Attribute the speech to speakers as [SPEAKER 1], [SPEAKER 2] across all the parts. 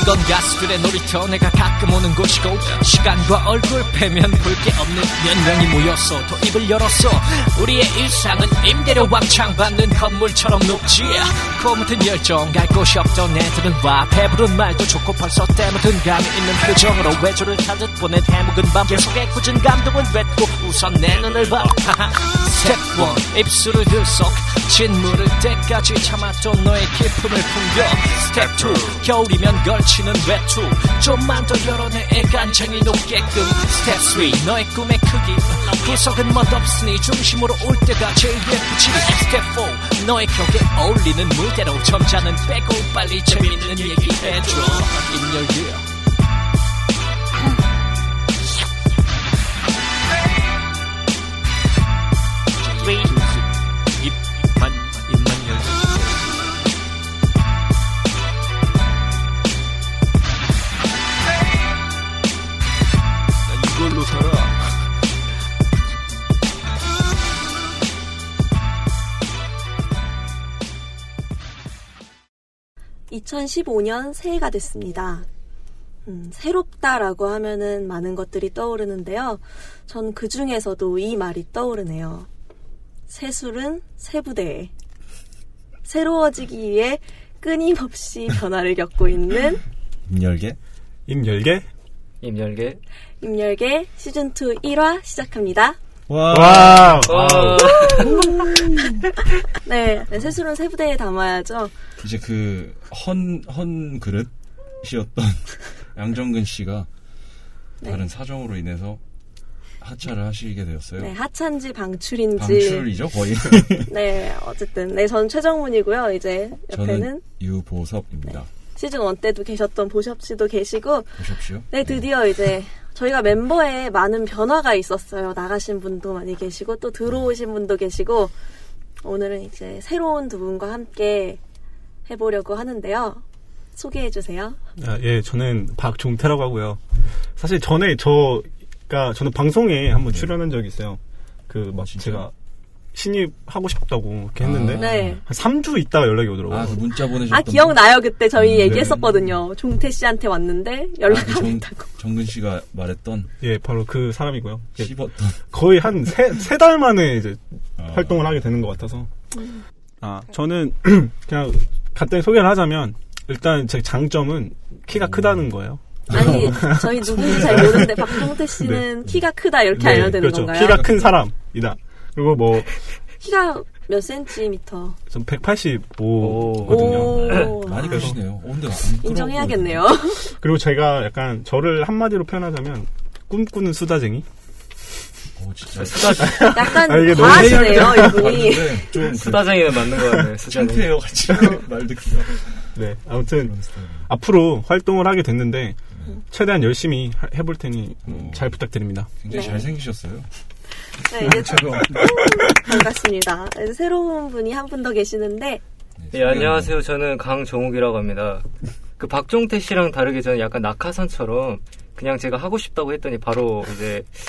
[SPEAKER 1] 이건 가수들의 놀이터 내가 가끔 오는 곳이고 시간과 얼굴 패면 볼 게 없는 몇 명이 모였어 또 입을 열었어 우리의 일상은 임대료 왕창 받는 건물처럼 높지 고무튼 열정 갈 곳이 없던 애들은 와 배부른 말도 좋고 벌써 때묻은 감이 있는 표정으로 외조를 타듯 보낸 해묵은 밤 계속의 꾸준 감동은 외고 우선 내 눈을 봐 스텝원 뭐, 입술을 들썩 진물을 때까지 참았던 너의 기쁨을 풍겨 스텝 2 겨울이면 걸치는 외투 좀만 더 열어내 애간장이 높게끔 스텝 3 너의 꿈의 크기 구석은 멋없으니 중심으로 올 때가 제일 예쁘지 스텝 4 너의 격에 어울리는 무대로 점자는 빼고 빨리 재밌는 얘기 해줘 In your ear Three. 입만 입만 열고 난 이걸로 살아
[SPEAKER 2] (2015년) 새해가 됐습니다 음, 새롭다라고 하면은 많은 것들이 떠오르는데요 전 그중에서도 이 말이 떠오르네요 새술은 새부대에 새로워지기 위해 끊임없이 변화를 겪고 있는
[SPEAKER 3] 열개
[SPEAKER 4] 임열계?
[SPEAKER 1] 입열개
[SPEAKER 2] 임열계 시즌2 1화 시작합니다.
[SPEAKER 3] 와,
[SPEAKER 4] 와우.
[SPEAKER 2] 네, 네, 새술은 새부대에 담아야죠.
[SPEAKER 3] 이제 그 헌 헌 그릇이었던 양정근 씨가
[SPEAKER 2] 네.
[SPEAKER 3] 다른 사정으로 인해서 하차를 하시게 되었어요.
[SPEAKER 2] 네, 하찬지 방출인지.
[SPEAKER 3] 방출이죠 거의.
[SPEAKER 2] 네, 어쨌든. 네, 저는 최정문이고요. 이제 옆에는 네.
[SPEAKER 3] 저는 유보섭입니다.
[SPEAKER 2] 시즌 1 때도 계셨던 보섭씨도 계시고,
[SPEAKER 3] 보십시오.
[SPEAKER 2] 네, 드디어 이제 저희가 멤버에 많은 변화가 있었어요. 나가신 분도 많이 계시고, 또 들어오신 분도 계시고, 오늘은 이제 새로운 두 분과 함께 해보려고 하는데요. 소개해주세요.
[SPEAKER 4] 아, 예, 저는 박종태라고 하고요. 사실 전에 저가 저는 방송에 한번 출연한 적이 있어요. 그 막
[SPEAKER 3] 네. 아, 진짜요?
[SPEAKER 4] 제가 신입하고 싶다고 이렇게 했는데
[SPEAKER 3] 아.
[SPEAKER 2] 네.
[SPEAKER 4] 한 3주 있다가 연락이 오더라고요.
[SPEAKER 3] 아, 그 문자 보내셨던
[SPEAKER 2] 아 기억나요 그때 저희
[SPEAKER 3] 네.
[SPEAKER 2] 얘기했었거든요 종태 씨한테 왔는데 연락
[SPEAKER 3] 아,
[SPEAKER 2] 안
[SPEAKER 3] 정-
[SPEAKER 2] 했다고
[SPEAKER 3] 정근 씨가 말했던
[SPEAKER 4] 예, 바로 그 사람이고요. 예,
[SPEAKER 3] 씹었던
[SPEAKER 4] 거의 한 세 달 만에 이제
[SPEAKER 3] 아, 음.
[SPEAKER 4] 활동을 하게 되는 것 같아서. 아, 저는 그냥 간단히 소개를 하자면 일단 제 장점은
[SPEAKER 3] 음.
[SPEAKER 4] 키가 크다는 거예요.
[SPEAKER 2] 아니 저희 누군지 잘 모르는데 박종태 씨는 키가 크다 이렇게 알려야 되는
[SPEAKER 4] 그렇죠.
[SPEAKER 2] 건가요?
[SPEAKER 4] 키가 큰 사람이다. 그리고 뭐 전
[SPEAKER 2] 키가 몇 센티미터?
[SPEAKER 4] 185거든요.
[SPEAKER 2] 오
[SPEAKER 3] 많이 크시네요. 어, 근데 안 부끄러워
[SPEAKER 2] 인정해야겠네요.
[SPEAKER 4] 그리고 제가 약간 저를 한마디로 표현하자면 꿈꾸는 수다쟁이.
[SPEAKER 3] 보이네요. 어, 진짜
[SPEAKER 2] 약간
[SPEAKER 4] 아, 이게 너무
[SPEAKER 2] 과하시네요 이분이.
[SPEAKER 3] 다른데 좀 그-
[SPEAKER 1] 수다쟁이는 맞는 거 같네
[SPEAKER 3] 창피해요 같이 말 듣기가
[SPEAKER 4] 네. 아무튼
[SPEAKER 3] 그런 스타일.
[SPEAKER 4] 앞으로 활동을 하게 됐는데 최대한 열심히 하- 해볼 테니 음, 잘 부탁드립니다.
[SPEAKER 3] 굉장히
[SPEAKER 2] 네.
[SPEAKER 3] 잘생기셨어요.
[SPEAKER 2] 네, 이제
[SPEAKER 3] 제가
[SPEAKER 2] 반갑습니다. 이제 새로운 분이 한 분 더 계시는데
[SPEAKER 3] 네.
[SPEAKER 5] 예, 안녕하세요. 저는 강정욱이라고 합니다. 그 박종태 씨랑 다르게 저는 약간 낙하산처럼 그냥 제가 하고 싶다고 했더니 바로 이제
[SPEAKER 3] 음.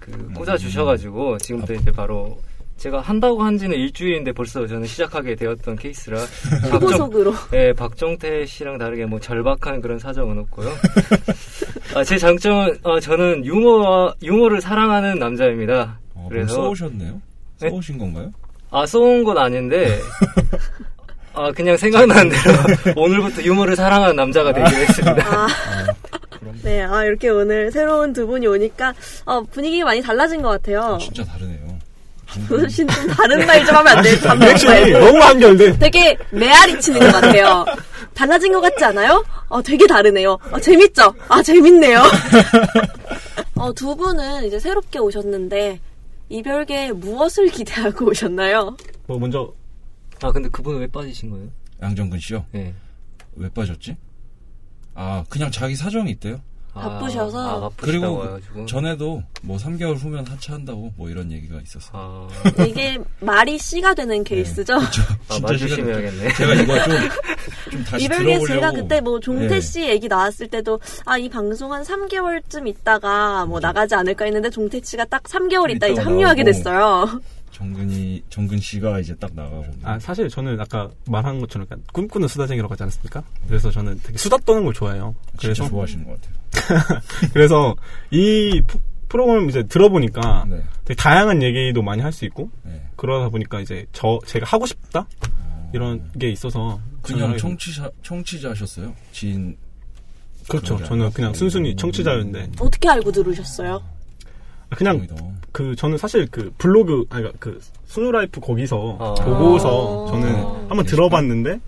[SPEAKER 5] 그 꽂아 주셔가지고 지금부터 이제 바로 제가 한다고 한 지는 일주일인데 벌써 저는 시작하게 되었던 케이스라 박정,
[SPEAKER 2] 초고속으로
[SPEAKER 5] 예, 박종태 씨랑 다르게 뭐 절박한 그런 사정은 없고요. 아, 제 장점은 어, 저는 유머 유머를 사랑하는 남자입니다.
[SPEAKER 3] 어, 그래서
[SPEAKER 5] 그래서-
[SPEAKER 3] 써오셨네요.
[SPEAKER 5] 네?
[SPEAKER 3] 써오신 건가요?
[SPEAKER 5] 아, 쏘은 건 아닌데, 아, 그냥 생각나는 대로 오늘부터 유머를 사랑하는 남자가 되기로 했습니다.
[SPEAKER 2] 아, 네, 아, 이렇게 오늘 새로운 두 분이 오니까, 어, 분위기가 많이 달라진 것
[SPEAKER 5] 어.
[SPEAKER 2] 같아요.
[SPEAKER 3] 진짜 다르네요.
[SPEAKER 2] 조선 씨는
[SPEAKER 3] 네,
[SPEAKER 2] 좀 다른 말 좀 하면 안 돼요?
[SPEAKER 4] 리액션이 너무 한결돼.
[SPEAKER 2] 되게 메아리 치는 것 같아요. 달라진 것 같지 않아요? 어, 되게 다르네요. 어, 재밌죠? 아, 재밌네요. 어, 두 분은 이제 새롭게 오셨는데, 이별계에 무엇을 기대하고 오셨나요?
[SPEAKER 4] 뭐 먼저
[SPEAKER 5] 아 근데 그분은 왜 빠지신 거예요?
[SPEAKER 3] 양정근 씨요?
[SPEAKER 5] 예.
[SPEAKER 3] 왜 빠졌지? 아, 그냥 자기 사정이 있대요.
[SPEAKER 2] 바쁘셔서.
[SPEAKER 5] 아, 바쁘시다고
[SPEAKER 3] 그리고
[SPEAKER 5] 해가지고.
[SPEAKER 3] 전에도 뭐 3개월 후면 하차한다고 뭐 이런 얘기가 있었어요.
[SPEAKER 5] 아,
[SPEAKER 2] 이게 말이 씨가 되는 케이스죠?
[SPEAKER 5] 아
[SPEAKER 3] 진짜 시간이
[SPEAKER 5] 말조심해야겠네.
[SPEAKER 3] 제가 이거 좀, 좀 다시
[SPEAKER 2] 이별계
[SPEAKER 3] 들어보려고.
[SPEAKER 2] 제가 그때 뭐 종태
[SPEAKER 3] 네.
[SPEAKER 2] 씨 얘기 나왔을 때도 아 이 방송 한 3개월쯤 있다가 뭐 나가지 않을까 했는데 종태 씨가 딱 3개월 있다 이제
[SPEAKER 3] 이따가
[SPEAKER 2] 합류하게
[SPEAKER 3] 나오고.
[SPEAKER 2] 됐어요.
[SPEAKER 3] 정근이, 정근 씨가 이제 딱 나가고.
[SPEAKER 4] 아 사실 저는 아까 말한 것처럼 약간 꿈꾸는 수다쟁이라고 하지 않았습니까? 그래서 저는 되게 수다 떠는 걸 좋아해요.
[SPEAKER 3] 진짜
[SPEAKER 4] 그래서
[SPEAKER 3] 좋아하시는 것 같아요.
[SPEAKER 4] 그래서 이 프- 프로그램 이제 들어보니까
[SPEAKER 3] 네.
[SPEAKER 4] 되게 다양한 얘기도 많이 할 수 있고
[SPEAKER 3] 네.
[SPEAKER 4] 그러다 보니까 이제 저 제가 하고 싶다 이런 게 있어서
[SPEAKER 3] 그냥
[SPEAKER 4] 저는
[SPEAKER 3] 청취자, 청취자셨어요? 지인.
[SPEAKER 4] 그렇죠.
[SPEAKER 3] 그런 게
[SPEAKER 4] 저는
[SPEAKER 3] 아니라?
[SPEAKER 4] 그냥 순순히 청취자였는데 아,
[SPEAKER 2] 어떻게 알고 들으셨어요?
[SPEAKER 4] 그냥
[SPEAKER 3] 거의 다.
[SPEAKER 4] 그 저는 사실 그 블로그 아니 그러니까 그 스누라이프 거기서
[SPEAKER 5] 아.
[SPEAKER 4] 보고서
[SPEAKER 2] 아.
[SPEAKER 4] 저는 한번 들어봤는데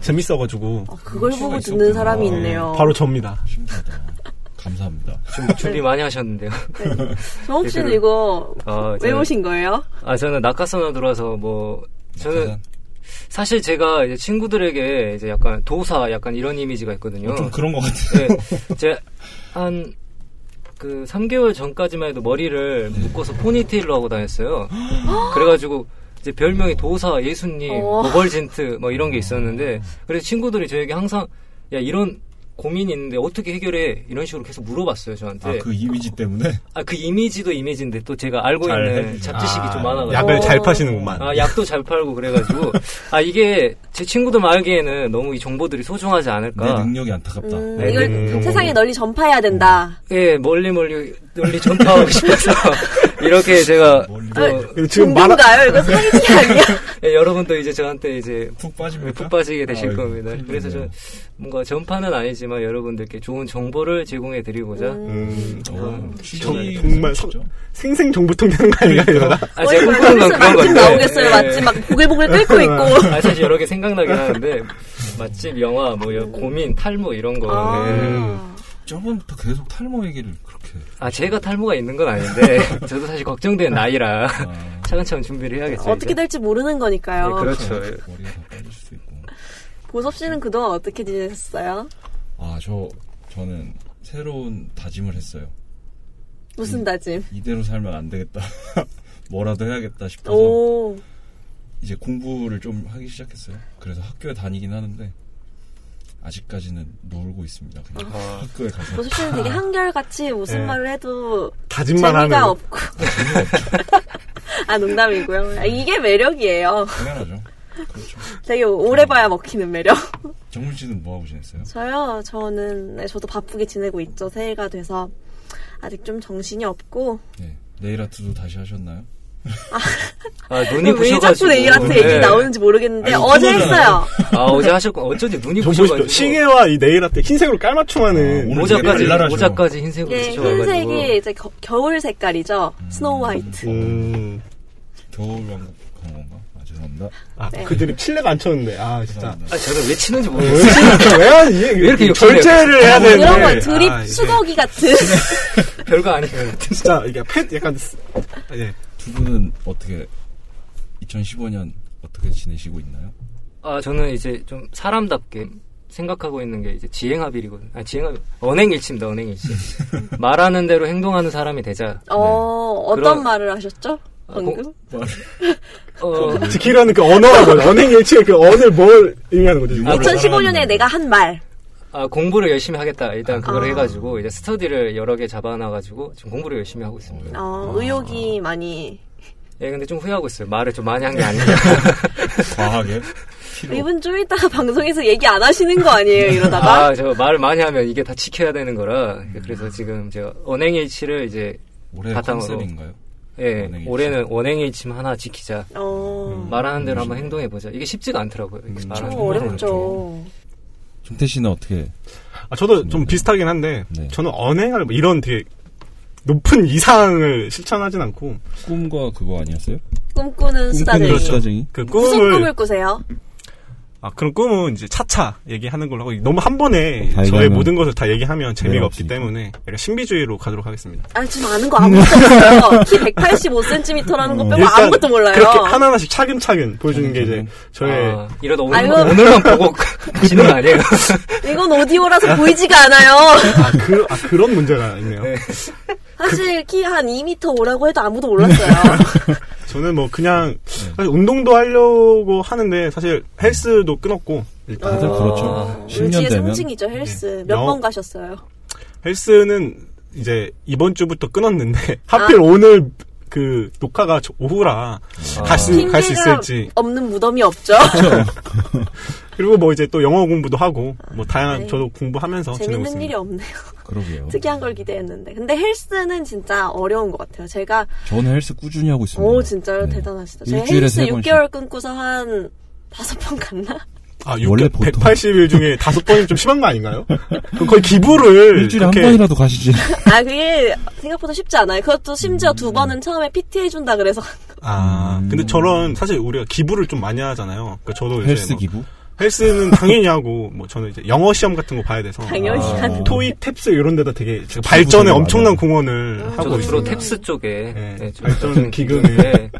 [SPEAKER 4] 재밌어가지고
[SPEAKER 2] 어, 그걸
[SPEAKER 3] 수가
[SPEAKER 2] 보고
[SPEAKER 3] 있었구나.
[SPEAKER 2] 듣는 사람이
[SPEAKER 3] 네,
[SPEAKER 2] 있네요. 어.
[SPEAKER 4] 바로 접니다.
[SPEAKER 3] 신기하다. 감사합니다.
[SPEAKER 5] 좀
[SPEAKER 2] 네.
[SPEAKER 5] 준비 많이 하셨는데요.
[SPEAKER 2] 정욱 씨는
[SPEAKER 5] 얘들을-
[SPEAKER 2] 이거
[SPEAKER 5] 아, 저는-
[SPEAKER 2] 외우신 거예요?
[SPEAKER 5] 아 저는 낙하산으로 들어와서 뭐 저는
[SPEAKER 3] 약간
[SPEAKER 5] 사실 제가 이제 친구들에게 이제 약간 도사 약간 이런 이미지가 있거든요.
[SPEAKER 3] 좀 그런 것 같아요.
[SPEAKER 5] 네, 제가 한, 그, 3개월 전까지만 해도 머리를 묶어서 포니테일로 하고 다녔어요. 그래가지고, 이제 별명이 도사, 예수님,
[SPEAKER 2] 어.
[SPEAKER 5] 오벌진트, 뭐 이런 게 있었는데, 그래서 친구들이 저에게 항상, 야, 이런 고민이 있는데 어떻게 해결해? 이런 식으로 계속 물어봤어요, 저한테.
[SPEAKER 3] 아,
[SPEAKER 2] 네.
[SPEAKER 3] 그 이미지 때문에?
[SPEAKER 5] 아, 그 이미지도 이미지인데 또 제가 알고
[SPEAKER 3] 잘
[SPEAKER 5] 있는
[SPEAKER 3] 해주지.
[SPEAKER 5] 잡지식이
[SPEAKER 3] 아,
[SPEAKER 5] 좀 많아가지고.
[SPEAKER 4] 약을 잘
[SPEAKER 2] 어.
[SPEAKER 4] 파시는구만.
[SPEAKER 5] 아, 약도 잘 팔고 그래가지고. 아, 이게 제 친구들만 알기에는 너무 이 정보들이 소중하지 않을까.
[SPEAKER 3] 내 네, 능력이 안타깝다.
[SPEAKER 2] 음,
[SPEAKER 5] 네,
[SPEAKER 2] 이걸
[SPEAKER 4] 네.
[SPEAKER 2] 세상에 널리 전파해야 된다.
[SPEAKER 5] 예, 멀리 멀리 널리 전파하고 싶어서 이렇게 제가 또,
[SPEAKER 4] 근데 지금 말
[SPEAKER 2] 중독가요? 이거 사기지 아니야?
[SPEAKER 5] 예, 여러분도 이제 저한테 이제
[SPEAKER 3] 푹 빠집니까?
[SPEAKER 5] 푹 빠지게 되실
[SPEAKER 3] 아,
[SPEAKER 5] 겁니다.
[SPEAKER 3] 큰일이네요.
[SPEAKER 5] 그래서 저 뭔가 전파는 아니지만 여러분들께 좋은 정보를 제공해 드리고자
[SPEAKER 4] 음,
[SPEAKER 3] 어,
[SPEAKER 4] 정-
[SPEAKER 3] 취재를
[SPEAKER 4] 정말
[SPEAKER 3] 했었죠.
[SPEAKER 4] 성- 생생 정보통 되는 거 아닌가 이러다.
[SPEAKER 5] 아,
[SPEAKER 2] 거의
[SPEAKER 5] 제가
[SPEAKER 2] 뭐
[SPEAKER 5] 꿈꾸는 건
[SPEAKER 2] 거기서 맛집
[SPEAKER 5] 그런 건데
[SPEAKER 2] 나오겠어요.
[SPEAKER 5] 예.
[SPEAKER 2] 맛집 막 보글보글 끓고 있고.
[SPEAKER 5] 아, 사실 여러 개 생각나긴 하는데 맛집, 영화, 뭐 여- 고민, 탈모 이런 거. 예.
[SPEAKER 2] 아,
[SPEAKER 3] 저번부터 계속 탈모 얘기를 그렇게.
[SPEAKER 5] 아 제가 탈모가 있는 건 아닌데 저도 사실 걱정되는 나이라
[SPEAKER 3] 아,
[SPEAKER 5] 차근차근 준비를 해야겠죠.
[SPEAKER 2] 어떻게
[SPEAKER 5] 이제.
[SPEAKER 2] 될지 모르는 거니까요.
[SPEAKER 5] 예, 그렇죠. 예.
[SPEAKER 3] 머리가 다 빠질 수도 있고.
[SPEAKER 2] 보섭 씨는 그동안 어떻게 지내셨어요?
[SPEAKER 3] 아, 저, 저는 새로운 다짐을 했어요.
[SPEAKER 2] 무슨
[SPEAKER 3] 음.
[SPEAKER 2] 다짐?
[SPEAKER 3] 이대로 살면 안 되겠다. 뭐라도 해야겠다 싶어서
[SPEAKER 2] 오,
[SPEAKER 3] 이제 공부를 좀 하기 시작했어요. 그래서 학교에 다니긴 하는데 아직까지는 놀고 있습니다. 그냥
[SPEAKER 2] 아.
[SPEAKER 3] 학교에 가서
[SPEAKER 2] 보섭 씨는 되게 한결같이 무슨
[SPEAKER 4] 예.
[SPEAKER 2] 말을 해도
[SPEAKER 4] 다짐만 하면
[SPEAKER 2] 재미가 없고. 아, 농담이고요. 아, 이게 매력이에요.
[SPEAKER 3] 당연하죠. 그렇죠.
[SPEAKER 2] 되게 오래 봐야 먹히는 매력.
[SPEAKER 3] 정문 씨는 뭐 하고 지냈어요?
[SPEAKER 2] 저요, 저는, 네, 저도 바쁘게 지내고 있죠. 새해가 돼서. 아직 좀 정신이 없고.
[SPEAKER 3] 네. 네일 아트도 다시 하셨나요?
[SPEAKER 5] 아 눈이
[SPEAKER 2] 왜 자꾸
[SPEAKER 5] 부셔가지고
[SPEAKER 2] 네일아트 그 얘기
[SPEAKER 5] 예.
[SPEAKER 2] 나오는지 모르겠는데,
[SPEAKER 3] 아니,
[SPEAKER 2] 어제
[SPEAKER 3] 그거는-
[SPEAKER 2] 했어요.
[SPEAKER 5] 아 어제 하셨고 어쩐지 눈이
[SPEAKER 4] 좀 보십시오.
[SPEAKER 5] 부셔가지고
[SPEAKER 4] 시계와 이 네일아트 흰색으로 깔맞춤하는
[SPEAKER 3] 어, 오늘
[SPEAKER 5] 모자까지
[SPEAKER 3] 되게 발랄하죠.
[SPEAKER 5] 모자까지 흰색으로
[SPEAKER 2] 이게
[SPEAKER 5] 붙여가지고
[SPEAKER 2] 네, 예, 흰색이 이제 겨, 겨울 색깔이죠. 스노우 화이트.
[SPEAKER 4] 음.
[SPEAKER 3] 겨울 왕국 간 건가? 아, 죄송합니다.
[SPEAKER 4] 아,
[SPEAKER 2] 네.
[SPEAKER 4] 그들이 칠레가 안 쳤는데, 아, 진짜.
[SPEAKER 3] 죄송합니다.
[SPEAKER 5] 아 저는 왜 치는지
[SPEAKER 4] 왜,
[SPEAKER 5] 모르겠어요.
[SPEAKER 4] 이렇게- 왜, 이게-
[SPEAKER 5] 이렇게 욕설해요?
[SPEAKER 4] 절제를 해야 되는데.
[SPEAKER 2] 이런 아, 거 드립
[SPEAKER 4] 아, 이게
[SPEAKER 2] 수거기 같은.
[SPEAKER 5] 별거 아닌 것 같아.
[SPEAKER 4] 진짜, 이게 팻, 약간, 쓰- 아, 예.
[SPEAKER 3] 두 분은 어떻게 2015년 어떻게 지내시고 있나요?
[SPEAKER 5] 아 저는 이제 좀 사람답게 생각하고 있는 게 이제 지행합일이거든요. 아 지행합일 언행일치입니다. 언행일치. 말하는 대로 행동하는 사람이 되자.
[SPEAKER 2] 어, 어떤
[SPEAKER 5] 그런-
[SPEAKER 2] 말을 하셨죠? 방금?
[SPEAKER 5] 공- 어,
[SPEAKER 4] 지키라는 그 언어가 뭐야? 언행 일치의 그 언을 뭘 의미하는 거죠?
[SPEAKER 3] 아,
[SPEAKER 2] 2015년에 내가 한 말.
[SPEAKER 5] 아, 공부를 열심히 하겠다. 일단 그걸
[SPEAKER 2] 아.
[SPEAKER 5] 해가지고 이제 스터디를 여러 개 잡아놔가지고 지금 공부를 열심히 하고 있습니다.
[SPEAKER 2] 어, 의욕이 많이.
[SPEAKER 5] 예, 근데 좀 후회하고 있어요. 말을 좀 많이 한 게 아닌가.
[SPEAKER 3] 과하게?
[SPEAKER 2] 이분 좀 이따가 방송에서 얘기 안 하시는 거 아니에요, 이러다가?
[SPEAKER 5] 아, 저 말을 많이 하면 이게 다 지켜야 되는 거라. 그래서 지금 제가 언행일치를 이제
[SPEAKER 3] 올해
[SPEAKER 5] 바탕으로.
[SPEAKER 3] 컨셉인가요?
[SPEAKER 5] 예,
[SPEAKER 3] 언행일치.
[SPEAKER 5] 올해는 원행일침 하나 지키자.
[SPEAKER 2] 어,
[SPEAKER 5] 말하는
[SPEAKER 4] 음.
[SPEAKER 5] 대로 한번 행동해보자. 이게 쉽지가 않더라고요. 아, 이게 말하는
[SPEAKER 2] 좀
[SPEAKER 3] 정말
[SPEAKER 2] 어렵죠.
[SPEAKER 3] 종태 씨는 어떻게?
[SPEAKER 4] 아, 저도 좀 비슷하긴 한데,
[SPEAKER 3] 네.
[SPEAKER 4] 저는 언행을, 뭐 이런 되게 높은 이상을 실천하진 않고,
[SPEAKER 3] 꿈과 그거 아니었어요?
[SPEAKER 2] 꿈꾸는 수다쟁이.
[SPEAKER 3] 그렇죠. 수다쟁이?
[SPEAKER 4] 그
[SPEAKER 2] 무슨
[SPEAKER 4] 꿈을,
[SPEAKER 2] 꿈을 꾸세요?
[SPEAKER 4] 아, 그런 꿈은 이제 차차 얘기하는 걸로 하고 너무 한 번에
[SPEAKER 3] 다
[SPEAKER 4] 저의
[SPEAKER 3] 얘기하면
[SPEAKER 4] 모든 것을 다 얘기하면 재미가 없기
[SPEAKER 3] 없으니까.
[SPEAKER 4] 때문에 약간 신비주의로 가도록 하겠습니다.
[SPEAKER 2] 아니, 좀 아는 거 아무것도 없어요. 키 185cm라는 거 빼고 어, 뭐 아무것도 몰라요.
[SPEAKER 4] 음. 그렇게 하나하나씩 차근차근 보여주는 게 이제 저의
[SPEAKER 5] 아, 이러다 오늘,
[SPEAKER 2] 아이고.
[SPEAKER 5] 오늘만 보고 가시는 거 아니에요?
[SPEAKER 2] 이건 오디오라서 보이지가 않아요.
[SPEAKER 4] 아, 그, 아, 그런 문제가 있네요.
[SPEAKER 2] 사실 키 한 2m 오라고 해도 아무도 몰랐어요.
[SPEAKER 4] 저는 뭐 그냥 사실 운동도 하려고 하는데 사실 헬스도 끊었고 일단
[SPEAKER 3] 다들
[SPEAKER 2] 어,
[SPEAKER 4] 아.
[SPEAKER 3] 그렇죠. 10년
[SPEAKER 2] 의지의
[SPEAKER 3] 되면
[SPEAKER 2] 상징이죠, 헬스.
[SPEAKER 4] 영-
[SPEAKER 2] 몇 번 가셨어요?
[SPEAKER 4] 헬스는 이제 이번 주부터 끊었는데 하필
[SPEAKER 3] 아.
[SPEAKER 4] 오늘 그 녹화가 저- 오후라 갈 수 갈 수
[SPEAKER 2] 핑계가
[SPEAKER 4] 있을지
[SPEAKER 2] 없는 무덤이 없죠.
[SPEAKER 4] 그리고 뭐 이제 또 영어 공부도 하고 뭐 다양한
[SPEAKER 2] 네.
[SPEAKER 4] 저도 공부하면서 지내고
[SPEAKER 2] 재밌는 일이
[SPEAKER 4] 있습니다.
[SPEAKER 2] 없네요.
[SPEAKER 3] 그러게요.
[SPEAKER 2] 특이한 걸 기대했는데. 근데 헬스는 진짜 어려운 것 같아요. 제가,
[SPEAKER 3] 저는 헬스 꾸준히 하고 있습니다.
[SPEAKER 2] 오, 진짜요?
[SPEAKER 3] 네.
[SPEAKER 2] 대단하시다. 제가
[SPEAKER 3] 일주일에
[SPEAKER 2] 헬스
[SPEAKER 3] 세 번씩.
[SPEAKER 2] 6개월 끊고서 한 다섯 번 갔나?
[SPEAKER 4] 아,
[SPEAKER 3] 원래
[SPEAKER 4] 6
[SPEAKER 3] 보통-
[SPEAKER 4] 180일 중에 다섯 번이면 좀 심한 거 아닌가요? 그럼 거의 기부를
[SPEAKER 3] 일주일에 한
[SPEAKER 4] 그렇게-
[SPEAKER 3] 번이라도 가시지.
[SPEAKER 2] 아, 그게 생각보다 쉽지 않아요. 그것도 심지어 두 번은 처음에 PT 해준다 그래서.
[SPEAKER 4] 아,
[SPEAKER 3] 음.
[SPEAKER 4] 근데 저런 사실 우리가 기부를 좀 많이 하잖아요. 그러니까 저도 이제
[SPEAKER 3] 헬스
[SPEAKER 4] 뭐
[SPEAKER 3] 기부.
[SPEAKER 4] 헬스는 당연히 하고 뭐 저는 이제 영어 시험 같은 거 봐야 돼서
[SPEAKER 2] 당연히
[SPEAKER 3] 아,
[SPEAKER 2] 하는.
[SPEAKER 4] 토익 탭스 이런 데다 되게 지금 발전에
[SPEAKER 3] 기부를
[SPEAKER 4] 엄청난
[SPEAKER 3] 많이
[SPEAKER 4] 공헌을 하고
[SPEAKER 5] 저도 주로
[SPEAKER 4] 있습니다.
[SPEAKER 5] 텍스 쪽에
[SPEAKER 4] 네,
[SPEAKER 5] 네, 좀
[SPEAKER 4] 발전
[SPEAKER 5] 좀-
[SPEAKER 4] 기금에.
[SPEAKER 5] 네,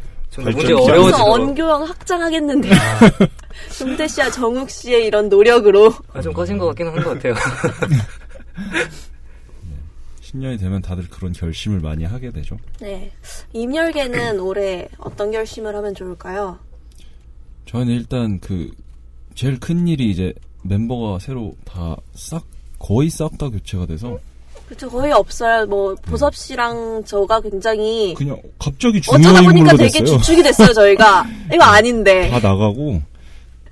[SPEAKER 4] 발전
[SPEAKER 5] 좀 문제
[SPEAKER 2] 그래서
[SPEAKER 4] 기금.
[SPEAKER 5] 어려워지고
[SPEAKER 2] 언교형 확장하겠는데. 금태 씨와 정욱 씨의 이런 노력으로.
[SPEAKER 5] 아, 좀 꺼진 것 같긴 한 것 같아요.
[SPEAKER 3] 10년이 되면 다들 그런 결심을 많이 하게 되죠.
[SPEAKER 2] 네. 임열계는 올해 어떤 결심을 하면 좋을까요?
[SPEAKER 3] 저는 일단 그 제일 큰 일이 이제 멤버가 새로 다 싹 거의 싹 다 교체가 돼서
[SPEAKER 2] 그쵸, 그렇죠. 거의 없어요. 뭐, 보섭 씨랑 저가 굉장히.
[SPEAKER 3] 그냥 갑자기
[SPEAKER 2] 어쩌다
[SPEAKER 3] 중요한
[SPEAKER 2] 보니까
[SPEAKER 3] 인물로
[SPEAKER 2] 되게
[SPEAKER 3] 됐어요.
[SPEAKER 2] 주축이 됐어요, 저희가. 이거 아닌데.
[SPEAKER 3] 다 나가고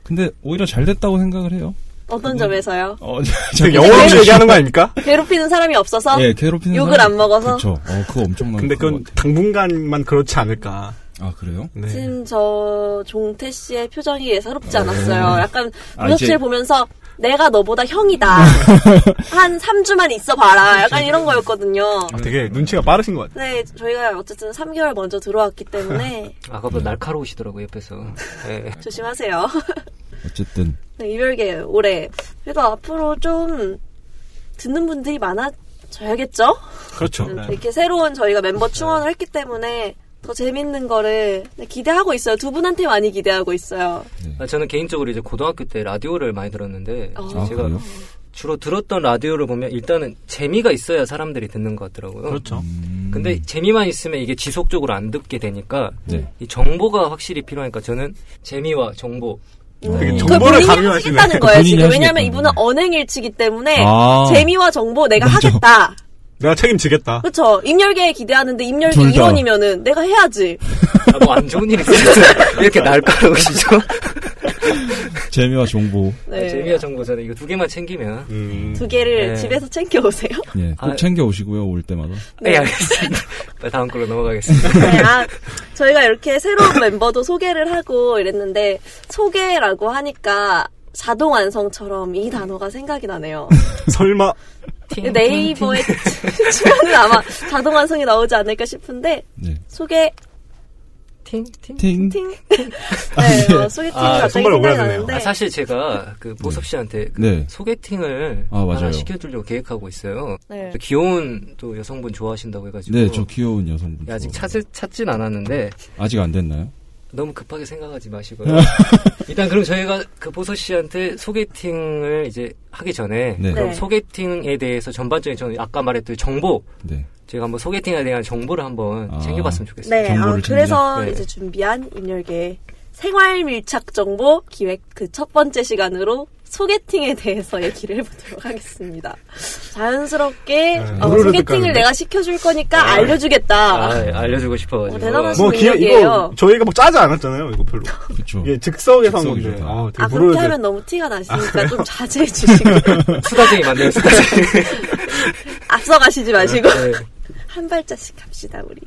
[SPEAKER 3] 근데 오히려 잘 됐다고 생각을 해요.
[SPEAKER 2] 어떤 점에서요?
[SPEAKER 3] 어,
[SPEAKER 4] 지금 영어로 얘기하는 거 아닙니까?
[SPEAKER 2] 음, 괴롭히는 사람이 없어서?
[SPEAKER 3] 예, 괴롭히는
[SPEAKER 2] 욕을 안 먹어서?
[SPEAKER 3] 그렇죠. 어, 그거 엄청난
[SPEAKER 4] 근데
[SPEAKER 3] 그거
[SPEAKER 4] 그건 당분간만 그렇지 않을까.
[SPEAKER 3] 같아요. 아, 그래요?
[SPEAKER 4] 네.
[SPEAKER 2] 지금 저 종태 씨의 표정이 예사롭지 않았어요. 약간
[SPEAKER 3] 네. 아,
[SPEAKER 2] 보섭 씨를
[SPEAKER 3] 이제-
[SPEAKER 2] 보면서 내가 너보다 형이다. 한 3주만 있어봐라.
[SPEAKER 3] 그렇죠.
[SPEAKER 2] 약간 이런 거였거든요.
[SPEAKER 4] 아, 되게 눈치가 빠르신 것 같아요.
[SPEAKER 2] 네, 저희가 어쨌든 3개월 먼저 들어왔기 때문에
[SPEAKER 5] 아까도 그 날카로우시더라고요 옆에서. 네.
[SPEAKER 2] 조심하세요.
[SPEAKER 3] 어쨌든
[SPEAKER 2] 네, 이별계 올해 그래도 앞으로 좀 듣는 분들이 많아져야겠죠?
[SPEAKER 4] 그렇죠.
[SPEAKER 2] 음,
[SPEAKER 4] 네.
[SPEAKER 2] 이렇게 새로운 저희가 멤버 충원을 했기 때문에 더 재밌는 거를 네, 기대하고 있어요. 두 분한테 많이 기대하고 있어요.
[SPEAKER 5] 아, 저는 개인적으로 이제 고등학교 때 라디오를 많이 들었는데
[SPEAKER 2] 어.
[SPEAKER 3] 아,
[SPEAKER 5] 제가
[SPEAKER 3] 그래요?
[SPEAKER 5] 주로 들었던 라디오를 보면 일단은 재미가 있어야 사람들이 듣는 것 같더라고요.
[SPEAKER 4] 그렇죠.
[SPEAKER 3] 음,
[SPEAKER 5] 근데 재미만 있으면 이게 지속적으로 안 듣게 되니까
[SPEAKER 3] 네.
[SPEAKER 5] 이 정보가 확실히 필요하니까 저는 재미와 정보
[SPEAKER 4] 되게
[SPEAKER 2] 음,
[SPEAKER 3] 어.
[SPEAKER 2] 그걸
[SPEAKER 4] 정보를
[SPEAKER 2] 그러니까 본인이
[SPEAKER 4] 강요하시네.
[SPEAKER 2] 하시겠다는 거예요.
[SPEAKER 3] 본인이
[SPEAKER 2] 지금 왜냐하면
[SPEAKER 3] 하시겠다는
[SPEAKER 2] 이분은 언행일치기 때문에
[SPEAKER 3] 아.
[SPEAKER 2] 재미와 정보 내가 하겠다.
[SPEAKER 4] 내가 책임지겠다.
[SPEAKER 2] 그렇죠. 임열계에 기대하는데 임열계
[SPEAKER 3] 둘 다.
[SPEAKER 2] 이원이면은 내가 해야지.
[SPEAKER 5] 아, 뭐안 좋은 일이 있어요. 이렇게 날카로우시죠?
[SPEAKER 3] 재미와 정보.
[SPEAKER 2] 네.
[SPEAKER 4] 아,
[SPEAKER 5] 재미와 정보 저는 이거 두 개만 챙기면
[SPEAKER 4] 음.
[SPEAKER 2] 두 개를
[SPEAKER 5] 네.
[SPEAKER 2] 집에서 챙겨 오세요.
[SPEAKER 3] 예, 꼭
[SPEAKER 5] 아,
[SPEAKER 3] 챙겨 오시고요. 올 때마다.
[SPEAKER 5] 네, 알겠습니다. 다음 걸로 넘어가겠습니다.
[SPEAKER 2] 네, 아, 저희가 이렇게 새로운 멤버도 소개를 하고 이랬는데 소개라고 하니까 자동 완성처럼 이 단어가 생각이 나네요.
[SPEAKER 4] 설마
[SPEAKER 2] 네이버에 치면은 아마 자동 완성이 나오지 않을까 싶은데
[SPEAKER 3] 네.
[SPEAKER 2] 소개
[SPEAKER 5] 팅팅.
[SPEAKER 3] 팅.
[SPEAKER 2] 팅 네, 어, 소개팅이
[SPEAKER 5] 아,
[SPEAKER 2] 갑자기
[SPEAKER 4] 손발
[SPEAKER 2] 생각이
[SPEAKER 4] 예. 오그라드네요.
[SPEAKER 2] 나는데
[SPEAKER 5] 아, 사실 제가 그 보섭 씨한테 그
[SPEAKER 3] 네.
[SPEAKER 5] 소개팅을
[SPEAKER 3] 아, 맞아요.
[SPEAKER 5] 하나 시켜주려고 계획하고 있어요.
[SPEAKER 2] 네.
[SPEAKER 5] 귀여운 또 여성분 좋아하신다고 해가지고
[SPEAKER 3] 네, 저 귀여운 여성분.
[SPEAKER 5] 예, 아직
[SPEAKER 3] 좋아해요.
[SPEAKER 5] 찾을, 찾진 않았는데
[SPEAKER 3] 아직 안 됐나요?
[SPEAKER 5] 너무 급하게 생각하지 마시고요.
[SPEAKER 3] 네.
[SPEAKER 5] 일단 그럼 저희가 그 보서 씨한테 소개팅을 이제 하기 전에
[SPEAKER 3] 네.
[SPEAKER 5] 그럼
[SPEAKER 2] 네.
[SPEAKER 5] 소개팅에 대해서 전반적인 저는 아까 말했던 정보
[SPEAKER 3] 네.
[SPEAKER 5] 저희가 한번 소개팅에 대한 정보를 한번
[SPEAKER 3] 아.
[SPEAKER 5] 챙겨봤으면 좋겠어요.
[SPEAKER 2] 네, 아,
[SPEAKER 3] 정보를
[SPEAKER 2] 그래서
[SPEAKER 5] 챙기자. 네.
[SPEAKER 2] 이제 준비한 임열계 생활 밀착 정보 기획 그 첫 번째 시간으로 소개팅에 대해서 얘기를 해보도록 하겠습니다. 자연스럽게
[SPEAKER 4] 네,
[SPEAKER 2] 어,
[SPEAKER 4] 노래를 듣가는데.
[SPEAKER 2] 소개팅을 내가 시켜줄 거니까 알려주겠다.
[SPEAKER 5] 아, 예, 알려주고 싶어가지고.
[SPEAKER 2] 어, 대단하시-
[SPEAKER 4] 뭐 기어 이거
[SPEAKER 2] 이거예요.
[SPEAKER 4] 저희가 뭐 짜지 않았잖아요. 이거 별로.
[SPEAKER 3] 그렇죠.
[SPEAKER 5] 예,
[SPEAKER 4] 이게 즉석에서 한
[SPEAKER 3] 즉석이죠,
[SPEAKER 4] 건데.
[SPEAKER 3] 다.
[SPEAKER 4] 아, 되게
[SPEAKER 2] 아
[SPEAKER 4] 물어야
[SPEAKER 2] 그렇게
[SPEAKER 4] 돼.
[SPEAKER 2] 하면 너무 티가 나시니까 좀 자제해 주시고
[SPEAKER 5] 뭐 수다쟁이 만드는 수다쟁이.
[SPEAKER 2] 앞서가시지 마시고
[SPEAKER 5] 네.
[SPEAKER 2] 한 발자씩 갑시다 우리.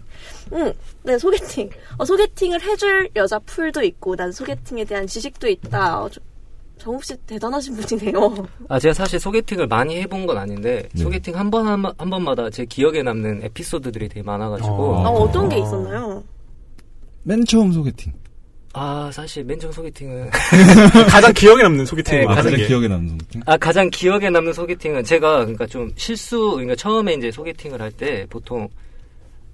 [SPEAKER 2] 응, 네 소개팅. 어, 소개팅을 해줄 여자 풀도 있고 난 소개팅에 대한 지식도 있다. 어, 저- 정욱 씨 대단하신 분이네요.
[SPEAKER 5] 아, 제가 사실 소개팅을 많이 해본 건 아닌데,
[SPEAKER 3] 네.
[SPEAKER 5] 소개팅 한 번, 한, 번- 한 번마다 제 기억에 남는 에피소드들이 되게 많아가지고,
[SPEAKER 2] 어,
[SPEAKER 3] 어.
[SPEAKER 2] 어떤 게 있었나요?
[SPEAKER 3] 맨 처음 소개팅.
[SPEAKER 5] 아 사실 맨 처음 소개팅은
[SPEAKER 4] 가장 기억에 남는 소개팅이
[SPEAKER 5] 네,
[SPEAKER 4] 네,
[SPEAKER 3] 가장
[SPEAKER 4] 가장 기
[SPEAKER 3] 아, 기억에 남는 느낌?
[SPEAKER 5] 아 가장 기억에 남는 소개팅은 제가 그러니까 좀 실수 그러니까 처음에 이제 소개팅을 할 때 보통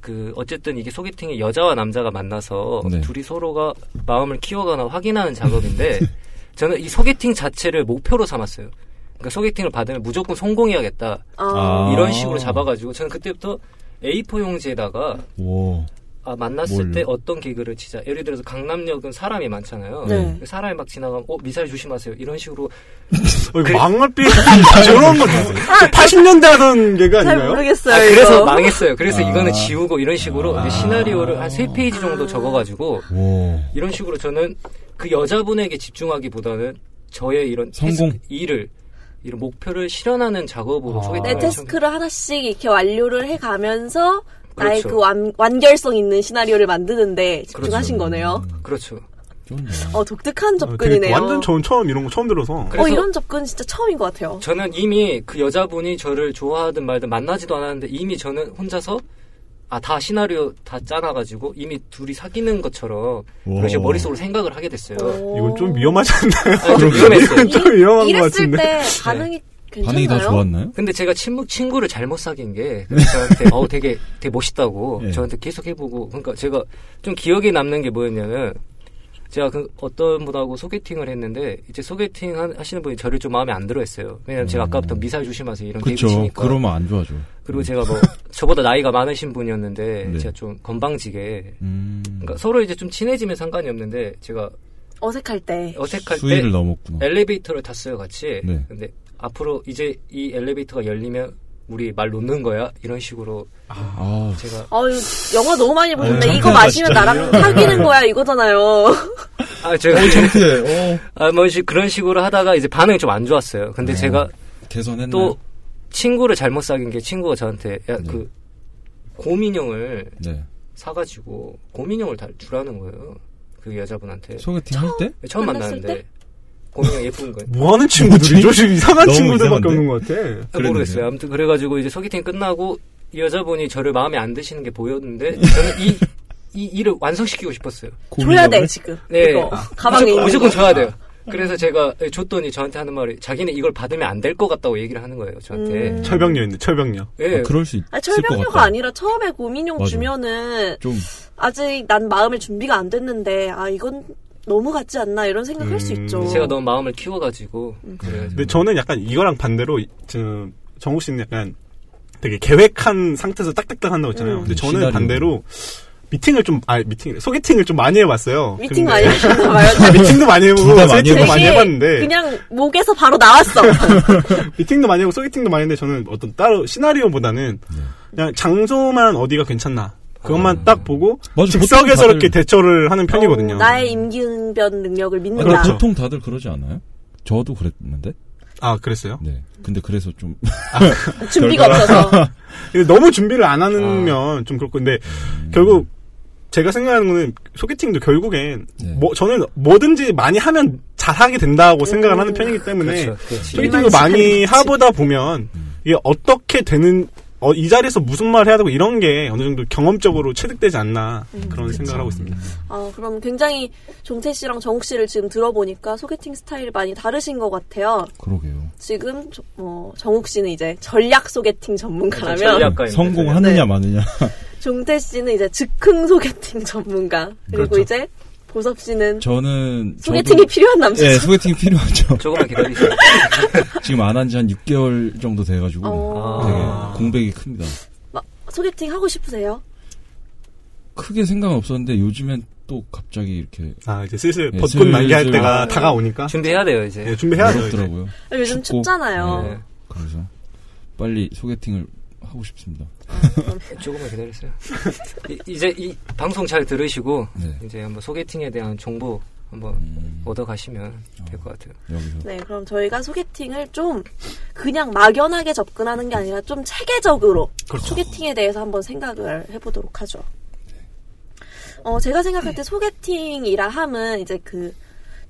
[SPEAKER 5] 그 어쨌든 이게 소개팅이 여자와 남자가 만나서
[SPEAKER 3] 네.
[SPEAKER 5] 둘이 서로가 마음을 키워가나 확인하는 작업인데 저는 이 소개팅 자체를 목표로 삼았어요. 그러니까 소개팅을 받으면 무조건 성공해야겠다
[SPEAKER 3] 아.
[SPEAKER 5] 이런 식으로 잡아가지고 저는 그때부터 A4 용지에다가
[SPEAKER 3] 오.
[SPEAKER 5] 아, 만났을
[SPEAKER 3] 뭘요?
[SPEAKER 5] 때 어떤 개그를 치자. 예를 들어서 강남역은 사람이 많잖아요.
[SPEAKER 2] 네.
[SPEAKER 5] 사람이 막 지나가면 어 미사일 조심하세요. 이런 식으로
[SPEAKER 4] 어, 망할 때 저런 거 80년대 하던 게가
[SPEAKER 2] 잘
[SPEAKER 4] 아닌가요?
[SPEAKER 2] 모르겠어요.
[SPEAKER 5] 아,
[SPEAKER 2] 이거.
[SPEAKER 5] 그래서 망했어요. 그래서
[SPEAKER 3] 아.
[SPEAKER 5] 이거는 지우고 이런 식으로 이제 시나리오를 한 세 페이지 정도 적어가지고
[SPEAKER 3] 오.
[SPEAKER 5] 이런 식으로 저는 그 여자분에게 집중하기보다는 저의 이런
[SPEAKER 3] 성공.
[SPEAKER 5] 테스크, 일을 이런 목표를 실현하는 작업으로
[SPEAKER 3] 아.
[SPEAKER 5] 소개팅을
[SPEAKER 2] 내
[SPEAKER 5] 엄청-
[SPEAKER 2] 테스크를 하나씩 이렇게 완료를 해가면서 나의
[SPEAKER 5] 그렇죠.
[SPEAKER 2] 그 완, 완결성 있는 시나리오를 만드는데 집중하신
[SPEAKER 5] 그렇죠.
[SPEAKER 2] 거네요.
[SPEAKER 5] 그렇죠.
[SPEAKER 3] 좋네.
[SPEAKER 2] 어 독특한
[SPEAKER 4] 어, 되게
[SPEAKER 2] 접근이네요.
[SPEAKER 4] 완전 전 처음 이런 거 처음 들어서
[SPEAKER 5] 그래서
[SPEAKER 2] 어 이런 접근 진짜 처음인 것 같아요.
[SPEAKER 5] 저는 이미 그 여자분이 저를 좋아하든 말든 만나지도 않았는데 이미 저는 혼자서 아 다 시나리오 다 짜놔가지고 이미 둘이 사귀는 것처럼 그런 식으로
[SPEAKER 3] 와.
[SPEAKER 5] 머릿속으로 생각을 하게 됐어요.
[SPEAKER 2] 오.
[SPEAKER 4] 이건 좀 위험하지 않나요?
[SPEAKER 5] 아, 좀 위험했어요.
[SPEAKER 4] 좀 위험한 것
[SPEAKER 2] 이랬을
[SPEAKER 4] 같은데.
[SPEAKER 2] 때 반응이 괜찮나요?
[SPEAKER 3] 반응이 다 좋았나요?
[SPEAKER 5] 근데 제가 친구, 친구를 잘못 사귄 게 그래서 저한테 어우 되게 되게 멋있다고
[SPEAKER 3] 예.
[SPEAKER 5] 저한테 계속 해보고 그러니까 제가 좀 기억에 남는 게 뭐였냐면 제가 그 어떤 분하고 소개팅을 했는데 이제 소개팅 하- 하시는 분이 저를 좀 마음에 안 들어했어요. 왜냐면 제가 아까부터 미사일 조심하세요 이런
[SPEAKER 3] 음. 그쵸.
[SPEAKER 5] 데이트니까
[SPEAKER 3] 그러면 안 좋아져.
[SPEAKER 5] 그리고 제가 뭐 저보다 나이가 많으신 분이었는데
[SPEAKER 3] 네.
[SPEAKER 5] 제가 좀 건방지게
[SPEAKER 3] 음.
[SPEAKER 5] 그러니까 서로 이제 좀 친해지면 상관이 없는데 제가
[SPEAKER 2] 어색할 때.
[SPEAKER 5] 어색할 때
[SPEAKER 3] 수위를 넘었구나.
[SPEAKER 5] 엘리베이터를 탔어요 같이.
[SPEAKER 3] 뭐. 네.
[SPEAKER 5] 근데 앞으로 이제 이 엘리베이터가 열리면 우리 말 놓는 거야 이런 식으로
[SPEAKER 3] 아,
[SPEAKER 5] 제가
[SPEAKER 2] 아유 영화 너무 어, 많이 보셨네.
[SPEAKER 3] 어,
[SPEAKER 2] 이거 마시면 나랑
[SPEAKER 3] 아.
[SPEAKER 2] 사귀는 거야 이거잖아요.
[SPEAKER 5] 아 제가
[SPEAKER 3] 창피해. 어.
[SPEAKER 5] 아뭐 그런 식으로 하다가 이제 반응이 좀 안 좋았어요. 근데
[SPEAKER 3] 어.
[SPEAKER 5] 제가
[SPEAKER 3] 개선했나?
[SPEAKER 5] 또 친구를 잘못 사귄 게 친구가 저한테 야 그 곰인형을
[SPEAKER 3] 네.
[SPEAKER 5] 사가지고 곰인형을 다 주라는 거예요. 그 여자분한테
[SPEAKER 3] 소개팅 할 때?
[SPEAKER 5] 처음
[SPEAKER 2] 만났을
[SPEAKER 5] 만났는데 곰인형 예쁜 거예요.
[SPEAKER 4] 뭐 하는 친구들이죠? 지금 이상한
[SPEAKER 3] 너무
[SPEAKER 4] 친구들밖에
[SPEAKER 3] 이상한데?
[SPEAKER 4] 없는 것 같아.
[SPEAKER 5] 아, 모르겠어요. 아무튼 그래가지고 이제 소개팅 끝나고 이 여자분이 저를 마음에 안 드시는 게 보였는데 저는 이, 이 일을 완성시키고 싶었어요.
[SPEAKER 2] 줘야 돼 지금.
[SPEAKER 5] 네.
[SPEAKER 2] 이거 가방에
[SPEAKER 5] 무조건,
[SPEAKER 2] 있는
[SPEAKER 5] 무조건
[SPEAKER 2] 거.
[SPEAKER 5] 줘야 돼요. 그래서 제가 줬더니 저한테 하는 말이 자기는 이걸 받으면 안 될 것 같다고 얘기를 하는 거예요. 저한테.
[SPEAKER 2] 음.
[SPEAKER 4] 철벽녀인데 철벽녀.
[SPEAKER 5] 예.
[SPEAKER 3] 아, 그럴 수 있을
[SPEAKER 2] 아니,
[SPEAKER 3] 것
[SPEAKER 2] 철벽녀가
[SPEAKER 3] 같다.
[SPEAKER 2] 아니라 처음에 고민용
[SPEAKER 3] 맞아.
[SPEAKER 2] 주면은
[SPEAKER 3] 좀
[SPEAKER 2] 아직 난 마음의 준비가 안 됐는데 아 이건 너무 같지 않나 이런 생각할 수
[SPEAKER 4] 음.
[SPEAKER 2] 있죠.
[SPEAKER 5] 제가 너무 마음을 키워가지고 그래가지고
[SPEAKER 4] 근데
[SPEAKER 3] 음.
[SPEAKER 4] 저는 약간 이거랑 반대로 이- 저 정욱 씨는 약간 되게 계획한 상태에서 딱딱딱 한다고 했잖아요.
[SPEAKER 2] 음.
[SPEAKER 4] 근데 저는
[SPEAKER 3] 시나리오.
[SPEAKER 4] 반대로 미팅을 좀, 아, 미팅, 소개팅을 좀 많이 해봤어요.
[SPEAKER 2] 미팅
[SPEAKER 4] 근데-
[SPEAKER 2] 많이 하셨나 봐요.
[SPEAKER 4] 아, 미팅도 많이 해보고,
[SPEAKER 3] 다 많이
[SPEAKER 4] 소개팅도 많이
[SPEAKER 2] 되게
[SPEAKER 4] 해봤는데,
[SPEAKER 2] 그냥 목에서 바로 나왔어.
[SPEAKER 4] 미팅도 많이 하고, 소개팅도 많이 했는데, 저는 어떤 따로 시나리오보다는 그냥 장소만 어디가 괜찮나. 그것만 딱 보고,
[SPEAKER 3] 네. 맞아, 보통
[SPEAKER 4] 즉석에서
[SPEAKER 3] 다들-
[SPEAKER 4] 이렇게 대처를 하는 편이거든요.
[SPEAKER 2] 어, 나의 임기응변 능력을
[SPEAKER 3] 아니,
[SPEAKER 2] 믿는다.
[SPEAKER 4] 그렇죠.
[SPEAKER 3] 보통 다들 그러지 않아요? 저도 그랬는데.
[SPEAKER 4] 아, 그랬어요?
[SPEAKER 3] 네. 근데 그래서 좀
[SPEAKER 2] 준비가 없어서.
[SPEAKER 4] 근데 너무 준비를 안
[SPEAKER 3] 아.
[SPEAKER 4] 하면 좀 그렇고 근데 결국 제가 생각하는 거는 소개팅도 결국엔
[SPEAKER 3] 네.
[SPEAKER 4] 뭐 저는 뭐든지 많이 하면 잘하게 된다고 생각을 하는 편이기 때문에
[SPEAKER 5] 그렇죠. 그렇지.
[SPEAKER 4] 소개팅도 많이 하보다 보면 이게 어떻게 되는 어, 이 자리에서 무슨 말 해야 되고 이런 게 어느 정도 경험적으로 체득되지 않나
[SPEAKER 2] 음,
[SPEAKER 4] 그런
[SPEAKER 2] 그렇죠.
[SPEAKER 4] 생각을 하고 있습니다.
[SPEAKER 2] 아, 그럼 굉장히 종태 씨랑 정욱 씨를 지금 들어보니까 소개팅 스타일이 많이 다르신 것 같아요.
[SPEAKER 3] 그러게요.
[SPEAKER 2] 지금 저- 뭐 정욱 씨는 이제 전략 소개팅 전문가라면
[SPEAKER 5] 전략가입니다.
[SPEAKER 3] 성공하느냐
[SPEAKER 2] 네.
[SPEAKER 3] 마느냐.
[SPEAKER 2] 종태 씨는 이제 즉흥 소개팅 전문가. 그리고
[SPEAKER 4] 그렇죠.
[SPEAKER 2] 이제 보섭 씨는
[SPEAKER 3] 저는
[SPEAKER 2] 소개팅이
[SPEAKER 3] 저도-
[SPEAKER 2] 필요한 남자.
[SPEAKER 3] 예, 소개팅이 필요하죠.
[SPEAKER 5] 네. 조금만 기다리세요.
[SPEAKER 3] 지금 안 한 지 한 6개월 정도 돼 가지고
[SPEAKER 2] 어,
[SPEAKER 3] 되게
[SPEAKER 5] 아.
[SPEAKER 3] 공백이 큽니다.
[SPEAKER 2] 막 소개팅 하고 싶으세요?
[SPEAKER 3] 크게 생각은 없었는데 요즘엔 또 갑자기 이렇게
[SPEAKER 4] 아 이제 슬슬
[SPEAKER 3] 네,
[SPEAKER 4] 벚꽃 만개할
[SPEAKER 3] 슬슬. 그렇죠.
[SPEAKER 4] 때가
[SPEAKER 5] 아,
[SPEAKER 4] 다가오니까
[SPEAKER 5] 준비해야 돼요
[SPEAKER 4] 예,
[SPEAKER 5] 이제.
[SPEAKER 4] 준비해야 돼요. 이제.
[SPEAKER 3] 어렵더라고요.
[SPEAKER 2] 요즘
[SPEAKER 3] 춥고.
[SPEAKER 2] 춥잖아요.
[SPEAKER 5] 네.
[SPEAKER 3] 그래서 빨리 소개팅을 하고 싶습니다.
[SPEAKER 5] 조금만 기다리세요. 이- 이제 이 방송 잘 들으시고
[SPEAKER 3] 네.
[SPEAKER 5] 이제 한번 소개팅에 대한 정보 한번 얻어 가시면 될 것 같아요.
[SPEAKER 3] 여기서
[SPEAKER 2] 네, 그럼 저희가 소개팅을 좀 그냥 막연하게 접근하는 게 아니라 좀 체계적으로
[SPEAKER 4] 그렇죠.
[SPEAKER 2] 소개팅에 대해서 한번 생각을 해보도록 하죠. 어, 제가 생각할 때 소개팅이라 함은 이제 그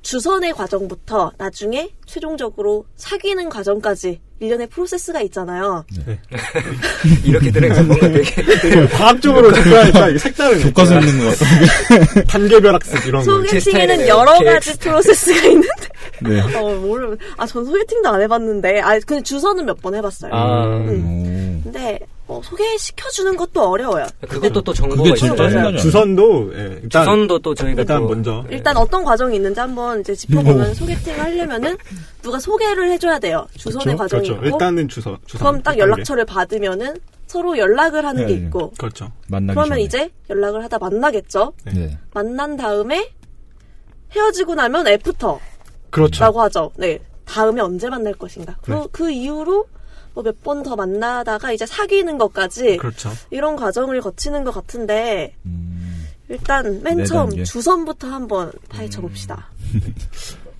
[SPEAKER 2] 주선의 과정부터 나중에 최종적으로 사귀는 과정까지 일련의 프로세스가 있잖아요.
[SPEAKER 5] 네. 이렇게 들으니까 뭔가 되게
[SPEAKER 4] 과학적으로 접근하니까 이게 색다른 거.
[SPEAKER 3] 교과서 있는 것 같아요.
[SPEAKER 4] 단계별 학습 이런 거.
[SPEAKER 2] 소개팅에는
[SPEAKER 5] 스타일이네요.
[SPEAKER 2] 여러
[SPEAKER 5] 계획
[SPEAKER 2] 가지 프로세스가 있는데.
[SPEAKER 3] 네.
[SPEAKER 2] 어, 모르. 아, 전 소개팅도 안 해봤는데. 아, 근데 주선은 몇 번 해봤어요.
[SPEAKER 5] 아
[SPEAKER 3] 음. 오.
[SPEAKER 2] 근데 어, 소개시켜주는 것도 어려워요.
[SPEAKER 5] 아. 그것도 또 정보가
[SPEAKER 3] 그게
[SPEAKER 5] 있어요.
[SPEAKER 3] 제일
[SPEAKER 2] 맞아요.
[SPEAKER 3] 짜증나지 않아요?
[SPEAKER 4] 주선도 예, 일단
[SPEAKER 5] 주선도 뭐 또 저희가
[SPEAKER 4] 일단
[SPEAKER 5] 또
[SPEAKER 4] 먼저 예.
[SPEAKER 2] 일단 어떤 과정이 있는지 한번 이제 짚어보면 소개팅을 하려면은 누가 소개를 해줘야 돼요. 주선의
[SPEAKER 4] 그렇죠?
[SPEAKER 2] 과정이
[SPEAKER 4] 그렇죠.
[SPEAKER 2] 있고
[SPEAKER 4] 일단은 주선. 주선
[SPEAKER 2] 그럼 딱
[SPEAKER 4] 단계.
[SPEAKER 2] 연락처를 받으면은 서로 연락을 하는
[SPEAKER 3] 네,
[SPEAKER 2] 게
[SPEAKER 3] 네.
[SPEAKER 2] 있고
[SPEAKER 4] 그렇죠.
[SPEAKER 3] 만나기
[SPEAKER 2] 그러면
[SPEAKER 3] 전에.
[SPEAKER 2] 이제 연락을 하다 만나겠죠.
[SPEAKER 3] 네.
[SPEAKER 2] 만난 다음에 헤어지고 나면 애프터라고
[SPEAKER 4] 그렇죠.
[SPEAKER 2] 하죠. 네, 다음에 언제 만날 것인가. 그리고 그 이후로 뭐 몇 번 더 만나다가 이제 사귀는 것까지
[SPEAKER 4] 그렇죠.
[SPEAKER 2] 이런 과정을 거치는 것 같은데
[SPEAKER 3] 음.
[SPEAKER 2] 일단 맨
[SPEAKER 3] 네
[SPEAKER 2] 처음
[SPEAKER 3] 단계.
[SPEAKER 2] 주선부터 한번 파헤쳐 봅시다.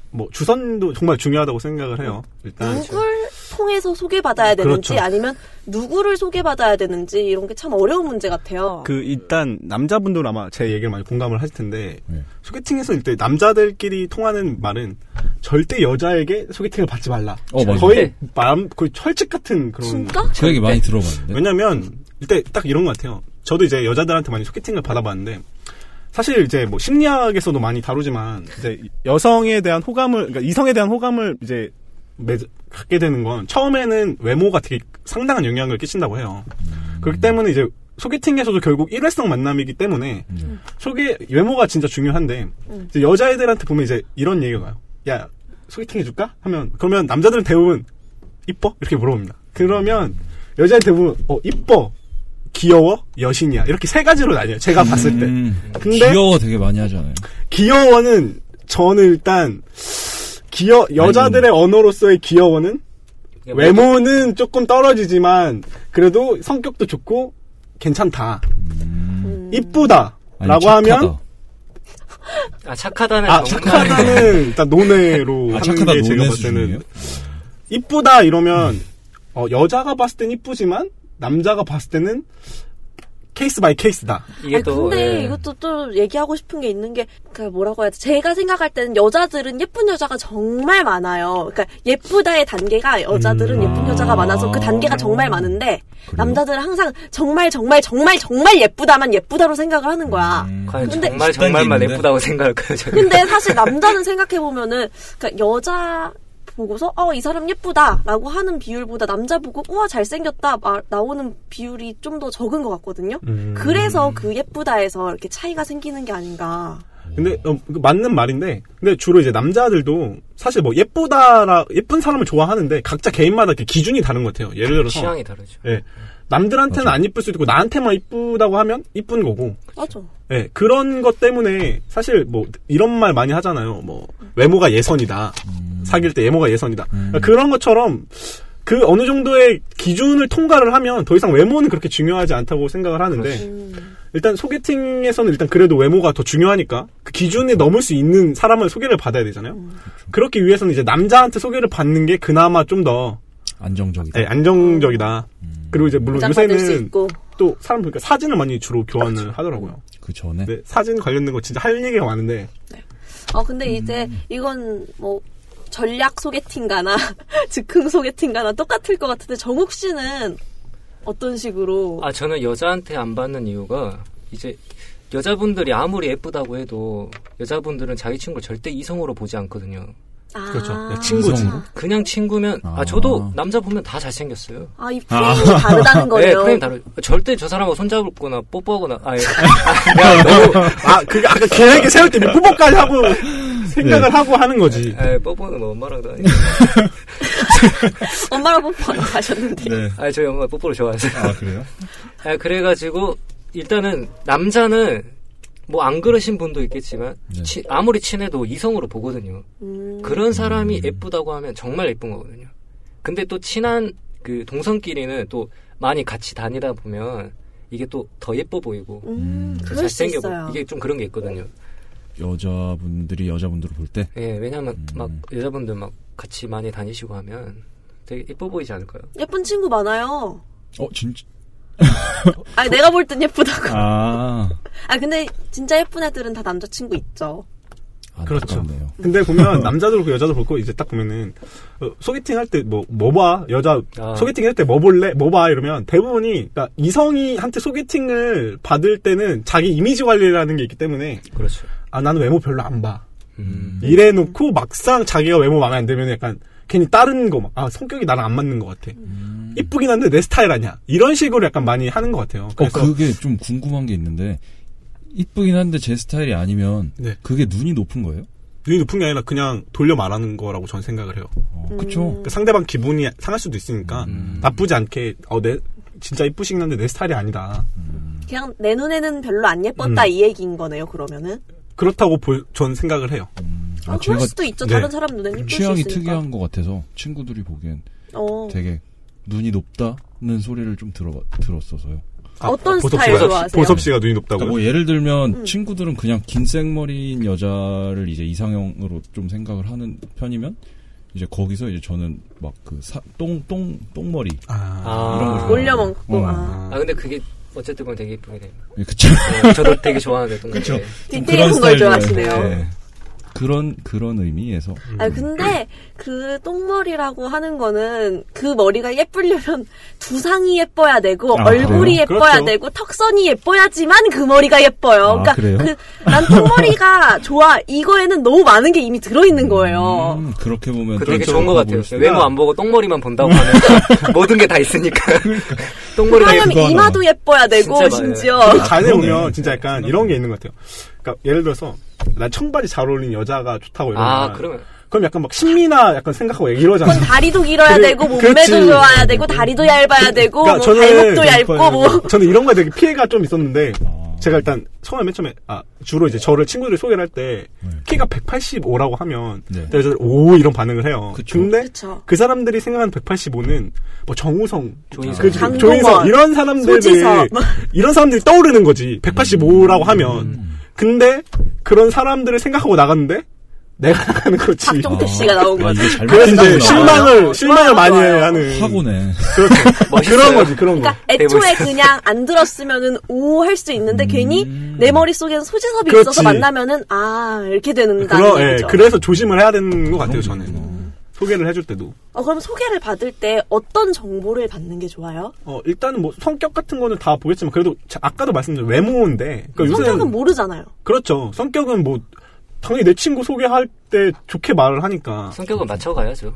[SPEAKER 4] 뭐 주선도 정말 중요하다고 생각을 해요.
[SPEAKER 5] 네,
[SPEAKER 2] 음?
[SPEAKER 4] 일단
[SPEAKER 2] 누굴 통해서 소개받아야 되는지
[SPEAKER 4] 그렇죠.
[SPEAKER 2] 아니면 누구를 소개받아야 되는지 이런 게 참 어려운 문제 같아요.
[SPEAKER 4] 그 일단 남자분들 아마 제 얘기를 많이 공감을 하실 텐데
[SPEAKER 3] 네.
[SPEAKER 4] 소개팅에서 일단 남자들끼리 통하는 말은 절대 여자에게 소개팅을 받지 말라.
[SPEAKER 3] 어, 맞아요.
[SPEAKER 4] 거의 마음 거의 철칙 같은 그런.
[SPEAKER 2] 진짜?
[SPEAKER 5] 음.
[SPEAKER 3] 그 얘기 많이 들어봤는데.
[SPEAKER 4] 왜냐면 일단 딱 이런 것 같아요. 저도 이제 여자들한테 많이 소개팅을 받아봤는데 사실 이제 뭐 심리학에서도 많이 다루지만 이제 여성에 대한 호감을 그러니까 이성에 대한 호감을 이제 맺, 갖게 되는 건 처음에는 외모가 되게 상당한 영향을 끼친다고 해요. 그렇기 때문에 이제 소개팅에서도 결국 일회성 만남이기 때문에 소개 외모가 진짜 중요한데 이제 여자애들한테 보면 이제 이런 얘기가 와요. 야 소개팅 해줄까? 하면 그러면 남자들은 대부분 이뻐 이렇게 물어봅니다. 그러면 여자한테 보면 어 이뻐 귀여워 여신이야 이렇게 세 가지로 나뉘어요 제가 봤을 때
[SPEAKER 3] 음.
[SPEAKER 4] 근데-
[SPEAKER 3] 귀여워 되게 많이 하잖아요.
[SPEAKER 4] 귀여워는 저는 일단 귀여 여자들의 언어로서의 귀여워는 외모는 조금 떨어지지만 그래도 성격도 좋고 괜찮다 이쁘다
[SPEAKER 3] 음. 아니,
[SPEAKER 4] 라고
[SPEAKER 3] 착하다.
[SPEAKER 4] 하면
[SPEAKER 5] 아 착하다는
[SPEAKER 4] 아
[SPEAKER 5] 정말-
[SPEAKER 4] 착하다는 일단 논외로
[SPEAKER 3] 아,
[SPEAKER 4] 하는
[SPEAKER 3] 착하다
[SPEAKER 4] 게 제가
[SPEAKER 3] 노네
[SPEAKER 4] 봤을
[SPEAKER 3] 수준이에요?
[SPEAKER 4] 때는 이쁘다 이러면 어, 여자가 봤을 땐 이쁘지만 남자가 봤을 때는 케이스 바이 케이스다
[SPEAKER 5] 이게
[SPEAKER 2] 아니,
[SPEAKER 5] 또
[SPEAKER 2] 근데
[SPEAKER 5] 예.
[SPEAKER 2] 이것도 또 얘기하고 싶은 게 있는 게 그 뭐라고 해야 돼? 제가 생각할 때는 여자들은 예쁜 여자가 정말 많아요. 그러니까 예쁘다의 단계가 여자들은 예쁜 여자가 많아서 그 단계가 정말 많은데 남자들은 항상 정말 정말 정말 정말 예쁘다만 예쁘다로 생각을 하는 거야.
[SPEAKER 5] 과연
[SPEAKER 2] 근데-
[SPEAKER 5] 정말
[SPEAKER 3] 식단이
[SPEAKER 5] 정말만
[SPEAKER 3] 있는데?
[SPEAKER 5] 예쁘다고 생각할까요? 저는?
[SPEAKER 2] 근데 사실 남자는 생각해 보면은 그러니까 여자 보고서 어 이 사람 예쁘다라고 하는 비율보다 남자 보고 우와 잘생겼다 마- 나오는 비율이 좀 더 적은 것 같거든요. 그래서 그 예쁘다에서 이렇게 차이가 생기는 게 아닌가.
[SPEAKER 4] 근데 어, 그 맞는 말인데 근데 주로 이제 남자들도 사실 뭐 예쁘다라 예쁜 사람을 좋아하는데 각자 개인마다 이렇게 기준이 다른 것 같아요. 예를 들어서
[SPEAKER 5] 취향이 다르죠.
[SPEAKER 4] 예. 남들한테는 안 이쁠 수도 있고 나한테만 이쁘다고 하면 이쁜 거고.
[SPEAKER 2] 맞아.
[SPEAKER 4] 예. 그런 것 때문에 사실 뭐 이런 말 많이 하잖아요. 뭐 외모가 예선이다. 사귈 때 외모가 예선이다. 그러니까 그런 것처럼 그 어느 정도의 기준을 통과를 하면 더 이상 외모는 그렇게 중요하지 않다고 생각을 하는데 일단 소개팅에서는 일단 그래도 외모가 더 중요하니까 그 기준에 넘을 수 있는 사람을 소개를 받아야 되잖아요.
[SPEAKER 2] 음.
[SPEAKER 4] 그렇기 위해서는 이제 남자한테 소개를 받는 게 그나마 좀 더 네,
[SPEAKER 3] 안정적이다.
[SPEAKER 4] 음. 안정적이다. 그리고 이제 물론
[SPEAKER 2] 장만될 수
[SPEAKER 4] 요새는
[SPEAKER 2] 있고. 그렇죠.
[SPEAKER 4] 또 사람 보니까 사진을 많이 주로 교환을 하더라고요.
[SPEAKER 3] 그 전에.
[SPEAKER 4] 근데 네, 사진 관련된 거 진짜 할 얘기가 많은데
[SPEAKER 2] 어 근데 이제 이건 뭐 전략 소개팅가나 즉흥 소개팅가나 똑같을 것 같은데 정욱 씨는 어떤 식으로
[SPEAKER 5] 아 저는 여자한테 안 받는 이유가 이제 여자분들이 아무리 예쁘다고 해도 여자분들은 자기 친구를 절대 이성으로 보지 않거든요.
[SPEAKER 2] 아,
[SPEAKER 4] 그렇죠.
[SPEAKER 3] 친구지. 이성으로?
[SPEAKER 5] 그냥 친구면 아,
[SPEAKER 3] 아.
[SPEAKER 5] 저도 남자 보면 다 잘생겼어요.
[SPEAKER 2] 아이 프레임이 다르다는
[SPEAKER 5] 예,
[SPEAKER 2] 거예요.
[SPEAKER 5] 프레임 다르. 절대 저 사람하고 손잡거나 뽀뽀하거나 아예 아, 야, 너무
[SPEAKER 4] 아 그게 아까 계획을 세울 때 이미 뽀뽀까지 하고
[SPEAKER 3] 네.
[SPEAKER 4] 생각을 하고 하는 거지.
[SPEAKER 5] 예, 뽀뽀는 뭐 엄마랑 다.
[SPEAKER 2] 엄마랑 뽀뽀 안 하셨는데.
[SPEAKER 5] 아 저희 엄마 뽀뽀를 좋아해서.
[SPEAKER 3] 아, 그래요?
[SPEAKER 5] 아, 그래가지고 일단은 남자는 뭐 안 그러신 분도 있겠지만
[SPEAKER 2] 네.
[SPEAKER 5] 치- 아무리 친해도 이성으로 보거든요.
[SPEAKER 2] 음.
[SPEAKER 5] 그런 사람이 예쁘다고 하면 정말 예쁜 거거든요. 근데 또 친한 그 동성끼리는 또 많이 같이 다니다 보면 이게 또 더 예뻐 보이고
[SPEAKER 2] 음,
[SPEAKER 5] 더
[SPEAKER 2] 그럴 수
[SPEAKER 5] 잘생겨
[SPEAKER 2] 있어요.
[SPEAKER 5] 보이고 이게 좀 그런 게 있거든요.
[SPEAKER 3] 여자분들이 여자분들을 볼 때.
[SPEAKER 5] 예, 왜냐면 막 여자분들 막 같이 많이 다니시고 하면 되게 예뻐 보이지 않을까요?
[SPEAKER 2] 예쁜 친구 많아요.
[SPEAKER 3] 어, 진짜.
[SPEAKER 2] 아니 내가 볼 땐 예쁘다고.
[SPEAKER 3] 아.
[SPEAKER 2] 아 근데 진짜 예쁜 애들은 다 남자친구 있죠.
[SPEAKER 4] 그렇죠.
[SPEAKER 3] 안타깝네요. 어,
[SPEAKER 4] 근데 보면 남자도 그렇고 여자도 그렇고 이제 딱 보면은 어, 소개팅 할 때 뭐 뭐 봐? 여자
[SPEAKER 5] 아.
[SPEAKER 4] 소개팅 할 때 뭐 볼래? 뭐 봐? 이러면 대부분이 그러니까 이성이한테 소개팅을 받을 때는 자기 이미지 관리라는 게 있기 때문에
[SPEAKER 5] 그렇죠.
[SPEAKER 4] 아 나는 외모 별로 안 봐. 이래 놓고 막상 자기가 외모 마음에 안 들면 약간 괜히 다른 거 막 아 성격이 나랑 안 맞는 것 같아. 이쁘긴 한데 내 스타일 아니야. 이런 식으로 약간 많이 하는 것 같아요.
[SPEAKER 3] 어,
[SPEAKER 4] 그래서
[SPEAKER 3] 그게 좀 궁금한 게 있는데 이쁘긴 한데 제 스타일이 아니면
[SPEAKER 4] 네.
[SPEAKER 3] 그게 눈이 높은 거예요?
[SPEAKER 4] 눈이 높은 게 아니라 그냥 돌려 말하는 거라고 저는 생각을 해요.
[SPEAKER 3] 어,
[SPEAKER 2] 음.
[SPEAKER 3] 그쵸?
[SPEAKER 4] 그러니까 상대방 기분이 상할 수도 있으니까 나쁘지 않게 어 내 진짜 이쁘시긴 한데 내 스타일이 아니다.
[SPEAKER 2] 그냥 내 눈에는 별로 안 예뻤다
[SPEAKER 4] 음.
[SPEAKER 2] 이 얘기인 거네요. 그러면은
[SPEAKER 4] 그렇다고 볼, 전 생각을 해요.
[SPEAKER 3] 아,
[SPEAKER 2] 아, 그럴 수도 있죠.
[SPEAKER 4] 네.
[SPEAKER 2] 다른 사람 눈에는 예쁠 수 있으니까.
[SPEAKER 3] 취향이 특이한 네. 것 같아서 친구들이 보기엔
[SPEAKER 2] 어.
[SPEAKER 3] 되게 눈이 높다는 소리를 좀 들어, 들었어서요.
[SPEAKER 2] 어떤
[SPEAKER 4] 아, 보섭
[SPEAKER 2] 스타일
[SPEAKER 4] 씨가-
[SPEAKER 2] 좋아하세요?
[SPEAKER 4] 보섭 씨가 눈이 높다고.
[SPEAKER 3] 그러니까
[SPEAKER 4] 요
[SPEAKER 3] 뭐 예를 들면
[SPEAKER 2] 음.
[SPEAKER 3] 친구들은 그냥 긴 생머리인 여자를 이제 이상형으로 좀 생각을 하는 편이면 이제 거기서 이제 저는 그 막그똥똥 똥머리
[SPEAKER 4] 아,
[SPEAKER 5] 아,
[SPEAKER 2] 올려 먹고
[SPEAKER 3] 어.
[SPEAKER 2] 아.
[SPEAKER 5] 아, 근데 그게 어쨌든 보면 되게 예쁘게 돼요.
[SPEAKER 3] 예, 그쵸?
[SPEAKER 5] 네, 저도 되게 좋아하거든요.
[SPEAKER 3] 그쵸. 좀
[SPEAKER 2] 디테일한 걸
[SPEAKER 3] 스타일
[SPEAKER 2] 좋아하시네요.
[SPEAKER 3] 좋아해요. 예. 그런 그런 의미에서
[SPEAKER 4] 음.
[SPEAKER 2] 아 근데 그 똥머리라고 하는 거는 그 머리가 예쁘려면 두상이 예뻐야 되고
[SPEAKER 3] 아,
[SPEAKER 2] 얼굴이
[SPEAKER 3] 그래요?
[SPEAKER 2] 예뻐야
[SPEAKER 4] 그렇죠.
[SPEAKER 2] 되고 턱선이 예뻐야지만 그 머리가 예뻐요.
[SPEAKER 3] 아,
[SPEAKER 2] 그러니까
[SPEAKER 3] 그래요?
[SPEAKER 2] 그- 난 똥머리가 좋아 이거에는 너무 많은 게 이미 들어 있는 거예요.
[SPEAKER 3] 음, 그렇게 보면
[SPEAKER 5] 그 되게
[SPEAKER 3] 좀
[SPEAKER 5] 좋은 것
[SPEAKER 3] 좋아
[SPEAKER 5] 같아요.
[SPEAKER 3] 보일 수도
[SPEAKER 5] 외모 안 보고 똥머리만 본다고 하면 모든 게 다 있으니까. 똥머리 다
[SPEAKER 2] 그러려면
[SPEAKER 5] 예쁘고.
[SPEAKER 3] 예쁘다,
[SPEAKER 2] 이마도 예뻐야 되고
[SPEAKER 5] 진짜
[SPEAKER 2] 심지어
[SPEAKER 4] 그 자세히
[SPEAKER 3] 아, 그러네.
[SPEAKER 4] 보면 진짜 약간 이런 게 있는 것 같아요. 그러니까 예를 들어서 난 청바지 잘 어울리는 여자가 좋다고 이러면
[SPEAKER 5] 아, 그러면.
[SPEAKER 4] 그럼 약간 막 신미나 약간 생각하고 이러잖아요.
[SPEAKER 2] 그건 다리도 길어야
[SPEAKER 4] 그래,
[SPEAKER 2] 되고 몸매도
[SPEAKER 4] 그렇지.
[SPEAKER 2] 좋아야 되고 다리도 얇아야 되고
[SPEAKER 4] 그러니까
[SPEAKER 2] 뭐
[SPEAKER 4] 저는
[SPEAKER 2] 발목도
[SPEAKER 4] 좀
[SPEAKER 2] 얇고 뭐
[SPEAKER 4] 저는 이런 거에 되게 피해가 좀 있었는데
[SPEAKER 3] 아.
[SPEAKER 4] 제가 일단 처음에 맨 처음에 아 주로 이제 저를 친구들이 소개를 할 때 키가 185라고 하면
[SPEAKER 3] 네.
[SPEAKER 4] 네. 여자들 오 이런 반응을 해요.
[SPEAKER 3] 그쵸.
[SPEAKER 4] 근데
[SPEAKER 2] 그쵸.
[SPEAKER 4] 그 사람들이 생각하는 185는 뭐 정우성,
[SPEAKER 5] 조인성.
[SPEAKER 4] 그치,
[SPEAKER 2] 강동원,
[SPEAKER 4] 조인성 이런 사람들을
[SPEAKER 2] 소지섭.
[SPEAKER 4] 이런 사람들이 떠오르는 거지 185라고 하면 근데 그런 사람들을 생각하고 나갔는데 내가 나가는 거지.
[SPEAKER 2] 박종태 씨가 나온
[SPEAKER 3] 아,
[SPEAKER 2] 거죠.
[SPEAKER 3] 이게 잘못
[SPEAKER 4] 그래서 이제
[SPEAKER 3] 생각나구나.
[SPEAKER 4] 실망을
[SPEAKER 2] 아,
[SPEAKER 4] 실망을
[SPEAKER 2] 좋아요,
[SPEAKER 4] 많이
[SPEAKER 2] 좋아요.
[SPEAKER 4] 하는
[SPEAKER 3] 화고네.
[SPEAKER 4] 그렇죠.
[SPEAKER 5] 멋있어요.
[SPEAKER 4] 그런 거지 그런 거.
[SPEAKER 2] 그러니까 애초에
[SPEAKER 5] 대본에서.
[SPEAKER 2] 그냥 안 들었으면은 오 할 수 있는데 괜히 내 머릿속엔 소지섭이
[SPEAKER 4] 음. 그렇지.
[SPEAKER 2] 있어서 만나면은 아 이렇게 되는다
[SPEAKER 4] 그러,
[SPEAKER 2] 는
[SPEAKER 4] 예,
[SPEAKER 2] 얘기죠. 어,
[SPEAKER 4] 그래서 조심을 해야 되는 것 같아요, 저는. 소개를 해줄 때도.
[SPEAKER 2] 어, 그럼 소개를 받을 때 어떤 정보를 받는 게 좋아요?
[SPEAKER 4] 어, 일단은 뭐 성격 같은 거는 다 보겠지만 그래도 자- 아까도 말씀드린 외모인데. 그러니까 요새는-
[SPEAKER 2] 음, 성격은 뭐- 모르잖아요.
[SPEAKER 4] 그렇죠. 성격은 뭐 당연히 내 친구 소개할 때 좋게 말을 하니까.
[SPEAKER 5] 성격은 맞춰가야죠.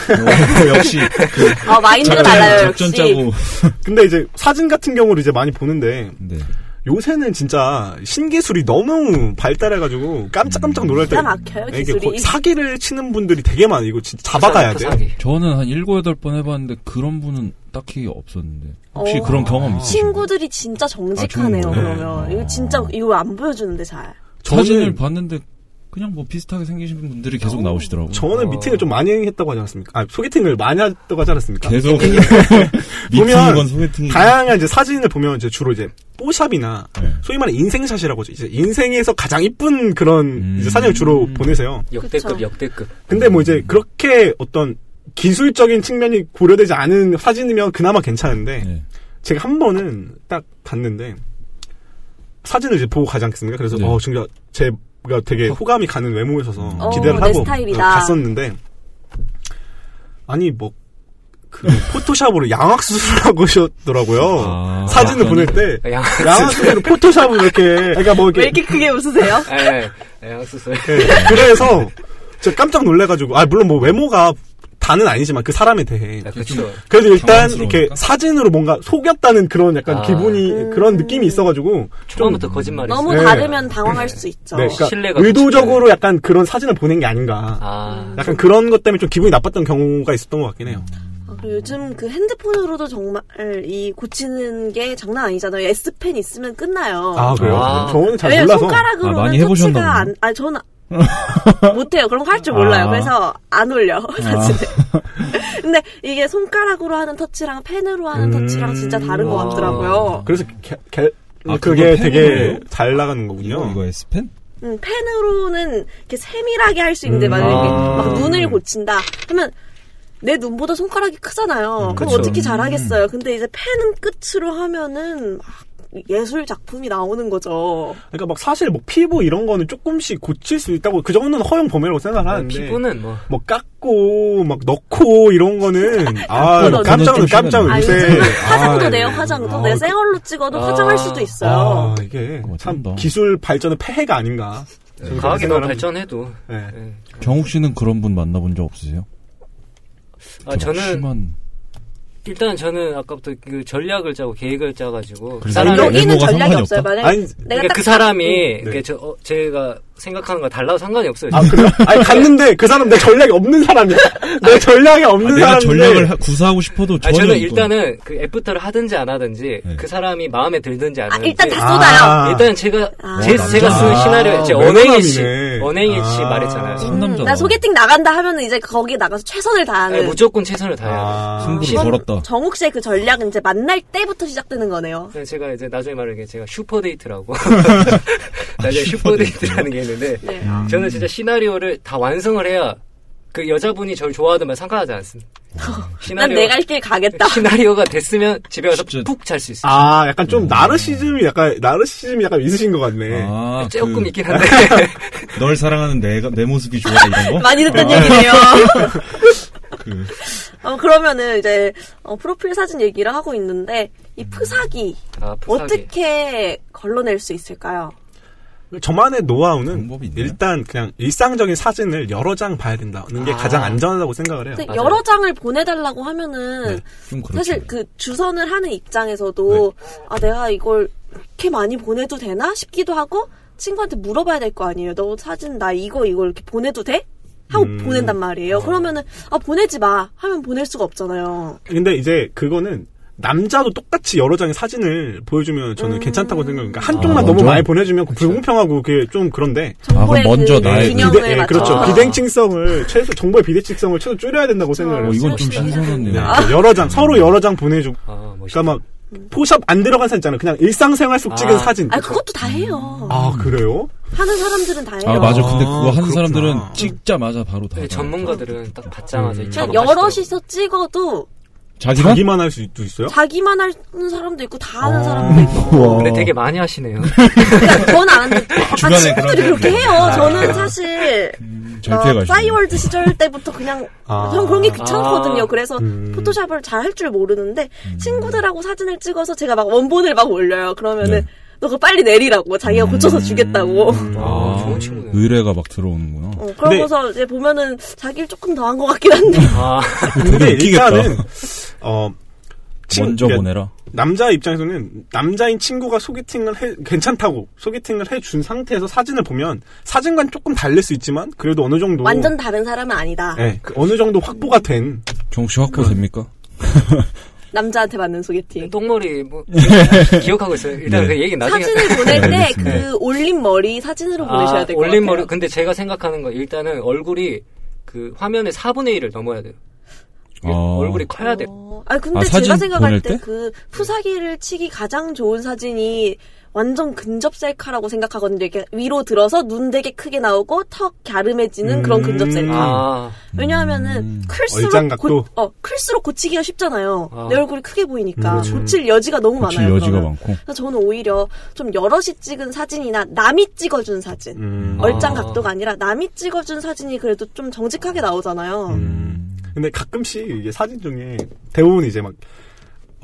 [SPEAKER 3] 어, 역시 그
[SPEAKER 4] 아,
[SPEAKER 2] 어, 마인드가 달라요
[SPEAKER 3] 작전
[SPEAKER 2] 역시.
[SPEAKER 3] 짜고
[SPEAKER 4] 근데 이제 사진 같은 경우를 이제 많이 보는데
[SPEAKER 3] 네.
[SPEAKER 4] 요새는 진짜 신기술이 너무 발달해가지고 깜짝깜짝 놀랄 때.
[SPEAKER 2] 기가 막혀요,
[SPEAKER 4] 이게
[SPEAKER 2] 기술이.
[SPEAKER 4] 거의 사기를 치는 분들이 되게 많아요. 이거 진짜 잡아가야 돼요.
[SPEAKER 5] 사기.
[SPEAKER 3] 저는 한 일곱 여덟 번 해봤는데 그런 분은 딱히 없었는데 혹시
[SPEAKER 2] 어.
[SPEAKER 3] 그런 경험
[SPEAKER 4] 아,
[SPEAKER 3] 있으신가요?
[SPEAKER 2] 친구들이 진짜 정직하네요
[SPEAKER 3] 아, 좋은 거네.
[SPEAKER 2] 그러면 이거 진짜 이거 안 보여주는데 잘.
[SPEAKER 3] 사진을
[SPEAKER 4] 저는,
[SPEAKER 3] 봤는데 그냥 뭐 비슷하게 생기신 분들이 계속 나오시더라고요.
[SPEAKER 4] 저는 미팅을 좀 많이 했다고 하지 않았습니까? 아, 소개팅을 많이 했다고 하지 않았습니까?
[SPEAKER 3] 계속
[SPEAKER 4] 보면
[SPEAKER 3] 미팅이건 소개팅이건
[SPEAKER 4] 다양한 이제 사진을 보면 이제 주로 이제 뽀샵이나
[SPEAKER 3] 네.
[SPEAKER 4] 소위 말하는 인생샷이라고 하죠. 이제 인생에서 가장 이쁜 그런
[SPEAKER 3] 음.
[SPEAKER 4] 이제 사진을 주로 보내세요.
[SPEAKER 5] 역대급,
[SPEAKER 2] 그쵸.
[SPEAKER 5] 역대급.
[SPEAKER 4] 근데 뭐 이제 그렇게 어떤 기술적인 측면이 고려되지 않은 사진이면 그나마 괜찮은데
[SPEAKER 3] 네.
[SPEAKER 4] 제가 한 번은 딱 봤는데 사진을 이제 보고 가지 않겠습니까? 그래서
[SPEAKER 3] 네.
[SPEAKER 4] 어 진짜 제가 되게 호감이 가는 외모에 있어서
[SPEAKER 3] 어,
[SPEAKER 4] 기대를
[SPEAKER 2] 내
[SPEAKER 4] 하고
[SPEAKER 2] 스타일이다.
[SPEAKER 4] 어, 갔었는데 아니 뭐 그 포토샵으로 양악 수술을 하고 오셨더라고요.
[SPEAKER 3] 아,
[SPEAKER 4] 사진을
[SPEAKER 3] 약간-
[SPEAKER 4] 보낼 때
[SPEAKER 5] 아, 양,
[SPEAKER 4] 양악 수술로 포토샵을 이렇게 그러니까 뭐
[SPEAKER 2] 왜
[SPEAKER 4] 이렇게,
[SPEAKER 2] 이렇게 크게 웃으세요?
[SPEAKER 5] 예, 예, 양수술.
[SPEAKER 4] 예, 그래서 제가 깜짝 놀래가지고 아 물론 뭐 외모가 다는 아니지만 그 사람에 대해
[SPEAKER 5] 아, 그쵸.
[SPEAKER 4] 그래도 일단 이렇게
[SPEAKER 3] 당황스러우니까?
[SPEAKER 4] 사진으로 뭔가 속였다는 그런 약간
[SPEAKER 5] 아.
[SPEAKER 4] 기분이 그런 느낌이 있어가지고
[SPEAKER 5] 처음부터 거짓말이 있어.
[SPEAKER 2] 너무
[SPEAKER 4] 네.
[SPEAKER 2] 다르면 당황할 수 있죠.
[SPEAKER 4] 네, 그러니까
[SPEAKER 5] 신뢰가 넘치네.
[SPEAKER 4] 의도적으로 약간 그런 사진을 보낸 게 아닌가.
[SPEAKER 5] 아,
[SPEAKER 4] 약간 그런 것 때문에 좀 기분이 나빴던 경우가 있었던 것 같긴 해요.
[SPEAKER 2] 아, 그리고 요즘 그 핸드폰으로도 정말 이 고치는 게 장난 아니잖아요. S 펜 있으면 끝나요.
[SPEAKER 4] 아,
[SPEAKER 5] 그래요?
[SPEAKER 4] 저는 잘
[SPEAKER 2] 왜냐면
[SPEAKER 4] 몰라서.
[SPEAKER 2] 손가락으로는
[SPEAKER 3] 아, 많이 해보셨나
[SPEAKER 2] 터치가
[SPEAKER 3] 보네.
[SPEAKER 2] 안, 아, 저는 못해요. 그런 거 할 줄 몰라요.
[SPEAKER 3] 아.
[SPEAKER 2] 그래서 안 올려, 사진을. 근데 이게 손가락으로 하는 터치랑 펜으로 하는
[SPEAKER 4] 음.
[SPEAKER 2] 터치랑 진짜 다른 것
[SPEAKER 5] 아.
[SPEAKER 2] 같더라고요.
[SPEAKER 4] 그래서 개, 개-
[SPEAKER 3] 아,
[SPEAKER 4] 그게
[SPEAKER 3] 그거
[SPEAKER 4] 되게
[SPEAKER 3] 팬이에요?
[SPEAKER 4] 잘 나가는 거군요.
[SPEAKER 3] 어, 이거 이거 S펜?
[SPEAKER 2] 음, 펜으로는 이렇게 세밀하게 할 수 있는데,
[SPEAKER 4] 음.
[SPEAKER 2] 만약에
[SPEAKER 4] 아.
[SPEAKER 2] 막 눈을 고친다 하면 내 눈보다 손가락이 크잖아요. 그럼
[SPEAKER 5] 그쵸.
[SPEAKER 2] 어떻게 잘하겠어요. 근데 이제 펜은 끝으로 하면은 막 예술 작품이 나오는 거죠.
[SPEAKER 4] 그러니까 막 사실 뭐 피부 이런 거는 조금씩 고칠 수 있다고 그 정도는 허용 범위라고 생각하는데
[SPEAKER 5] 피부는 뭐
[SPEAKER 4] 뭐 깎고 막 넣고 이런 거는 아
[SPEAKER 2] 넣는
[SPEAKER 4] 깜짝
[SPEAKER 3] 좀
[SPEAKER 4] 놀 깜짝
[SPEAKER 3] 심하네.
[SPEAKER 2] 아,
[SPEAKER 4] 놀랐어요.
[SPEAKER 2] 요즘 화장도
[SPEAKER 4] 아,
[SPEAKER 2] 돼요, 화장도. 네,
[SPEAKER 4] 아,
[SPEAKER 2] 내가 생얼로 찍어도
[SPEAKER 5] 아.
[SPEAKER 2] 화장할 수도 있어요.
[SPEAKER 4] 아 이게
[SPEAKER 3] 어,
[SPEAKER 4] 참
[SPEAKER 3] 참다.
[SPEAKER 4] 기술 발전의 폐해가 아닌가. 저는
[SPEAKER 5] 과학이
[SPEAKER 4] 그렇게
[SPEAKER 5] 너무
[SPEAKER 4] 생각을
[SPEAKER 5] 발전해도
[SPEAKER 4] 합니다. 예.
[SPEAKER 5] 예.
[SPEAKER 3] 경욱 씨는 그런 분 만나본 적 없으세요?
[SPEAKER 5] 아,
[SPEAKER 3] 이렇게 막
[SPEAKER 5] 저는
[SPEAKER 3] 심한
[SPEAKER 5] 일단 저는 아까부터 그 전략을 짜고 계획을 짜가지고 그
[SPEAKER 3] 그래서
[SPEAKER 5] 사람이
[SPEAKER 3] 이거-
[SPEAKER 2] 여기는
[SPEAKER 3] 외모가
[SPEAKER 2] 전략이
[SPEAKER 3] 상관이
[SPEAKER 2] 없어요.
[SPEAKER 3] 없다?
[SPEAKER 2] 만약에
[SPEAKER 4] 아니
[SPEAKER 2] 내가
[SPEAKER 5] 그러니까
[SPEAKER 2] 딱 음.
[SPEAKER 5] 그 사람이
[SPEAKER 4] 네.
[SPEAKER 5] 그 저, 어, 제가 생각하는 거 달라도 상관이 없어요.
[SPEAKER 4] 아 그래요? 아니 갔는데 그 사람 내 전략이 없는 사람이야. 내 전략이
[SPEAKER 3] 아,
[SPEAKER 4] 없는
[SPEAKER 3] 내가
[SPEAKER 4] 사람인데.
[SPEAKER 3] 전략을 하- 구사하고 싶어도
[SPEAKER 5] 아
[SPEAKER 3] 전혀
[SPEAKER 5] 저는
[SPEAKER 3] 이거-
[SPEAKER 5] 일단은 그 애프터를 하든지 안 하든지
[SPEAKER 3] 네.
[SPEAKER 5] 그 사람이 마음에 들든지 안
[SPEAKER 2] 아,
[SPEAKER 5] 하든지
[SPEAKER 2] 일단 다
[SPEAKER 4] 아.
[SPEAKER 2] 쏟아요.
[SPEAKER 5] 일단 제가
[SPEAKER 2] 아.
[SPEAKER 5] 제,
[SPEAKER 3] 와,
[SPEAKER 5] 제가 쓰는
[SPEAKER 4] 남자.
[SPEAKER 5] 시나리오 이제
[SPEAKER 4] 아,
[SPEAKER 5] 언행일치
[SPEAKER 4] 매너남이네.
[SPEAKER 5] 언행일치
[SPEAKER 4] 아.
[SPEAKER 5] 말했잖아요. 네.
[SPEAKER 3] 음. 상남자다.
[SPEAKER 2] 나 소개팅 나간다 하면은 이제 거기에 나가서 최선을 다하는.
[SPEAKER 5] 아니, 뭐 무조건 최선을 다해야 돼요.
[SPEAKER 4] 아,
[SPEAKER 3] 승부를
[SPEAKER 2] 이건
[SPEAKER 3] 걸었다.
[SPEAKER 2] 정욱 씨의 그 전략은 이제 만날 때부터 시작되는 거네요.
[SPEAKER 5] 그래서 제가 이제 나중에 말하게 제가 슈퍼데이트라고 나중에 슈퍼데이트라는 게 있는데
[SPEAKER 2] 네.
[SPEAKER 5] 저는 진짜 시나리오를 다 완성을 해야 그 여자분이 저를 좋아하든 말 상관하지 않습니다.
[SPEAKER 2] 난
[SPEAKER 5] 시나리오
[SPEAKER 2] 내가 할 길 가겠다.
[SPEAKER 5] 시나리오가 됐으면 집에 가서
[SPEAKER 3] 진짜.
[SPEAKER 5] 푹 잘 수 있어요.
[SPEAKER 4] 아 약간 좀 나르시즘이 약간 나르시즘이 약간 있으신 것 같네.
[SPEAKER 3] 아,
[SPEAKER 5] 조금
[SPEAKER 3] 그
[SPEAKER 5] 있긴 한데
[SPEAKER 3] 널 사랑하는 내가 내 모습이 좋아 이런 거?
[SPEAKER 2] 많이 듣던 얘기네요.
[SPEAKER 3] 그
[SPEAKER 2] 어, 그러면은 이제 어, 프로필 사진 얘기를 하고 있는데 이 프사기
[SPEAKER 5] 아, 음. 푸사기.
[SPEAKER 2] 어떻게 걸러낼 수 있을까요?
[SPEAKER 4] 저만의 노하우는
[SPEAKER 3] 방법이 있나요?
[SPEAKER 4] 일단 그냥 일상적인 사진을 여러 장 봐야 된다는 게
[SPEAKER 5] 아.
[SPEAKER 4] 가장 안전하다고 생각을 해요.
[SPEAKER 2] 근데
[SPEAKER 5] 맞아요.
[SPEAKER 2] 그
[SPEAKER 5] 네.
[SPEAKER 2] 여러 장을 보내달라고 하면은
[SPEAKER 3] 좀 그렇죠. 네.
[SPEAKER 2] 사실 그 주선을 하는 입장에서도 아 내가 이걸 이렇게 많이 보내도 되나 싶기도 하고 친구한테 물어봐야 될 거 아니에요. 너 사진 나 이거 이거 이렇게 보내도 돼? 하고
[SPEAKER 4] 음.
[SPEAKER 2] 보낸단 말이에요. 그러면은 아 보내지 마 하면 보낼 수가 없잖아요.
[SPEAKER 4] 근데 이제 그거는 남자도 똑같이 여러 장의 사진을 보여주면 저는
[SPEAKER 2] 음.
[SPEAKER 4] 괜찮다고 생각해요. 그러니까 한쪽만
[SPEAKER 3] 아,
[SPEAKER 4] 너무
[SPEAKER 3] 먼저?
[SPEAKER 4] 많이 보내주면 그 불공평하고 그게 좀 그런데
[SPEAKER 2] 정보의
[SPEAKER 3] 아, 먼저
[SPEAKER 2] 그
[SPEAKER 3] 나의
[SPEAKER 2] 균형을
[SPEAKER 4] 비대- 예,
[SPEAKER 2] 맞춰.
[SPEAKER 4] 그렇죠. 비대칭성을 최소 정보의 비대칭성을 최소 줄여야 된다고 생각을
[SPEAKER 3] 어,
[SPEAKER 4] 해요.
[SPEAKER 3] 이건 좀 신선하네요.
[SPEAKER 4] 그냥 여러 장 서로 여러 장 보내주고
[SPEAKER 5] 아,
[SPEAKER 4] 그러니까
[SPEAKER 5] 멋있다.
[SPEAKER 4] 막 포샵 안 들어간 사진 있잖아요. 그냥 일상생활 속 찍은
[SPEAKER 5] 아.
[SPEAKER 4] 사진.
[SPEAKER 2] 아 그것도 다 해요.
[SPEAKER 4] 아 그래요?
[SPEAKER 2] 하는 사람들은 다 해요.
[SPEAKER 3] 아 맞아. 근데 그거 하는
[SPEAKER 4] 그렇구나.
[SPEAKER 3] 사람들은 찍자마자 바로 다.
[SPEAKER 5] 근데 네, 전문가들은 딱 받자마자
[SPEAKER 4] 음.
[SPEAKER 2] 그냥
[SPEAKER 5] 작업하시더라고요.
[SPEAKER 2] 여럿이서 찍어도
[SPEAKER 3] 자기만?
[SPEAKER 4] 자기만 할 수도 있어요?
[SPEAKER 2] 자기만 하는 사람도 있고 다 하는
[SPEAKER 3] 어.
[SPEAKER 4] 아.
[SPEAKER 2] 사람도 있고
[SPEAKER 5] 어, 근데 되게 많이 하시네요.
[SPEAKER 2] 그러니까 저는 안 하는데 아,
[SPEAKER 3] 주변에
[SPEAKER 2] 친구들이
[SPEAKER 3] 그런 네.
[SPEAKER 2] 그렇게 해요. 저는 사실
[SPEAKER 3] 잘
[SPEAKER 2] 막
[SPEAKER 3] 피해가시네.
[SPEAKER 2] 싸이월드 어, 시절 때부터 그냥
[SPEAKER 4] 아.
[SPEAKER 2] 저는 그런 게 귀찮거든요.
[SPEAKER 5] 아.
[SPEAKER 2] 그래서
[SPEAKER 4] 음.
[SPEAKER 2] 포토샵을 잘 할 줄 모르는데
[SPEAKER 3] 음.
[SPEAKER 2] 친구들하고 사진을 찍어서 제가 막 원본을 막 올려요. 그러면은
[SPEAKER 3] 네. 음.
[SPEAKER 2] 너 그거 빨리 내리라고 뭐 자기가 고쳐서 주겠다고.
[SPEAKER 5] 아, 좋은 친구네요.
[SPEAKER 3] 의뢰가 막 들어오는구나.
[SPEAKER 2] 어, 그러고서 이제 보면은 자기를 조금 더 한 것 같긴 한데
[SPEAKER 3] 음.
[SPEAKER 5] 아,
[SPEAKER 4] 근데
[SPEAKER 3] 되게 웃기겠다.
[SPEAKER 4] 일단은 어 친-
[SPEAKER 3] 먼저
[SPEAKER 4] 그러니까
[SPEAKER 3] 보내라.
[SPEAKER 4] 남자 입장에서는 남자인 친구가 소개팅을 해 괜찮다고 소개팅을 해준 상태에서 사진을 보면 사진과는 조금 달릴 수 있지만 그래도 어느 정도
[SPEAKER 2] 완전 다른 사람은 아니다.
[SPEAKER 3] 네.
[SPEAKER 4] 예, 그 어느 정도 확보가 된
[SPEAKER 3] 경욱 씨 확보 됩니까?
[SPEAKER 2] 남자한테 맞는 소개팅.
[SPEAKER 5] 똥머리 뭐 기억하고 있어요. 일단
[SPEAKER 3] 네.
[SPEAKER 5] 그 얘기 나중에
[SPEAKER 2] 사진을 보낼 때
[SPEAKER 3] 알겠습니다.
[SPEAKER 2] 그 올린 머리 사진으로 보내셔야 될 것 같아요.
[SPEAKER 5] 올린 머리. 근데 제가 생각하는 건 일단은 얼굴이 그 화면의 4분의 1을 넘어야 돼요.
[SPEAKER 3] 아.
[SPEAKER 5] 예, 얼굴이 커야 돼. 요
[SPEAKER 2] 어, 아 근데
[SPEAKER 3] 아,
[SPEAKER 2] 제가
[SPEAKER 3] 사진
[SPEAKER 2] 생각할
[SPEAKER 3] 보낼
[SPEAKER 2] 때
[SPEAKER 3] 때?
[SPEAKER 2] 그 푸사기를 치기 가장 좋은 사진이 완전 근접 셀카라고 생각하거든요. 이렇게 위로 들어서 눈 되게 크게 나오고 턱 갸름해지는
[SPEAKER 4] 음.
[SPEAKER 2] 그런 근접 셀카.
[SPEAKER 5] 아,
[SPEAKER 2] 왜냐하면은
[SPEAKER 3] 음.
[SPEAKER 4] 얼짱
[SPEAKER 2] 클수록
[SPEAKER 4] 각도?
[SPEAKER 2] 고, 어 클수록 고치기가 쉽잖아요.
[SPEAKER 5] 아.
[SPEAKER 2] 내 얼굴이 크게 보이니까
[SPEAKER 4] 음.
[SPEAKER 2] 고칠 여지가 너무
[SPEAKER 3] 고칠
[SPEAKER 2] 많아요.
[SPEAKER 3] 여지가
[SPEAKER 2] 그러면.
[SPEAKER 3] 많고.
[SPEAKER 2] 그래서 저는 오히려 좀 여럿이 찍은 사진이나 남이 찍어준 사진.
[SPEAKER 4] 음.
[SPEAKER 5] 아.
[SPEAKER 2] 얼짱 각도가 아니라 남이 찍어준 사진이 그래도 좀 정직하게 나오잖아요.
[SPEAKER 4] 음. 근데 가끔씩 이게 사진 중에 대부분 이제 막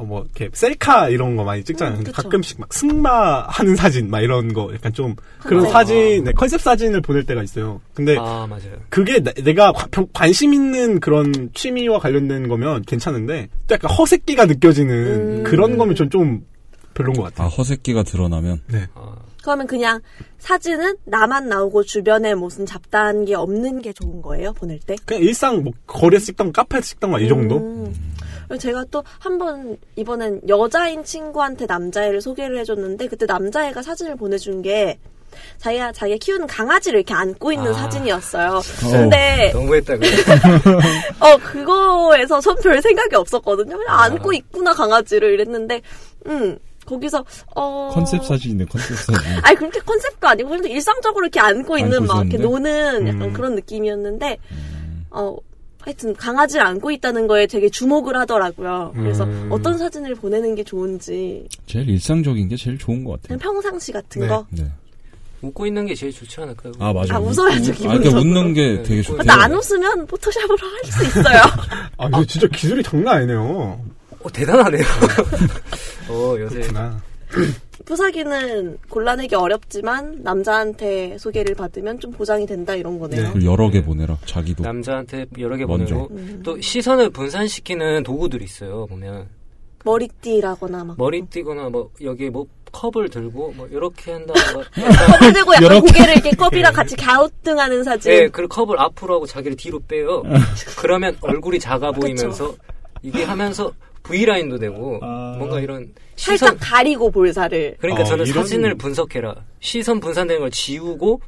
[SPEAKER 4] 어, 뭐, 이렇게, 셀카 이런 거 많이 찍잖아요.
[SPEAKER 2] 음,
[SPEAKER 4] 근데
[SPEAKER 2] 그쵸.
[SPEAKER 4] 가끔씩 막 승마하는 사진, 막 이런 거, 약간 좀, 그런
[SPEAKER 2] 컨셉.
[SPEAKER 4] 사진, 네, 컨셉 사진을 보낼 때가 있어요. 근데
[SPEAKER 5] 아 맞아요.
[SPEAKER 4] 그게 나- 내가 관- 병- 관심 있는 그런 취미와 관련된 거면 괜찮은데 또 약간 허세끼가 느껴지는
[SPEAKER 2] 음.
[SPEAKER 4] 그런 거면 전 좀 별론 것 같아요.
[SPEAKER 3] 아 허세끼가 드러나면
[SPEAKER 4] 네.
[SPEAKER 5] 아,
[SPEAKER 2] 그러면 그냥 사진은 나만 나오고 주변에 무슨 잡다한 게 없는 게 좋은 거예요 보낼 때.
[SPEAKER 4] 그냥 일상 뭐 거리에서 찍던 카페에서 찍던 거이 정도?
[SPEAKER 2] 음. 제가 또 한 번 이번엔 여자인 친구한테 남자애를 소개를 해줬는데 그때 남자애가 사진을 보내준 게 자기가 자기가 키우는 강아지를 이렇게 안고 있는
[SPEAKER 5] 아.
[SPEAKER 2] 사진이었어요. 근데
[SPEAKER 5] 너무했다. 그거.
[SPEAKER 2] 어 그거에서 전 별 생각이 없었거든요. 그냥
[SPEAKER 5] 아.
[SPEAKER 2] 안고 있구나 강아지를 이랬는데 음 거기서 어
[SPEAKER 3] 컨셉 사진이네 컨셉 사진.
[SPEAKER 2] 아니 그렇게 컨셉도 아니고 그냥 일상적으로 이렇게 안고 있는 막 이렇게
[SPEAKER 3] 있었는데?
[SPEAKER 2] 노는 약간
[SPEAKER 4] 음.
[SPEAKER 2] 그런 느낌이었는데 어 하여튼 강아지를 안고 있다는 거에 되게 주목을 하더라고요. 그래서
[SPEAKER 4] 음.
[SPEAKER 2] 어떤 사진을 보내는 게 좋은지
[SPEAKER 6] 제일 일상적인 게 제일 좋은 것
[SPEAKER 2] 그냥
[SPEAKER 6] 같아요.
[SPEAKER 2] 평상시 같은
[SPEAKER 4] 네.
[SPEAKER 2] 거.
[SPEAKER 6] 네.
[SPEAKER 5] 웃고 있는 게 제일 좋지 않을까요?
[SPEAKER 6] 아 맞아.
[SPEAKER 2] 아, 웃어야죠,
[SPEAKER 6] 아 그러니까
[SPEAKER 2] 기본적으로.
[SPEAKER 6] 웃는 게
[SPEAKER 5] 네.
[SPEAKER 6] 되게
[SPEAKER 5] 웃고
[SPEAKER 6] 좋대요.
[SPEAKER 2] 근데 안 웃으면 포토샵으로 할 수 있어요.
[SPEAKER 4] 아, 이거 진짜 기술이 장난 아니네요.
[SPEAKER 5] 어, 대단하네요. 어, 요새
[SPEAKER 4] 아, 그렇구나.
[SPEAKER 2] 부사기는 골라내기 어렵지만 남자한테 소개를 받으면 좀 보장이 된다 이런 거네요.
[SPEAKER 6] 그리고 여러 개 보내라. 자기도.
[SPEAKER 5] 남자한테 여러 개
[SPEAKER 6] 먼저.
[SPEAKER 5] 보내고
[SPEAKER 2] 음.
[SPEAKER 5] 또 시선을 분산시키는 도구들이 있어요. 보면
[SPEAKER 2] 머리띠라거나
[SPEAKER 4] 어.
[SPEAKER 2] 막
[SPEAKER 5] 머리 띄거나 뭐 여기 뭐 컵을 들고 뭐 이렇게 한다.
[SPEAKER 2] 네, 컵을 들고 약간
[SPEAKER 4] 여러-
[SPEAKER 2] 고개를 이렇게 컵이랑 같이 갸우뚱하는 사진.
[SPEAKER 5] 예, 그 컵을 앞으로 하고 자기를 뒤로 빼요.
[SPEAKER 4] 아.
[SPEAKER 5] 그러면 얼굴이 작아 보이면서 이게 하면서 V 라인도 되고 뭔가 이런
[SPEAKER 2] 살짝
[SPEAKER 5] 시선
[SPEAKER 2] 가리고 볼살을
[SPEAKER 5] 그러니까
[SPEAKER 4] 아,
[SPEAKER 5] 저는
[SPEAKER 4] 이런-
[SPEAKER 5] 사진을 분석해라. 시선 분산되는 걸 지우고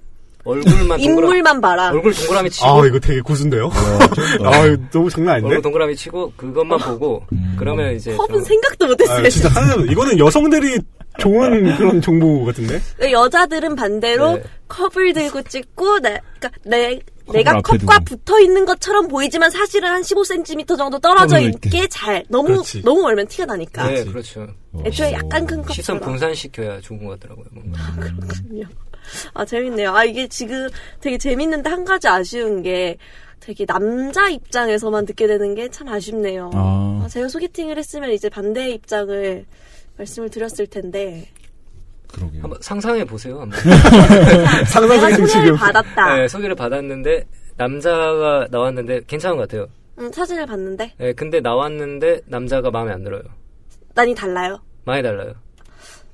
[SPEAKER 5] 얼굴만 아, 동그라
[SPEAKER 2] 인물만 봐라.
[SPEAKER 5] 얼굴 동그라미 치고
[SPEAKER 4] 아, 이거 되게 고수인데요? 아, 이거 너무 장난 아닌데?
[SPEAKER 5] 얼굴 동그라미 치고 그것만 보고 그러면 이제
[SPEAKER 2] 컵은
[SPEAKER 5] 좀-
[SPEAKER 2] 생각도
[SPEAKER 4] 아,
[SPEAKER 2] 못했어요.
[SPEAKER 4] 진짜 하나도, 이거는 여성들이 좋은 그런 정보 같은데?
[SPEAKER 2] 근데 네, 여자들은 반대로
[SPEAKER 5] 네.
[SPEAKER 2] 컵을 들고 찍고 내, 그러니까 내 내가
[SPEAKER 6] 앞에
[SPEAKER 2] 컵과
[SPEAKER 6] 두고.
[SPEAKER 2] 붙어 있는 것처럼 보이지만 사실은 한 15cm 정도 떨어져
[SPEAKER 6] 떨어져
[SPEAKER 2] 있게
[SPEAKER 6] 있게.
[SPEAKER 2] 잘 너무
[SPEAKER 4] 그렇지.
[SPEAKER 2] 너무 멀면 티가 나니까
[SPEAKER 5] 네, 그렇죠.
[SPEAKER 6] 어.
[SPEAKER 2] 애초에 약간 큰 컵.
[SPEAKER 5] 시선 분산시켜야 좋은 것 같더라고요. 뭔가.
[SPEAKER 2] 아 재밌네요. 아 이게 지금 되게 재밌는데 한 가지 아쉬운 게 되게 남자 입장에서만 듣게 되는 게 참 아쉽네요.
[SPEAKER 6] 아.
[SPEAKER 2] 아, 제가 소개팅을 했으면 이제 반대의 입장을 말씀을 드렸을 텐데
[SPEAKER 6] 그러게요.
[SPEAKER 5] 한번 상상해 보세요. 한번.
[SPEAKER 2] 내가
[SPEAKER 4] 상상적인
[SPEAKER 2] 소개를
[SPEAKER 4] 지금.
[SPEAKER 2] 받았다.
[SPEAKER 5] 네, 소개를 받았는데 남자가 나왔는데 괜찮은 것 같아요.
[SPEAKER 2] 음, 사진을 봤는데
[SPEAKER 5] 네, 근데 나왔는데 남자가 마음에 안 들어요.
[SPEAKER 2] 난이 달라요.
[SPEAKER 5] 많이 달라요.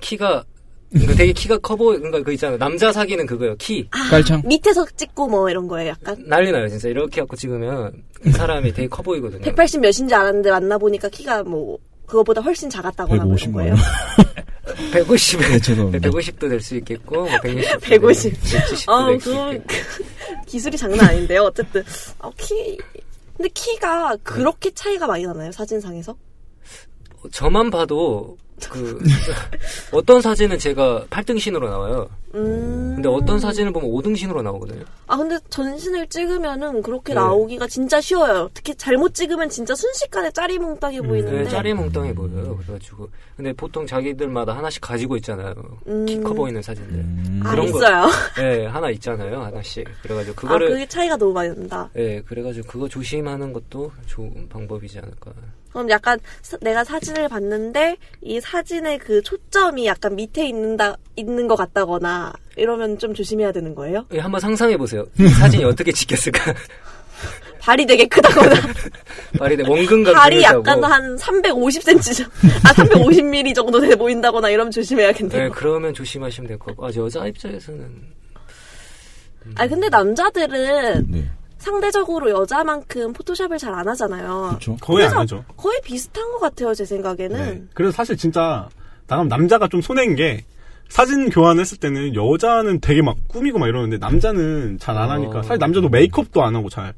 [SPEAKER 5] 키가 그러니까 되게 키가 커 보이 그러니까 그 있잖아요. 남자 사귀는 그거예요. 키
[SPEAKER 6] 깔창.
[SPEAKER 2] 아, 밑에서 찍고 뭐 이런 거예요. 약간
[SPEAKER 5] 난리 나요 진짜 이렇게 갖고 찍으면 그 사람이 되게 커 보이거든요.
[SPEAKER 2] 180 몇인지 알았는데 만나 보니까 키가 뭐 그거보다 훨씬 작았다거나 뭐 이런
[SPEAKER 6] 150만
[SPEAKER 2] 거예요.
[SPEAKER 6] 원.
[SPEAKER 5] 150,
[SPEAKER 6] 죄송합니다.
[SPEAKER 5] 150도 될 수 있겠고, 뭐 160,
[SPEAKER 2] 150.
[SPEAKER 5] 170도
[SPEAKER 2] 아,
[SPEAKER 5] 될 수
[SPEAKER 2] 그
[SPEAKER 5] 있겠고.
[SPEAKER 2] 기술이 장난 아닌데요. 어쨌든 어, 키 근데 키가 그렇게 차이가 많이 나나요? 사진상에서?
[SPEAKER 5] 저만 봐도 그 어떤 사진은 제가 8등신으로 나와요.
[SPEAKER 2] 음.
[SPEAKER 5] 근데 어떤 사진을 보면 5등신으로 나오거든요.
[SPEAKER 2] 아 근데 전신을 찍으면은 그렇게
[SPEAKER 5] 네.
[SPEAKER 2] 나오기가 진짜 쉬워요. 특히 잘못 찍으면 진짜 순식간에 짜리몽땅해 보이는데.
[SPEAKER 5] 네, 짜리몽땅해 보여요. 그래가지고 근데 보통 자기들마다 하나씩 가지고 있잖아요.
[SPEAKER 2] 음.
[SPEAKER 5] 키 커 보이는 사진들.
[SPEAKER 6] 음.
[SPEAKER 2] 아,
[SPEAKER 5] 그런 거-
[SPEAKER 2] 있어요.
[SPEAKER 5] 네, 하나 있잖아요. 하나씩. 그래가지고
[SPEAKER 2] 아
[SPEAKER 5] 그거를
[SPEAKER 2] 그게 차이가 너무 많이 난다.
[SPEAKER 5] 예, 그래가지고 그거 조심하는 것도 좋은 방법이지 않을까.
[SPEAKER 2] 그럼 약간 사- 내가 사진을 봤는데 이 사진의 그 초점이 약간 밑에 있는다 있는 것 같다거나 이러면 좀 조심해야 되는 거예요?
[SPEAKER 5] 예, 한번 상상해 보세요. 이 사진이 어떻게 찍혔을까?
[SPEAKER 2] 발이 되게 크다거나
[SPEAKER 5] 발이 내 원근과
[SPEAKER 2] 발이
[SPEAKER 5] 비례하고.
[SPEAKER 2] 약간 한 350cm 정도, 아 350mm 정도 돼 보인다거나 이러면 조심해야겠네요.
[SPEAKER 5] 네, 그러면 조심하시면 될 거고. 아, 여자 입장에서는
[SPEAKER 2] 아 근데 남자들은
[SPEAKER 6] 네.
[SPEAKER 2] 상대적으로 여자만큼 포토샵을 잘 안 하잖아요.
[SPEAKER 6] 그렇죠.
[SPEAKER 4] 거의 안 하죠.
[SPEAKER 2] 거의 비슷한 것 같아요, 제 생각에는.
[SPEAKER 4] 네. 그래서 사실 진짜 나가면 남자가 좀 손해인 게 사진 교환했을 때는 여자는 되게 막 꾸미고 막 이러는데 남자는 잘 안 하니까
[SPEAKER 5] 어.
[SPEAKER 4] 사실 남자도 메이크업도 안 하고 잘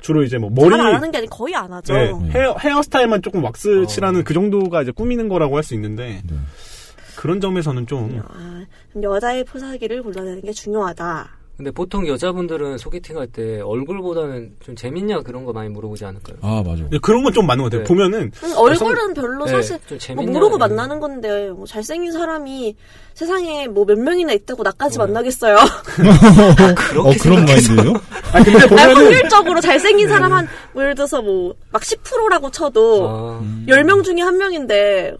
[SPEAKER 4] 주로 이제 뭐
[SPEAKER 2] 잘
[SPEAKER 4] 머리
[SPEAKER 2] 안 하는 게 아니고 거의 안 하죠.
[SPEAKER 4] 네, 헤어 헤어스타일만 조금 왁스 칠하는 그 정도가 이제 꾸미는 거라고 할 수 있는데
[SPEAKER 6] 네.
[SPEAKER 4] 그런 점에서는 좀
[SPEAKER 2] 아, 그럼 여자의 포사기를 골라내는 게 중요하다.
[SPEAKER 5] 근데 보통 여자분들은 소개팅 할 때 얼굴보다는 좀 재밌냐 그런 거 많이 물어보지 않을까요?
[SPEAKER 6] 아 맞아.
[SPEAKER 4] 근데 그런 건 좀 많은 것 같아요.
[SPEAKER 5] 네.
[SPEAKER 4] 보면은
[SPEAKER 2] 음, 얼굴은 별로 사실
[SPEAKER 5] 네, 좀
[SPEAKER 2] 뭐
[SPEAKER 5] 재밌냐.
[SPEAKER 2] 모르고
[SPEAKER 5] 이런-
[SPEAKER 2] 만나는 건데 뭐 잘생긴 사람이 세상에 뭐 몇 명이나 있다고 나까지
[SPEAKER 5] 어.
[SPEAKER 2] 만나겠어요.
[SPEAKER 5] 그렇게
[SPEAKER 6] 어 그런
[SPEAKER 5] 생각해서.
[SPEAKER 6] 마인드예요?
[SPEAKER 4] 아 근데
[SPEAKER 2] 아,
[SPEAKER 4] 보면은
[SPEAKER 2] 확률적으로 잘생긴
[SPEAKER 5] 네.
[SPEAKER 2] 사람 한 뭐 예를 들어서 뭐 막 10%라고 쳐도
[SPEAKER 5] 아,
[SPEAKER 2] 10명 중에 한 명인데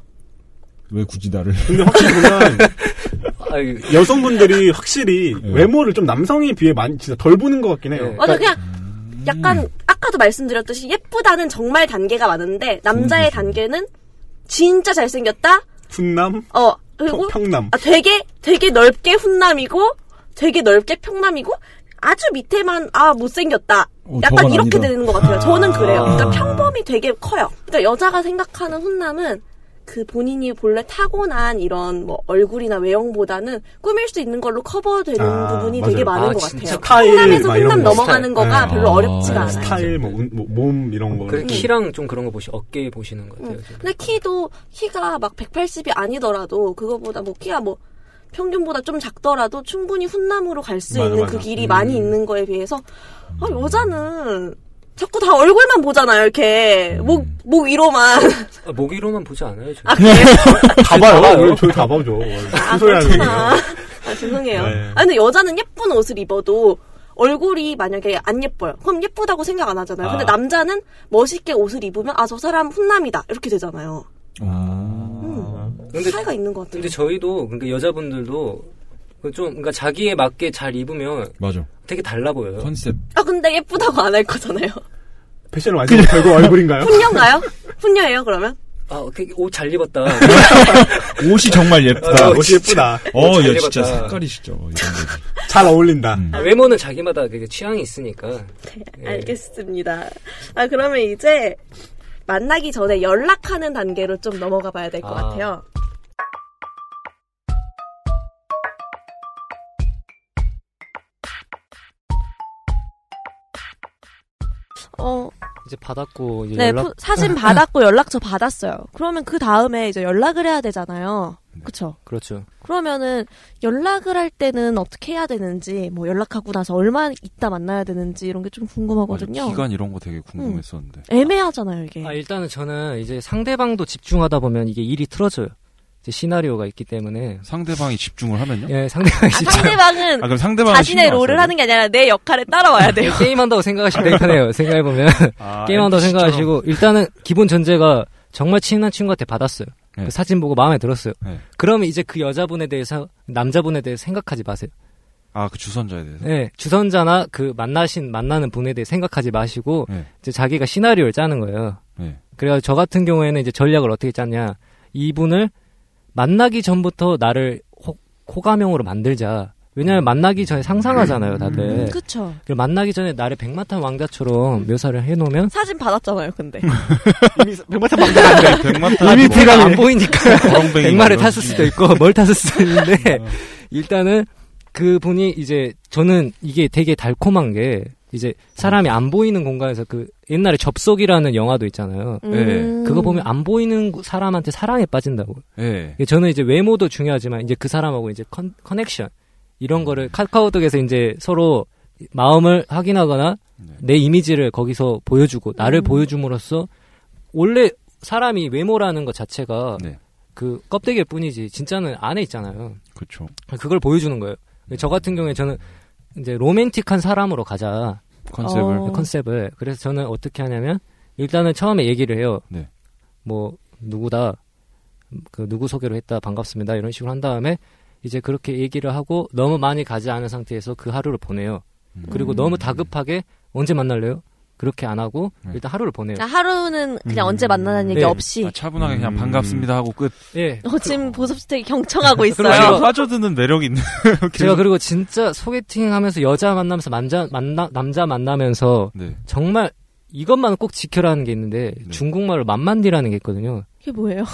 [SPEAKER 6] 왜 굳이 나를?
[SPEAKER 4] 근데 확실히 보면
[SPEAKER 5] 아, 이-
[SPEAKER 4] 여성분들이 확실히
[SPEAKER 6] 네.
[SPEAKER 4] 외모를 좀 남성에 비해 많이 진짜 덜 보는 것 같긴 해요. 그러니까
[SPEAKER 5] 네.
[SPEAKER 2] 맞아 그냥
[SPEAKER 5] 음.
[SPEAKER 2] 약간 아까도 말씀드렸듯이 예쁘다는 정말 단계가 많은데
[SPEAKER 5] 음.
[SPEAKER 2] 남자의 단계는 진짜 잘생겼다.
[SPEAKER 4] 훈남,
[SPEAKER 2] 어
[SPEAKER 4] 평,
[SPEAKER 2] 그리고
[SPEAKER 4] 평남.
[SPEAKER 2] 아, 되게, 되게 넓게 훈남이고, 되게 넓게 평남이고, 아주 밑에만, 아, 못생겼다.
[SPEAKER 6] 어,
[SPEAKER 2] 약간
[SPEAKER 6] 저건
[SPEAKER 2] 이렇게
[SPEAKER 6] 아니다.
[SPEAKER 2] 되는 것 같아요. 저는 그래요.
[SPEAKER 5] 아.
[SPEAKER 2] 그러니까 평범이 되게 커요. 그러니까 여자가 생각하는 훈남은 그 본인이 본래 타고난 이런 뭐 얼굴이나 외형보다는 꾸밀 수 있는 걸로 커버되는
[SPEAKER 4] 아,
[SPEAKER 2] 부분이
[SPEAKER 4] 맞아요.
[SPEAKER 2] 되게 많은
[SPEAKER 5] 아,
[SPEAKER 2] 것
[SPEAKER 5] 진짜
[SPEAKER 2] 같아요.
[SPEAKER 4] 스타일,
[SPEAKER 2] 훈남에서
[SPEAKER 4] 막 이런
[SPEAKER 2] 훈남
[SPEAKER 4] 거.
[SPEAKER 2] 넘어가는
[SPEAKER 5] 스타일.
[SPEAKER 2] 거가
[SPEAKER 6] 네.
[SPEAKER 2] 별로
[SPEAKER 6] 아,
[SPEAKER 2] 어렵지가
[SPEAKER 6] 아,
[SPEAKER 2] 않아요. 어,
[SPEAKER 4] 스타일, 뭐, 운- 뭐, 몸 이런 거.
[SPEAKER 5] 그래 키랑 좀 그런 거 보시 어깨 보시는 것 같아요. 좀.
[SPEAKER 2] 음. 근데 키도 키가 막 180이 아니더라도 그거보다 뭐 키가 뭐 평균보다 좀 작더라도 충분히 훈남으로 갈 수
[SPEAKER 4] 맞아,
[SPEAKER 2] 있는
[SPEAKER 4] 맞아.
[SPEAKER 2] 그 길이
[SPEAKER 4] 음.
[SPEAKER 2] 많이 있는 거에 비해서 아, 여자는 자꾸 다 얼굴만 보잖아요, 이렇게.
[SPEAKER 4] 음.
[SPEAKER 2] 목, 목 위로만.
[SPEAKER 4] 그
[SPEAKER 5] 아, 모기로만 보지 않아요. 저희.
[SPEAKER 2] 아, 그래요?
[SPEAKER 4] 다 봐요.
[SPEAKER 3] 뭐.
[SPEAKER 4] 우리 아, 저희 다 봐줘.
[SPEAKER 2] 아,
[SPEAKER 4] 무슨 소리 하는
[SPEAKER 2] 그렇구나.
[SPEAKER 4] 거예요?
[SPEAKER 2] 아, 죄송해요.
[SPEAKER 4] 네.
[SPEAKER 2] 아, 근데 여자는 예쁜 옷을 입어도 얼굴이 만약에 안 예뻐요. 그럼 예쁘다고 생각 안 하잖아요. 근데
[SPEAKER 4] 아.
[SPEAKER 2] 남자는 멋있게 옷을 입으면, 아, 저 사람 훈남이다. 이렇게 되잖아요.
[SPEAKER 5] 근데
[SPEAKER 2] 차이가 있는 것 같아요.
[SPEAKER 5] 근데 저희도 그러니까 여자분들도 그좀 그러니까 자기에 맞게 잘 입으면
[SPEAKER 6] 맞아.
[SPEAKER 5] 되게 달라 보여요.
[SPEAKER 6] 컨셉.
[SPEAKER 2] 아, 근데 예쁘다고 안 할 거잖아요.
[SPEAKER 4] 패션을 완전 결국
[SPEAKER 5] 어?
[SPEAKER 4] 얼굴인가요?
[SPEAKER 2] 훈녀인가요? 훈녀예요, 그러면?
[SPEAKER 5] 아옷 잘 입었다.
[SPEAKER 6] 옷이 정말 예쁘다.
[SPEAKER 4] 아, 옷이 예쁘다.
[SPEAKER 6] 어,
[SPEAKER 5] 잘
[SPEAKER 6] 야 진짜
[SPEAKER 5] 입었다.
[SPEAKER 6] 색깔이 진짜 어, 이런 거지.
[SPEAKER 4] 잘 어울린다.
[SPEAKER 3] 음.
[SPEAKER 5] 아, 외모는 자기마다 되게 취향이 있으니까. 예.
[SPEAKER 2] 알겠습니다. 아, 그러면 이제 만나기 전에 연락하는 단계로 좀 넘어가 봐야 될 것
[SPEAKER 5] 아.
[SPEAKER 2] 같아요. 어,
[SPEAKER 5] 이제 받았고 이제
[SPEAKER 2] 네,
[SPEAKER 5] 연락
[SPEAKER 2] 포- 사진 받았고 연락처 받았어요. 그러면 그 다음에 이제 연락을 해야 되잖아요. 그쵸?
[SPEAKER 5] 그렇죠.
[SPEAKER 2] 그러면은 연락을 할 때는 어떻게 해야 되는지, 뭐 연락하고 나서 얼마 있다 만나야 되는지 이런 게 좀 궁금하거든요.
[SPEAKER 3] 아, 기간 이런 거 되게 궁금했었는데.
[SPEAKER 5] 음.
[SPEAKER 2] 애매하잖아요, 이게.
[SPEAKER 5] 아 일단은 저는 이제 상대방도 집중하다 보면 이게 일이 틀어져요. 이제 시나리오가 있기 때문에
[SPEAKER 3] 상대방이 집중을 하면요?
[SPEAKER 5] 예 상대방이
[SPEAKER 2] 아,
[SPEAKER 5] 집중
[SPEAKER 2] 상대방은
[SPEAKER 3] 아, 그럼 상대방은
[SPEAKER 2] 자신의 롤을 하는 게 아니라 내 역할에 따라와야 돼요.
[SPEAKER 5] 아, 게임한다고 생각하시면 되긴 해요. 아, 생각해보면 게임한다고 생각하시고 일단은 기본 전제가 정말 친한 친구한테 받았어요.
[SPEAKER 3] 네.
[SPEAKER 5] 그 사진 보고 마음에 들었어요.
[SPEAKER 3] 네.
[SPEAKER 5] 그러면 이제 그 여자분에 대해서 남자분에 대해서 생각하지 마세요.
[SPEAKER 3] 아, 그 주선자에 대해서.
[SPEAKER 5] 네, 주선자나 그 만나신 만나는 분에 대해 생각하지 마시고
[SPEAKER 3] 네.
[SPEAKER 5] 이제 자기가 시나리오를 짜는 거예요.
[SPEAKER 3] 네.
[SPEAKER 5] 그래서 저 같은 경우에는 이제 전략을 어떻게 짰냐? 이분을 만나기 전부터 나를 호, 호감형으로 만들자. 왜냐하면 만나기 전에 상상하잖아요, 다들.
[SPEAKER 2] 그쵸.
[SPEAKER 5] 그리고 만나기 전에 나를 백마탄 왕자처럼 묘사를 해놓으면
[SPEAKER 2] 사진 받았잖아요, 근데.
[SPEAKER 4] 이미 백마탄 방금
[SPEAKER 3] 그러니까 백마탄
[SPEAKER 4] 이미
[SPEAKER 5] 내가
[SPEAKER 4] 비가
[SPEAKER 5] 뭐 안 보이니까
[SPEAKER 3] 거렁뱅이
[SPEAKER 5] 백마를 예.
[SPEAKER 3] 말이야.
[SPEAKER 5] 탔을 수도 있고 뭘 탔을 수도 있는데 일단은 그분이 이제 저는 이게 되게 달콤한 게 이제 사람이 안 보이는 공간에서 그 옛날에 접속이라는 영화도 있잖아요.
[SPEAKER 2] 음.
[SPEAKER 5] 그거 보면 안 보이는 사람한테 사랑에 빠진다고.
[SPEAKER 3] 예.
[SPEAKER 5] 이게 저는 이제 외모도 중요하지만 이제 그 사람하고 이제 컨, 커넥션 이런 거를 카카오톡에서 이제 서로 마음을 확인하거나 내 이미지를 거기서 보여주고 나를
[SPEAKER 2] 음.
[SPEAKER 5] 보여줌으로써 원래 사람이 외모라는 것 자체가
[SPEAKER 3] 네.
[SPEAKER 5] 그 껍데기일 뿐이지 진짜는 안에 있잖아요.
[SPEAKER 3] 그렇죠.
[SPEAKER 5] 그걸 보여주는 거예요. 저 같은 경우에 저는 이제 로맨틱한 사람으로 가자
[SPEAKER 3] 컨셉을
[SPEAKER 2] 어.
[SPEAKER 5] 컨셉을 그래서 저는 어떻게 하냐면 일단은 처음에 얘기를 해요.
[SPEAKER 3] 네.
[SPEAKER 5] 뭐 누구다 그 누구 소개로 했다 반갑습니다 이런 식으로 한 다음에 이제 그렇게 얘기를 하고 너무 많이 가지 않은 상태에서 그 하루를 보내요.
[SPEAKER 3] 음.
[SPEAKER 5] 그리고 너무 다급하게 언제 만날래요? 그렇게 안 하고
[SPEAKER 3] 네.
[SPEAKER 5] 일단 하루를 보내요.
[SPEAKER 2] 그러니까 하루는 그냥
[SPEAKER 4] 음.
[SPEAKER 2] 언제 만나는 얘기
[SPEAKER 5] 네.
[SPEAKER 2] 없이.
[SPEAKER 3] 아, 차분하게 그냥
[SPEAKER 4] 음.
[SPEAKER 3] 반갑습니다 하고 끝.
[SPEAKER 5] 예.
[SPEAKER 2] 어, 지금 보섭스 되게 경청하고
[SPEAKER 3] 아,
[SPEAKER 2] 있어요.
[SPEAKER 3] 빠져드는 매력이 있는.
[SPEAKER 5] 제가 그리고 진짜 소개팅 하면서 여자 만나면서 남자 만나 남자 만나면서
[SPEAKER 3] 네.
[SPEAKER 5] 정말 이것만 꼭 지켜라는 게 있는데
[SPEAKER 3] 네.
[SPEAKER 5] 중국말로 만만디라는 게 있거든요.
[SPEAKER 2] 이게 뭐예요?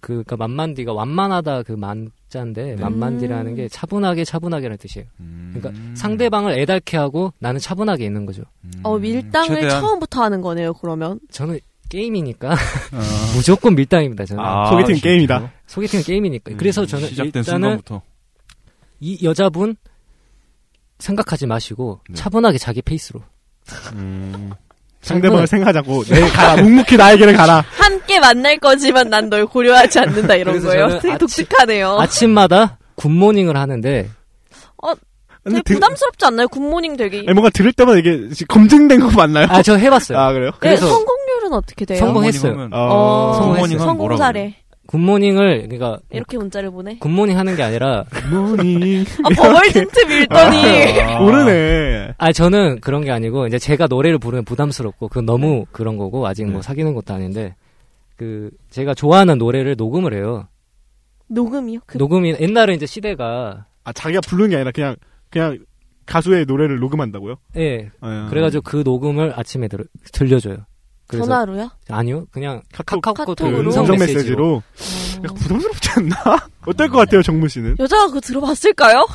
[SPEAKER 5] 그, 그니까 만만디가 완만하다 그
[SPEAKER 3] 네.
[SPEAKER 5] 만자인데 만만디라는
[SPEAKER 2] 음.
[SPEAKER 5] 게 차분하게 차분하게라는 뜻이에요.
[SPEAKER 3] 음.
[SPEAKER 5] 그러니까 상대방을 애달게 하고 나는 차분하게 있는 거죠.
[SPEAKER 3] 음.
[SPEAKER 2] 어, 밀당을
[SPEAKER 3] 최대한-
[SPEAKER 2] 처음부터 하는 거네요, 그러면.
[SPEAKER 5] 저는 게임이니까 무조건 밀당입니다. 저는
[SPEAKER 3] 어. 아,
[SPEAKER 4] 소개팅
[SPEAKER 3] 진짜요?
[SPEAKER 4] 게임이다.
[SPEAKER 5] 소개팅은 게임이니까.
[SPEAKER 3] 음,
[SPEAKER 5] 그래서 저는
[SPEAKER 3] 시작된
[SPEAKER 5] 일단은
[SPEAKER 3] 순간부터
[SPEAKER 5] 이 여자분 생각하지 마시고
[SPEAKER 3] 네.
[SPEAKER 5] 차분하게 자기 페이스로.
[SPEAKER 4] 상대방을 생각하자고 내일 가라. 묵묵히 나에게를 가라.
[SPEAKER 2] 함께 만날 거지만 난 널 고려하지 않는다, 이런
[SPEAKER 5] 그래서
[SPEAKER 2] 거예요.
[SPEAKER 5] 저는
[SPEAKER 2] 되게
[SPEAKER 5] 아침-
[SPEAKER 2] 독특하네요.
[SPEAKER 5] 아침마다 굿모닝을 하는데
[SPEAKER 2] 되게
[SPEAKER 4] 근데 드-
[SPEAKER 2] 네, 부담스럽지 않나요? 굿모닝 되게. 네,
[SPEAKER 4] 아니, 뭔가 들을 때마다 이게 검증된 거 맞나요?
[SPEAKER 5] 아 저 해봤어요.
[SPEAKER 4] 아 그래요?
[SPEAKER 2] 네,
[SPEAKER 5] 그래서-
[SPEAKER 2] 성공률은 어떻게 돼요?
[SPEAKER 5] 성공- 성공했어요.
[SPEAKER 3] 부모님 하면-
[SPEAKER 2] 어,
[SPEAKER 5] 성공했어요.
[SPEAKER 2] 성공 사례.
[SPEAKER 5] 굿모닝을 그러니까
[SPEAKER 2] 이렇게 문자를 보내?
[SPEAKER 5] 굿모닝 하는 게 아니라
[SPEAKER 4] 모닝.
[SPEAKER 2] 아, 버벌진트
[SPEAKER 4] 아.
[SPEAKER 2] 밀더니.
[SPEAKER 4] 모르네.
[SPEAKER 5] 아 저는 그런 게 아니고 이제 제가 노래를 부르면 부담스럽고 그건 너무 그런 거고 아직 뭐 사귀는 것도 아닌데 그 제가 좋아하는 노래를 녹음을 해요.
[SPEAKER 2] 녹음이요? 그
[SPEAKER 5] 녹음이 옛날에 이제 시대가
[SPEAKER 4] 아 자기가 부르는 게 아니라 그냥 그냥 가수의 노래를 녹음한다고요?
[SPEAKER 5] 예
[SPEAKER 4] 아,
[SPEAKER 5] 그래가지고 그 녹음을 아침에 들, 들려줘요. 그래서
[SPEAKER 2] 전화로요?
[SPEAKER 5] 아니요 그냥
[SPEAKER 4] 카톡,
[SPEAKER 5] 카카오톡
[SPEAKER 4] 그
[SPEAKER 2] 음성
[SPEAKER 4] 음성 메시지로
[SPEAKER 2] 어.
[SPEAKER 4] 약간 부담스럽지 않나? 어떨 것 같아요, 정문 씨는?
[SPEAKER 2] 여자가 그거 들어봤을까요?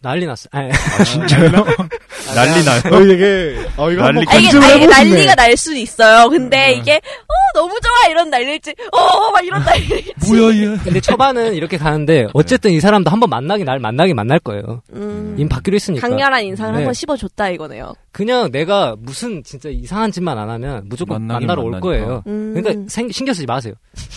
[SPEAKER 5] 난리 났어요. 아,
[SPEAKER 3] 진짜요? 난리 나요.
[SPEAKER 4] 어, 이게 어 이거 한번
[SPEAKER 3] 난리-
[SPEAKER 2] 아, 이게,
[SPEAKER 4] 검증을
[SPEAKER 2] 아, 이게
[SPEAKER 4] 해보고 싶네.
[SPEAKER 2] 난리가 날 수는 있어요. 근데 이게, 어, 너무 좋아! 이런 난리일지, 어, 막 이런 난리일지.
[SPEAKER 3] 뭐야 얘.
[SPEAKER 5] 근데 초반은 이렇게 가는데 어쨌든 이 사람도 한번 만나긴 날 만나긴 만날 거예요.
[SPEAKER 2] 음,
[SPEAKER 5] 이미 받기로 했으니까.
[SPEAKER 2] 강렬한 인상을
[SPEAKER 5] 네.
[SPEAKER 2] 한번 씹어줬다 이거네요.
[SPEAKER 5] 그냥 내가 무슨 진짜 이상한 짓만 안 하면 무조건
[SPEAKER 3] 만나긴
[SPEAKER 5] 만나러 올
[SPEAKER 3] 만나니까.
[SPEAKER 5] 거예요.
[SPEAKER 7] 음.
[SPEAKER 5] 그러니까 생- 신경 쓰지 마세요.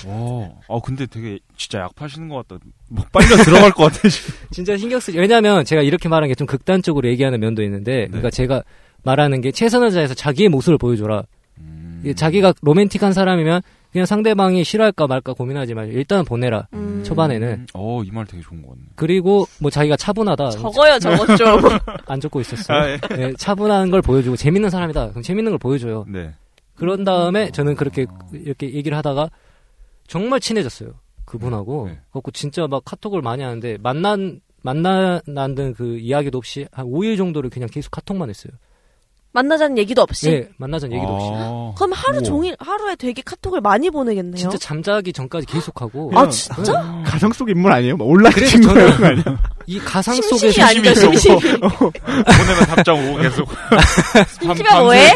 [SPEAKER 3] 어, 아 근데 되게 진짜 약 파시는 것 같다. 막 빨려 들어갈 것 같아. 지금.
[SPEAKER 5] 진짜 신경 쓰지. 왜냐면 하 제가 이렇게 말하는 게 좀 극단적으로 얘기하는 면도 있는데, 그러니까 제가 말하는 게 최선을 다해서 자기의 모습을 보여줘라.
[SPEAKER 3] 음.
[SPEAKER 5] 이게 자기가 로맨틱한 사람이면 그냥 상대방이 싫어할까 말까 고민하지 말고 일단 보내라.
[SPEAKER 7] 음.
[SPEAKER 5] 초반에는.
[SPEAKER 3] 어, 이 말 되게 좋은 것 같네.
[SPEAKER 5] 그리고 뭐 자기가 차분하다.
[SPEAKER 7] 적어요, 적어 좀.
[SPEAKER 5] 안 적고 있었어.
[SPEAKER 3] 아, 예.
[SPEAKER 5] 요 차분한 걸 보여주고 재밌는 사람이다. 그럼 재밌는 걸 보여줘요.
[SPEAKER 3] 네.
[SPEAKER 5] 그런 다음에 저는 그렇게 이렇게 얘기를 하다가 정말 친해졌어요. 그분하고.
[SPEAKER 3] 네.
[SPEAKER 5] 그래고 진짜 막 카톡을 많이 하는데 만난 만나는 그 이야기도 없이 한 5일 정도를 그냥 계속 카톡만 했어요.
[SPEAKER 2] 만나자는 얘기도 없이.
[SPEAKER 5] 예, 만나자는 얘기도 없이.
[SPEAKER 3] 아,
[SPEAKER 2] 그럼 하루
[SPEAKER 3] 우와.
[SPEAKER 2] 종일 하루에 되게 카톡을 많이 보내겠네요.
[SPEAKER 5] 진짜 잠자기 전까지 계속하고
[SPEAKER 2] 아 진짜?
[SPEAKER 4] 가정 속 인물 아니에요? 막 온라인
[SPEAKER 5] 그래서
[SPEAKER 4] 친구
[SPEAKER 5] 저는-
[SPEAKER 4] 이런 거 아니에요?
[SPEAKER 5] 이 가상
[SPEAKER 2] 심심이
[SPEAKER 5] 속에서
[SPEAKER 2] 아니다
[SPEAKER 3] 심심이
[SPEAKER 2] 심심이.
[SPEAKER 3] 보내면 답장 오고 계속.
[SPEAKER 2] 심심이면 뭐해?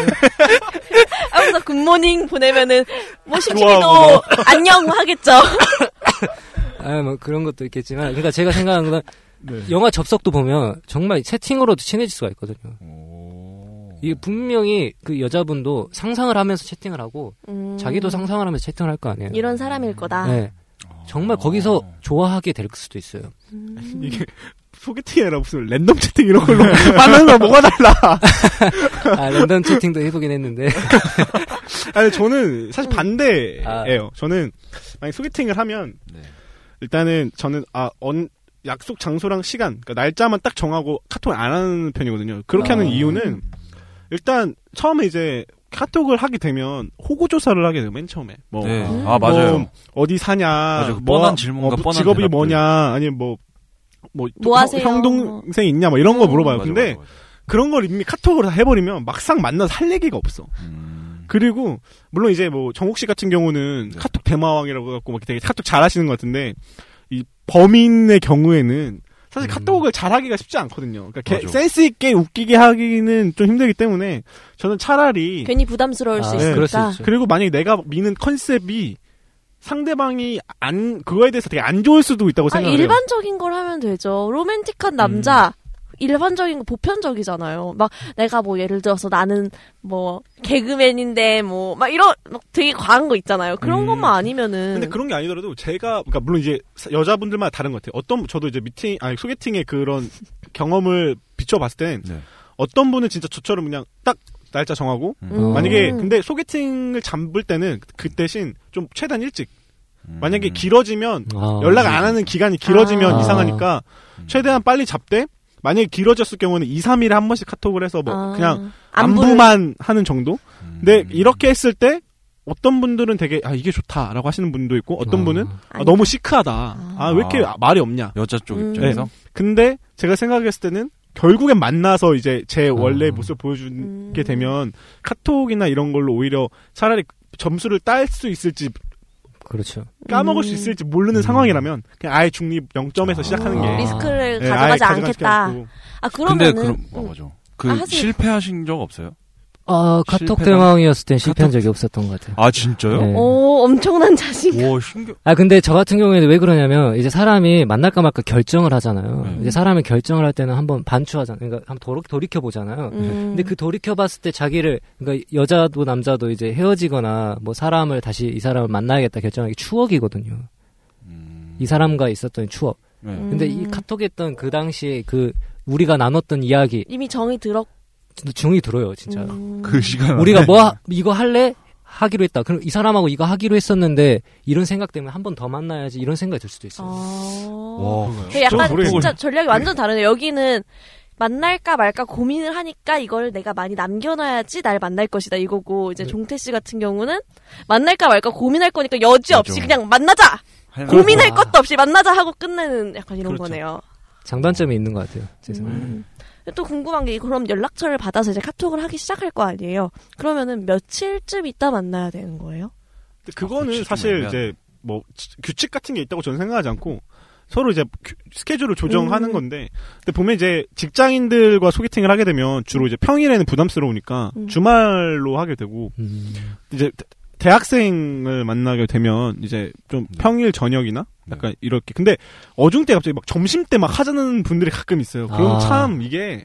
[SPEAKER 2] 하면서 굿모닝 보내면은 뭐
[SPEAKER 3] 좋아,
[SPEAKER 2] 심심이도 안녕 하겠죠.
[SPEAKER 5] 아, 뭐 그런 것도 있겠지만 그러니까 제가 생각하는 건
[SPEAKER 3] 네.
[SPEAKER 5] 영화 접속도 보면 정말 채팅으로도 친해질 수가 있거든요.
[SPEAKER 3] 음.
[SPEAKER 8] 오.
[SPEAKER 5] 이게 분명히 그 여자분도 상상을 하면서 채팅을 하고
[SPEAKER 2] 음,
[SPEAKER 5] 자기도 상상을 하면서 채팅을 할 거 아니에요.
[SPEAKER 2] 이런 사람일 거다.
[SPEAKER 5] 네. 정말 거기서 좋아하게 될 수도 있어요.
[SPEAKER 4] 이게 소개팅이 아니라 무슨 랜덤 채팅 이런 걸로 만나는 거 뭐가 달라?
[SPEAKER 5] 아, 랜덤 채팅도 해보긴 했는데.
[SPEAKER 4] 아니 저는 사실 반대예요. 저는 만약 소개팅을 하면
[SPEAKER 8] 네.
[SPEAKER 4] 일단은 저는 아 언, 약속 장소랑 시간, 그러니까 날짜만 딱 정하고 카톡을 안 하는 편이거든요. 그렇게 하는
[SPEAKER 5] 아.
[SPEAKER 4] 이유는 일단 처음에 이제 카톡을 하게 되면 호구 조사를 하게 돼요. 맨 처음에 뭐
[SPEAKER 3] 네.
[SPEAKER 2] 음.
[SPEAKER 3] 아 맞아요.
[SPEAKER 4] 뭐 어디 사냐,
[SPEAKER 3] 맞아요. 그
[SPEAKER 4] 뭐,
[SPEAKER 3] 뻔한 질문과
[SPEAKER 4] 어,
[SPEAKER 3] 뻔한
[SPEAKER 4] 직업이
[SPEAKER 3] 대답들.
[SPEAKER 4] 뭐냐, 아니 뭐. 뭐,
[SPEAKER 2] 뭐
[SPEAKER 4] 형-
[SPEAKER 2] 하세요? 음.
[SPEAKER 4] 형 동생 있냐 뭐 이런 거 물어봐요.
[SPEAKER 3] 맞아,
[SPEAKER 4] 근데
[SPEAKER 3] 맞아, 맞아.
[SPEAKER 4] 그런 걸 이미 카톡으로 다 해버리면 막상 만나서 할 얘기가 없어.
[SPEAKER 3] 음.
[SPEAKER 4] 그리고 물론 이제 뭐 정욱 씨 같은 경우는
[SPEAKER 3] 네.
[SPEAKER 4] 카톡 대마왕이라고 갖고 막 되게 카톡 잘하시는 것 같은데 이 범인의 경우에는 사실 카톡을 잘하기가 쉽지 않거든요. 그러니까 개-
[SPEAKER 3] 음. 맞아.
[SPEAKER 4] 센스 있게 웃기게 하기는 좀 힘들기 때문에 저는 차라리
[SPEAKER 2] 괜히 부담스러울
[SPEAKER 5] 아,
[SPEAKER 2] 수
[SPEAKER 4] 네.
[SPEAKER 5] 그럴 수
[SPEAKER 2] 있으니까.
[SPEAKER 5] 있죠.
[SPEAKER 4] 그리고 만약에 내가 미는 컨셉이 상대방이 안 그거에 대해서 되게 안 좋을 수도 있다고
[SPEAKER 2] 아,
[SPEAKER 4] 생각해요.
[SPEAKER 2] 일반적인 걸 하면 되죠. 로맨틱한 남자. 일반적인 거 보편적이잖아요. 막 내가 뭐 예를 들어서 나는 뭐 개그맨인데 뭐 막 이런 막 되게 과한 거 있잖아요. 그런
[SPEAKER 4] 음.
[SPEAKER 2] 것만 아니면은
[SPEAKER 4] 근데 그런 게 아니더라도 제가 그러니까 물론 이제 사- 여자분들마다 다른 것 같아요. 어떤 저도 이제 미팅 아니 소개팅의 그런 경험을 비춰봤을 땐
[SPEAKER 3] 네.
[SPEAKER 4] 어떤 분은 진짜 저처럼 그냥 딱 날짜 정하고
[SPEAKER 2] 음.
[SPEAKER 5] 어.
[SPEAKER 4] 만약에 근데 소개팅을 잠볼 때는 그 대신 좀 최대한 일찍
[SPEAKER 3] 음.
[SPEAKER 4] 만약에 길어지면
[SPEAKER 5] 아,
[SPEAKER 2] 음.
[SPEAKER 4] 연락 안 하는 기간이 길어지면
[SPEAKER 5] 아.
[SPEAKER 4] 이상하니까 최대한 빨리 잡되 만약에 길어졌을 경우는 2, 3일에 한 번씩 카톡을 해서 뭐
[SPEAKER 2] 아,
[SPEAKER 4] 그냥
[SPEAKER 2] 안부를-
[SPEAKER 4] 안부만 하는 정도?
[SPEAKER 3] 음.
[SPEAKER 5] 네,
[SPEAKER 4] 근데 이렇게 했을 때 어떤 분들은 되게 아 이게 좋다라고 하시는 분도 있고 어떤
[SPEAKER 5] 아.
[SPEAKER 4] 분은 아, 너무 시크하다. 아 왜 이렇게
[SPEAKER 3] 아.
[SPEAKER 4] 말이 없냐.
[SPEAKER 3] 여자 쪽
[SPEAKER 2] 음.
[SPEAKER 3] 입장에서
[SPEAKER 4] 근데 제가 생각했을 때는 결국엔 만나서 이제 제 원래
[SPEAKER 5] 아.
[SPEAKER 4] 모습 보여주게
[SPEAKER 2] 음.
[SPEAKER 4] 되면 카톡이나 이런 걸로 오히려 차라리 점수를 딸 수 있을지
[SPEAKER 5] 그렇죠.
[SPEAKER 4] 까먹을
[SPEAKER 2] 음.
[SPEAKER 4] 수 있을지 모르는 상황이라면 그냥 아예 중립 0점에서 시작하는
[SPEAKER 2] 아,
[SPEAKER 4] 게
[SPEAKER 2] 리스크를
[SPEAKER 4] 예, 아예
[SPEAKER 2] 가져가지
[SPEAKER 4] 가져가지
[SPEAKER 2] 않겠다.
[SPEAKER 4] 않고.
[SPEAKER 2] 아
[SPEAKER 3] 근데
[SPEAKER 2] 그러면은
[SPEAKER 3] 그럼 아,
[SPEAKER 2] 음.
[SPEAKER 3] 맞아. 그
[SPEAKER 2] 아, 하세요.
[SPEAKER 3] 실패하신 적 없어요?
[SPEAKER 5] 아, 카톡
[SPEAKER 3] 실패가-
[SPEAKER 5] 대망이었을 땐 실패한
[SPEAKER 3] 카톡-
[SPEAKER 5] 적이 없었던 것 같아요.
[SPEAKER 3] 아 진짜요?
[SPEAKER 5] 네.
[SPEAKER 2] 오 엄청난 자신.
[SPEAKER 3] 와 신기.
[SPEAKER 5] 아, 근데 저 같은 경우에는 왜 그러냐면, 이제 사람이 만날까 말까 결정을 하잖아요.
[SPEAKER 3] 네.
[SPEAKER 5] 이제 사람이 결정을 할 때는 한번 반추하잖아요. 그러니까 한번 도로- 돌이켜보잖아요.
[SPEAKER 2] 음.
[SPEAKER 5] 근데 그 돌이켜봤을 때 자기를, 그러니까 여자도 남자도 이제 헤어지거나 뭐 사람을 다시 이 사람을 만나야겠다 결정하는 게 추억이거든요.
[SPEAKER 3] 음.
[SPEAKER 5] 이 사람과 있었던 추억.
[SPEAKER 3] 네.
[SPEAKER 2] 음.
[SPEAKER 5] 근데 이 카톡에 있던 그 당시에 그 우리가 나눴던 이야기,
[SPEAKER 2] 이미 정이 들었.
[SPEAKER 5] 진짜 중이 들어요, 진짜.
[SPEAKER 2] 음.
[SPEAKER 3] 그 시간
[SPEAKER 5] 우리가 뭐 하- 이거 할래? 하기로 했다. 그럼 이 사람하고 이거 하기로 했었는데 이런 생각 때문에 한 번 더 만나야지 이런 생각이 들 수도 있어요. 뭐-
[SPEAKER 2] 아.
[SPEAKER 3] 와. 네
[SPEAKER 2] 그 약간
[SPEAKER 4] 저는 모르겠어요.
[SPEAKER 2] 진짜 전략이 완전 다르네. 여기는 만날까 말까 고민을 하니까 이걸 내가 많이 남겨놔야지 날 만날 것이다 이거고 이제 종태 씨 같은 경우는 만날까 말까 고민할 거니까 여지 없이
[SPEAKER 3] 맞아.
[SPEAKER 2] 그냥 만나자
[SPEAKER 3] 하여간
[SPEAKER 2] 고민할
[SPEAKER 5] 아.
[SPEAKER 2] 것도 없이 만나자 하고 끝내는 약간 이런
[SPEAKER 4] 그렇죠.
[SPEAKER 2] 거네요.
[SPEAKER 5] 장단점이 있는 것 같아요. 제 생각에.
[SPEAKER 2] 음. 또 궁금한 게 그럼 연락처를 받아서 이제 카톡을 하기 시작할 거 아니에요? 그러면은 며칠쯤 있다 만나야 되는 거예요?
[SPEAKER 4] 근데 그거는
[SPEAKER 3] 그치,
[SPEAKER 4] 사실
[SPEAKER 3] 좀
[SPEAKER 4] 이제 뭐 지- 규칙 같은 게 있다고 저는 생각하지 않고 서로 이제 규- 스케줄을 조정하는
[SPEAKER 2] 음.
[SPEAKER 4] 건데 근데 보면 이제 직장인들과 소개팅을 하게 되면 주로 이제 평일에는 부담스러우니까
[SPEAKER 2] 음.
[SPEAKER 4] 주말로 하게 되고
[SPEAKER 5] 음.
[SPEAKER 4] 이제 대- 대학생을 만나게 되면 이제 좀
[SPEAKER 3] 네.
[SPEAKER 4] 평일 저녁이나 약간 이렇게 근데 어중 때 갑자기 막 점심 때 막 하자는 분들이 가끔 있어요. 그럼
[SPEAKER 5] 아.
[SPEAKER 4] 참 이게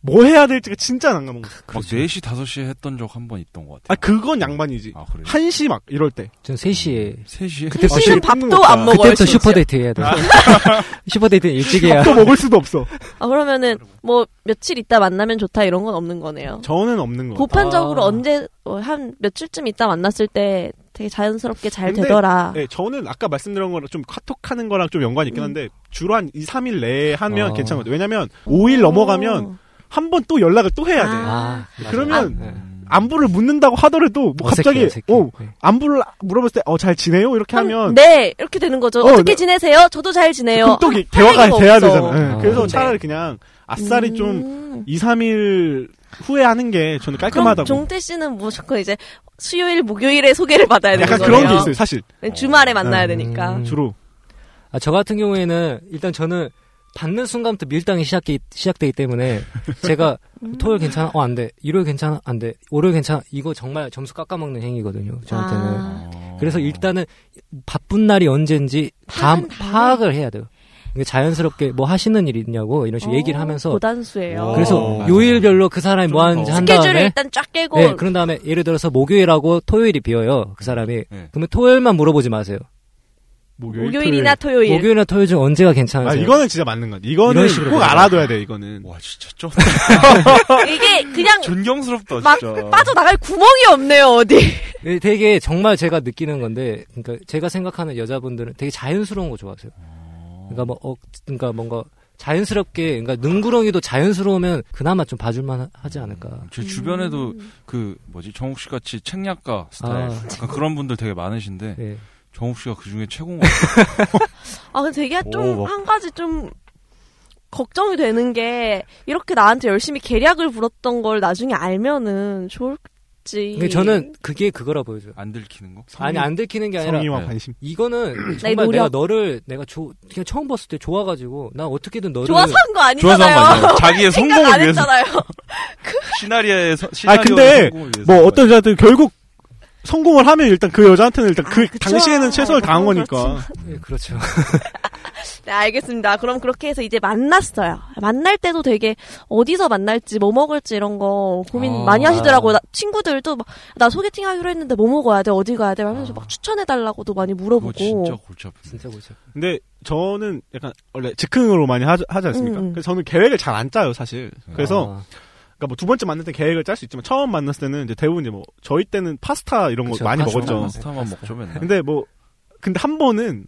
[SPEAKER 4] 뭐 해야 될지가 진짜 난감한 거야.
[SPEAKER 3] 막 아, 그 4시, 5시에 했던 적 한 번 있던 것 같아요.
[SPEAKER 4] 아, 그건 양반이지.
[SPEAKER 3] 아, 그래요?
[SPEAKER 4] 1시 막 이럴 때.
[SPEAKER 5] 전 3시에.
[SPEAKER 3] 3시에?
[SPEAKER 5] 그때부터
[SPEAKER 4] 세 시엔
[SPEAKER 5] 슈-
[SPEAKER 4] 밥도 안 먹어요,
[SPEAKER 5] 그때부터
[SPEAKER 4] 진짜.
[SPEAKER 5] 슈퍼데이트 해야 돼.
[SPEAKER 4] 아.
[SPEAKER 5] 슈퍼데이트 일찍 해야.
[SPEAKER 4] 밥도 먹을 수도 없어.
[SPEAKER 2] 아, 그러면은 뭐 며칠 있다 만나면 좋다 이런 건 없는 거네요.
[SPEAKER 4] 저는 없는 거.
[SPEAKER 5] 아.
[SPEAKER 2] 보편적으로 언제 어, 한 며칠쯤 있다 만났을 때 되게 자연스럽게 잘
[SPEAKER 4] 근데,
[SPEAKER 2] 되더라.
[SPEAKER 4] 네, 저는 아까 말씀드린 거랑 좀 카톡하는 거랑 좀 연관이
[SPEAKER 2] 음.
[SPEAKER 4] 있긴 한데 주로 한 2, 3일 내에 하면
[SPEAKER 5] 어.
[SPEAKER 4] 괜찮은 것 같아요. 왜냐면 5일 넘어가면 한 번 또 연락을 또 해야 돼.
[SPEAKER 5] 아, 맞아요.
[SPEAKER 4] 그러면
[SPEAKER 5] 아, 네.
[SPEAKER 4] 안부를 묻는다고 하더라도 뭐 갑자기
[SPEAKER 5] 어색해, 어색해.
[SPEAKER 4] 어, 안부를 물어봤을 때 어 잘 지내요? 이렇게 하면
[SPEAKER 2] 네 이렇게 되는 거죠.
[SPEAKER 4] 어,
[SPEAKER 2] 어, 떻게
[SPEAKER 4] 네.
[SPEAKER 2] 지내세요? 저도 잘 지내요.
[SPEAKER 4] 그럼 또 기-
[SPEAKER 2] 할
[SPEAKER 4] 대화가
[SPEAKER 2] 얘기가
[SPEAKER 4] 돼야
[SPEAKER 2] 없어. 음.
[SPEAKER 4] 되잖아. 요
[SPEAKER 5] 아,
[SPEAKER 4] 그래서
[SPEAKER 5] 네.
[SPEAKER 4] 차라리 그냥 아싸리 좀 2, 3일 후에 하는 게 저는
[SPEAKER 2] 그럼
[SPEAKER 4] 깔끔하다고.
[SPEAKER 2] 종태 씨는 무조건 이제 수요일 목요일에 소개를 받아야 되는
[SPEAKER 4] 약간
[SPEAKER 2] 거예요.
[SPEAKER 4] 그런 게 있어요, 사실.
[SPEAKER 2] 주말에 만나야 되니까.
[SPEAKER 5] 음.
[SPEAKER 4] 주로.
[SPEAKER 5] 아, 저 같은 경우에는 일단 저는 받는 순간부터 밀당이 시작이 시작되기 때문에 제가
[SPEAKER 2] 음.
[SPEAKER 5] 토요일 괜찮아, 어 안 돼, 일요일 괜찮아, 안 돼, 월요일 괜찮아, 이거 정말 점수 깎아먹는 행위거든요. 저한테는.
[SPEAKER 2] 아.
[SPEAKER 5] 그래서 일단은 바쁜 날이 언제인지 다
[SPEAKER 2] 파악은 다
[SPEAKER 5] 파악을 해야 돼요. 이게 자연스럽게 뭐 하시는 일 있냐고 이런 식으로
[SPEAKER 2] 어,
[SPEAKER 5] 얘기를 하면서 뭐
[SPEAKER 2] 고단수예요.
[SPEAKER 4] 어,
[SPEAKER 5] 그래서 요일별로 그 사람이 뭐 하는지 한
[SPEAKER 2] 스케줄을
[SPEAKER 5] 다음에
[SPEAKER 2] 일단 쫙 깨고
[SPEAKER 5] 네, 그런 다음에 예를 들어서 목요일하고 토요일이 비어요. 그 사람이.
[SPEAKER 3] 네.
[SPEAKER 5] 그러면 토요일만 물어보지 마세요.
[SPEAKER 4] 목요일,
[SPEAKER 2] 목요일이나 토요일.
[SPEAKER 5] 목요일이나 토요일 중 언제가 괜찮으세요?
[SPEAKER 4] 아, 이거는 진짜 맞는 것 같아. 이거는
[SPEAKER 5] 이런 식으로
[SPEAKER 4] 꼭
[SPEAKER 5] 되는
[SPEAKER 4] 알아둬야 돼, 이거는.
[SPEAKER 3] 와, 진짜 좀
[SPEAKER 2] 어, 이게 그냥
[SPEAKER 3] 존경스럽다,
[SPEAKER 2] 막
[SPEAKER 3] 진짜.
[SPEAKER 2] 빠져나갈 구멍이 없네요 어디.
[SPEAKER 5] 네, 되게 정말 제가 느끼는 건데, 그러니까 제가 생각하는 여자분들은 되게 자연스러운 거 좋아하세요. 그러니까 뭐, 어, 그러니까 뭔가 자연스럽게, 그러니까 능구렁이도 자연스러우면 그나마 좀 봐줄만 하- 하지 않을까.
[SPEAKER 3] 제 주변에도
[SPEAKER 2] 음.
[SPEAKER 3] 그 뭐지 정욱 씨 같이 책략가 스타일
[SPEAKER 5] 아.
[SPEAKER 3] 약간 그런 분들 되게 많으신데
[SPEAKER 5] 네.
[SPEAKER 3] 정욱 씨가 그 중에 최고인 것 같아요.
[SPEAKER 2] 아 근데 되게 좀
[SPEAKER 3] 오, 막-
[SPEAKER 2] 한 가지 좀 걱정이 되는 게 이렇게 나한테 열심히 계략을 부렸던 걸 나중에 알면은 좋을지.
[SPEAKER 5] 근데 저는 그게 그거라 보여줘요.
[SPEAKER 3] 안 들키는 거?
[SPEAKER 5] 아니, 안 들키는 게 아니라,
[SPEAKER 4] 성의와
[SPEAKER 3] 네.
[SPEAKER 4] 관심.
[SPEAKER 5] 이거는
[SPEAKER 2] 나의
[SPEAKER 5] 정말 내가
[SPEAKER 2] 노력.
[SPEAKER 5] 너를 내가 좋 그냥 처음 봤을 때 좋아가지고 난 어떻게든 너를
[SPEAKER 2] 좋아서 한 거
[SPEAKER 3] 좋아서
[SPEAKER 2] 아니잖아요.
[SPEAKER 3] 한거 아니에요. 자기의
[SPEAKER 2] 생각 안
[SPEAKER 3] 성공을 위해서
[SPEAKER 2] 했잖아요.
[SPEAKER 3] 시나리오의 서-
[SPEAKER 4] 아,
[SPEAKER 3] 시나리오의
[SPEAKER 4] 근데,
[SPEAKER 3] 성공을 위해서.
[SPEAKER 4] 뭐,
[SPEAKER 5] 네.
[SPEAKER 4] 어떤 여자들 결국 성공을 하면 일단 그 여자한테는 일단 그
[SPEAKER 2] 그쵸.
[SPEAKER 4] 당시에는 최선을 다한
[SPEAKER 2] 물론
[SPEAKER 4] 거니까.
[SPEAKER 5] 예, 그렇죠.
[SPEAKER 2] 네, 알겠습니다. 그럼 그렇게 해서 이제 만났어요. 만날 때도 되게 어디서 만날지, 뭐 먹을지 이런 거 고민
[SPEAKER 3] 아.
[SPEAKER 2] 많이 하시더라고요. 나- 친구들도 막, 나 소개팅 하기로 했는데 뭐 먹어야 돼, 어디 가야 돼, 하면서 막 추천해달라고도 음, 많이
[SPEAKER 3] 그거
[SPEAKER 2] 물어보고.
[SPEAKER 3] 진짜 골치 아픈.
[SPEAKER 5] 진짜 그렇죠.
[SPEAKER 4] 근데 저는 약간 원래 즉흥으로 많이 하, 하지 않습니까?
[SPEAKER 2] 음, 음.
[SPEAKER 4] 그래서 저는 계획을 잘 안 짜요, 사실.
[SPEAKER 3] 네.
[SPEAKER 4] 그래서,
[SPEAKER 5] 아,
[SPEAKER 4] 그러니까 뭐 두 번째 만날 때 계획을 짤 수 있지만 처음 만났을 때는 이제 대부분 이제 뭐 저희 때는 파스타 이런 뭐 거
[SPEAKER 5] 그쵸,
[SPEAKER 4] 많이
[SPEAKER 5] 파스타. 네.
[SPEAKER 4] 먹었죠.
[SPEAKER 3] 아, 파스타만 먹죠 맨날.
[SPEAKER 4] 근데 뭐 근데 한 번은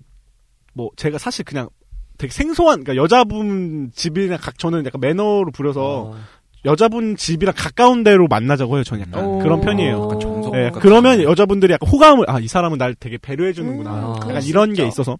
[SPEAKER 4] 뭐 제가 사실 그냥 되게 생소한 그러니까 여자분 집이나 각 저는 약간 매너로 부려서
[SPEAKER 5] 아,
[SPEAKER 4] 여자분 집이랑 가까운 데로 만나자고 해요. 저는 어. 약간
[SPEAKER 3] 오.
[SPEAKER 4] 그런 편이에요.
[SPEAKER 3] 약간
[SPEAKER 2] 네,
[SPEAKER 3] 정석.
[SPEAKER 4] 예,
[SPEAKER 2] 그러니까
[SPEAKER 3] 같은
[SPEAKER 4] 그러면
[SPEAKER 3] 거.
[SPEAKER 4] 여자분들이 약간 호감을 아 이 사람은 날 되게 배려해
[SPEAKER 2] 그렇죠. 음,
[SPEAKER 4] 주는구나. 그러니까
[SPEAKER 5] 아.
[SPEAKER 2] 그럴
[SPEAKER 4] 약간
[SPEAKER 2] 수
[SPEAKER 4] 이런 게
[SPEAKER 2] 있죠.
[SPEAKER 4] 있어서.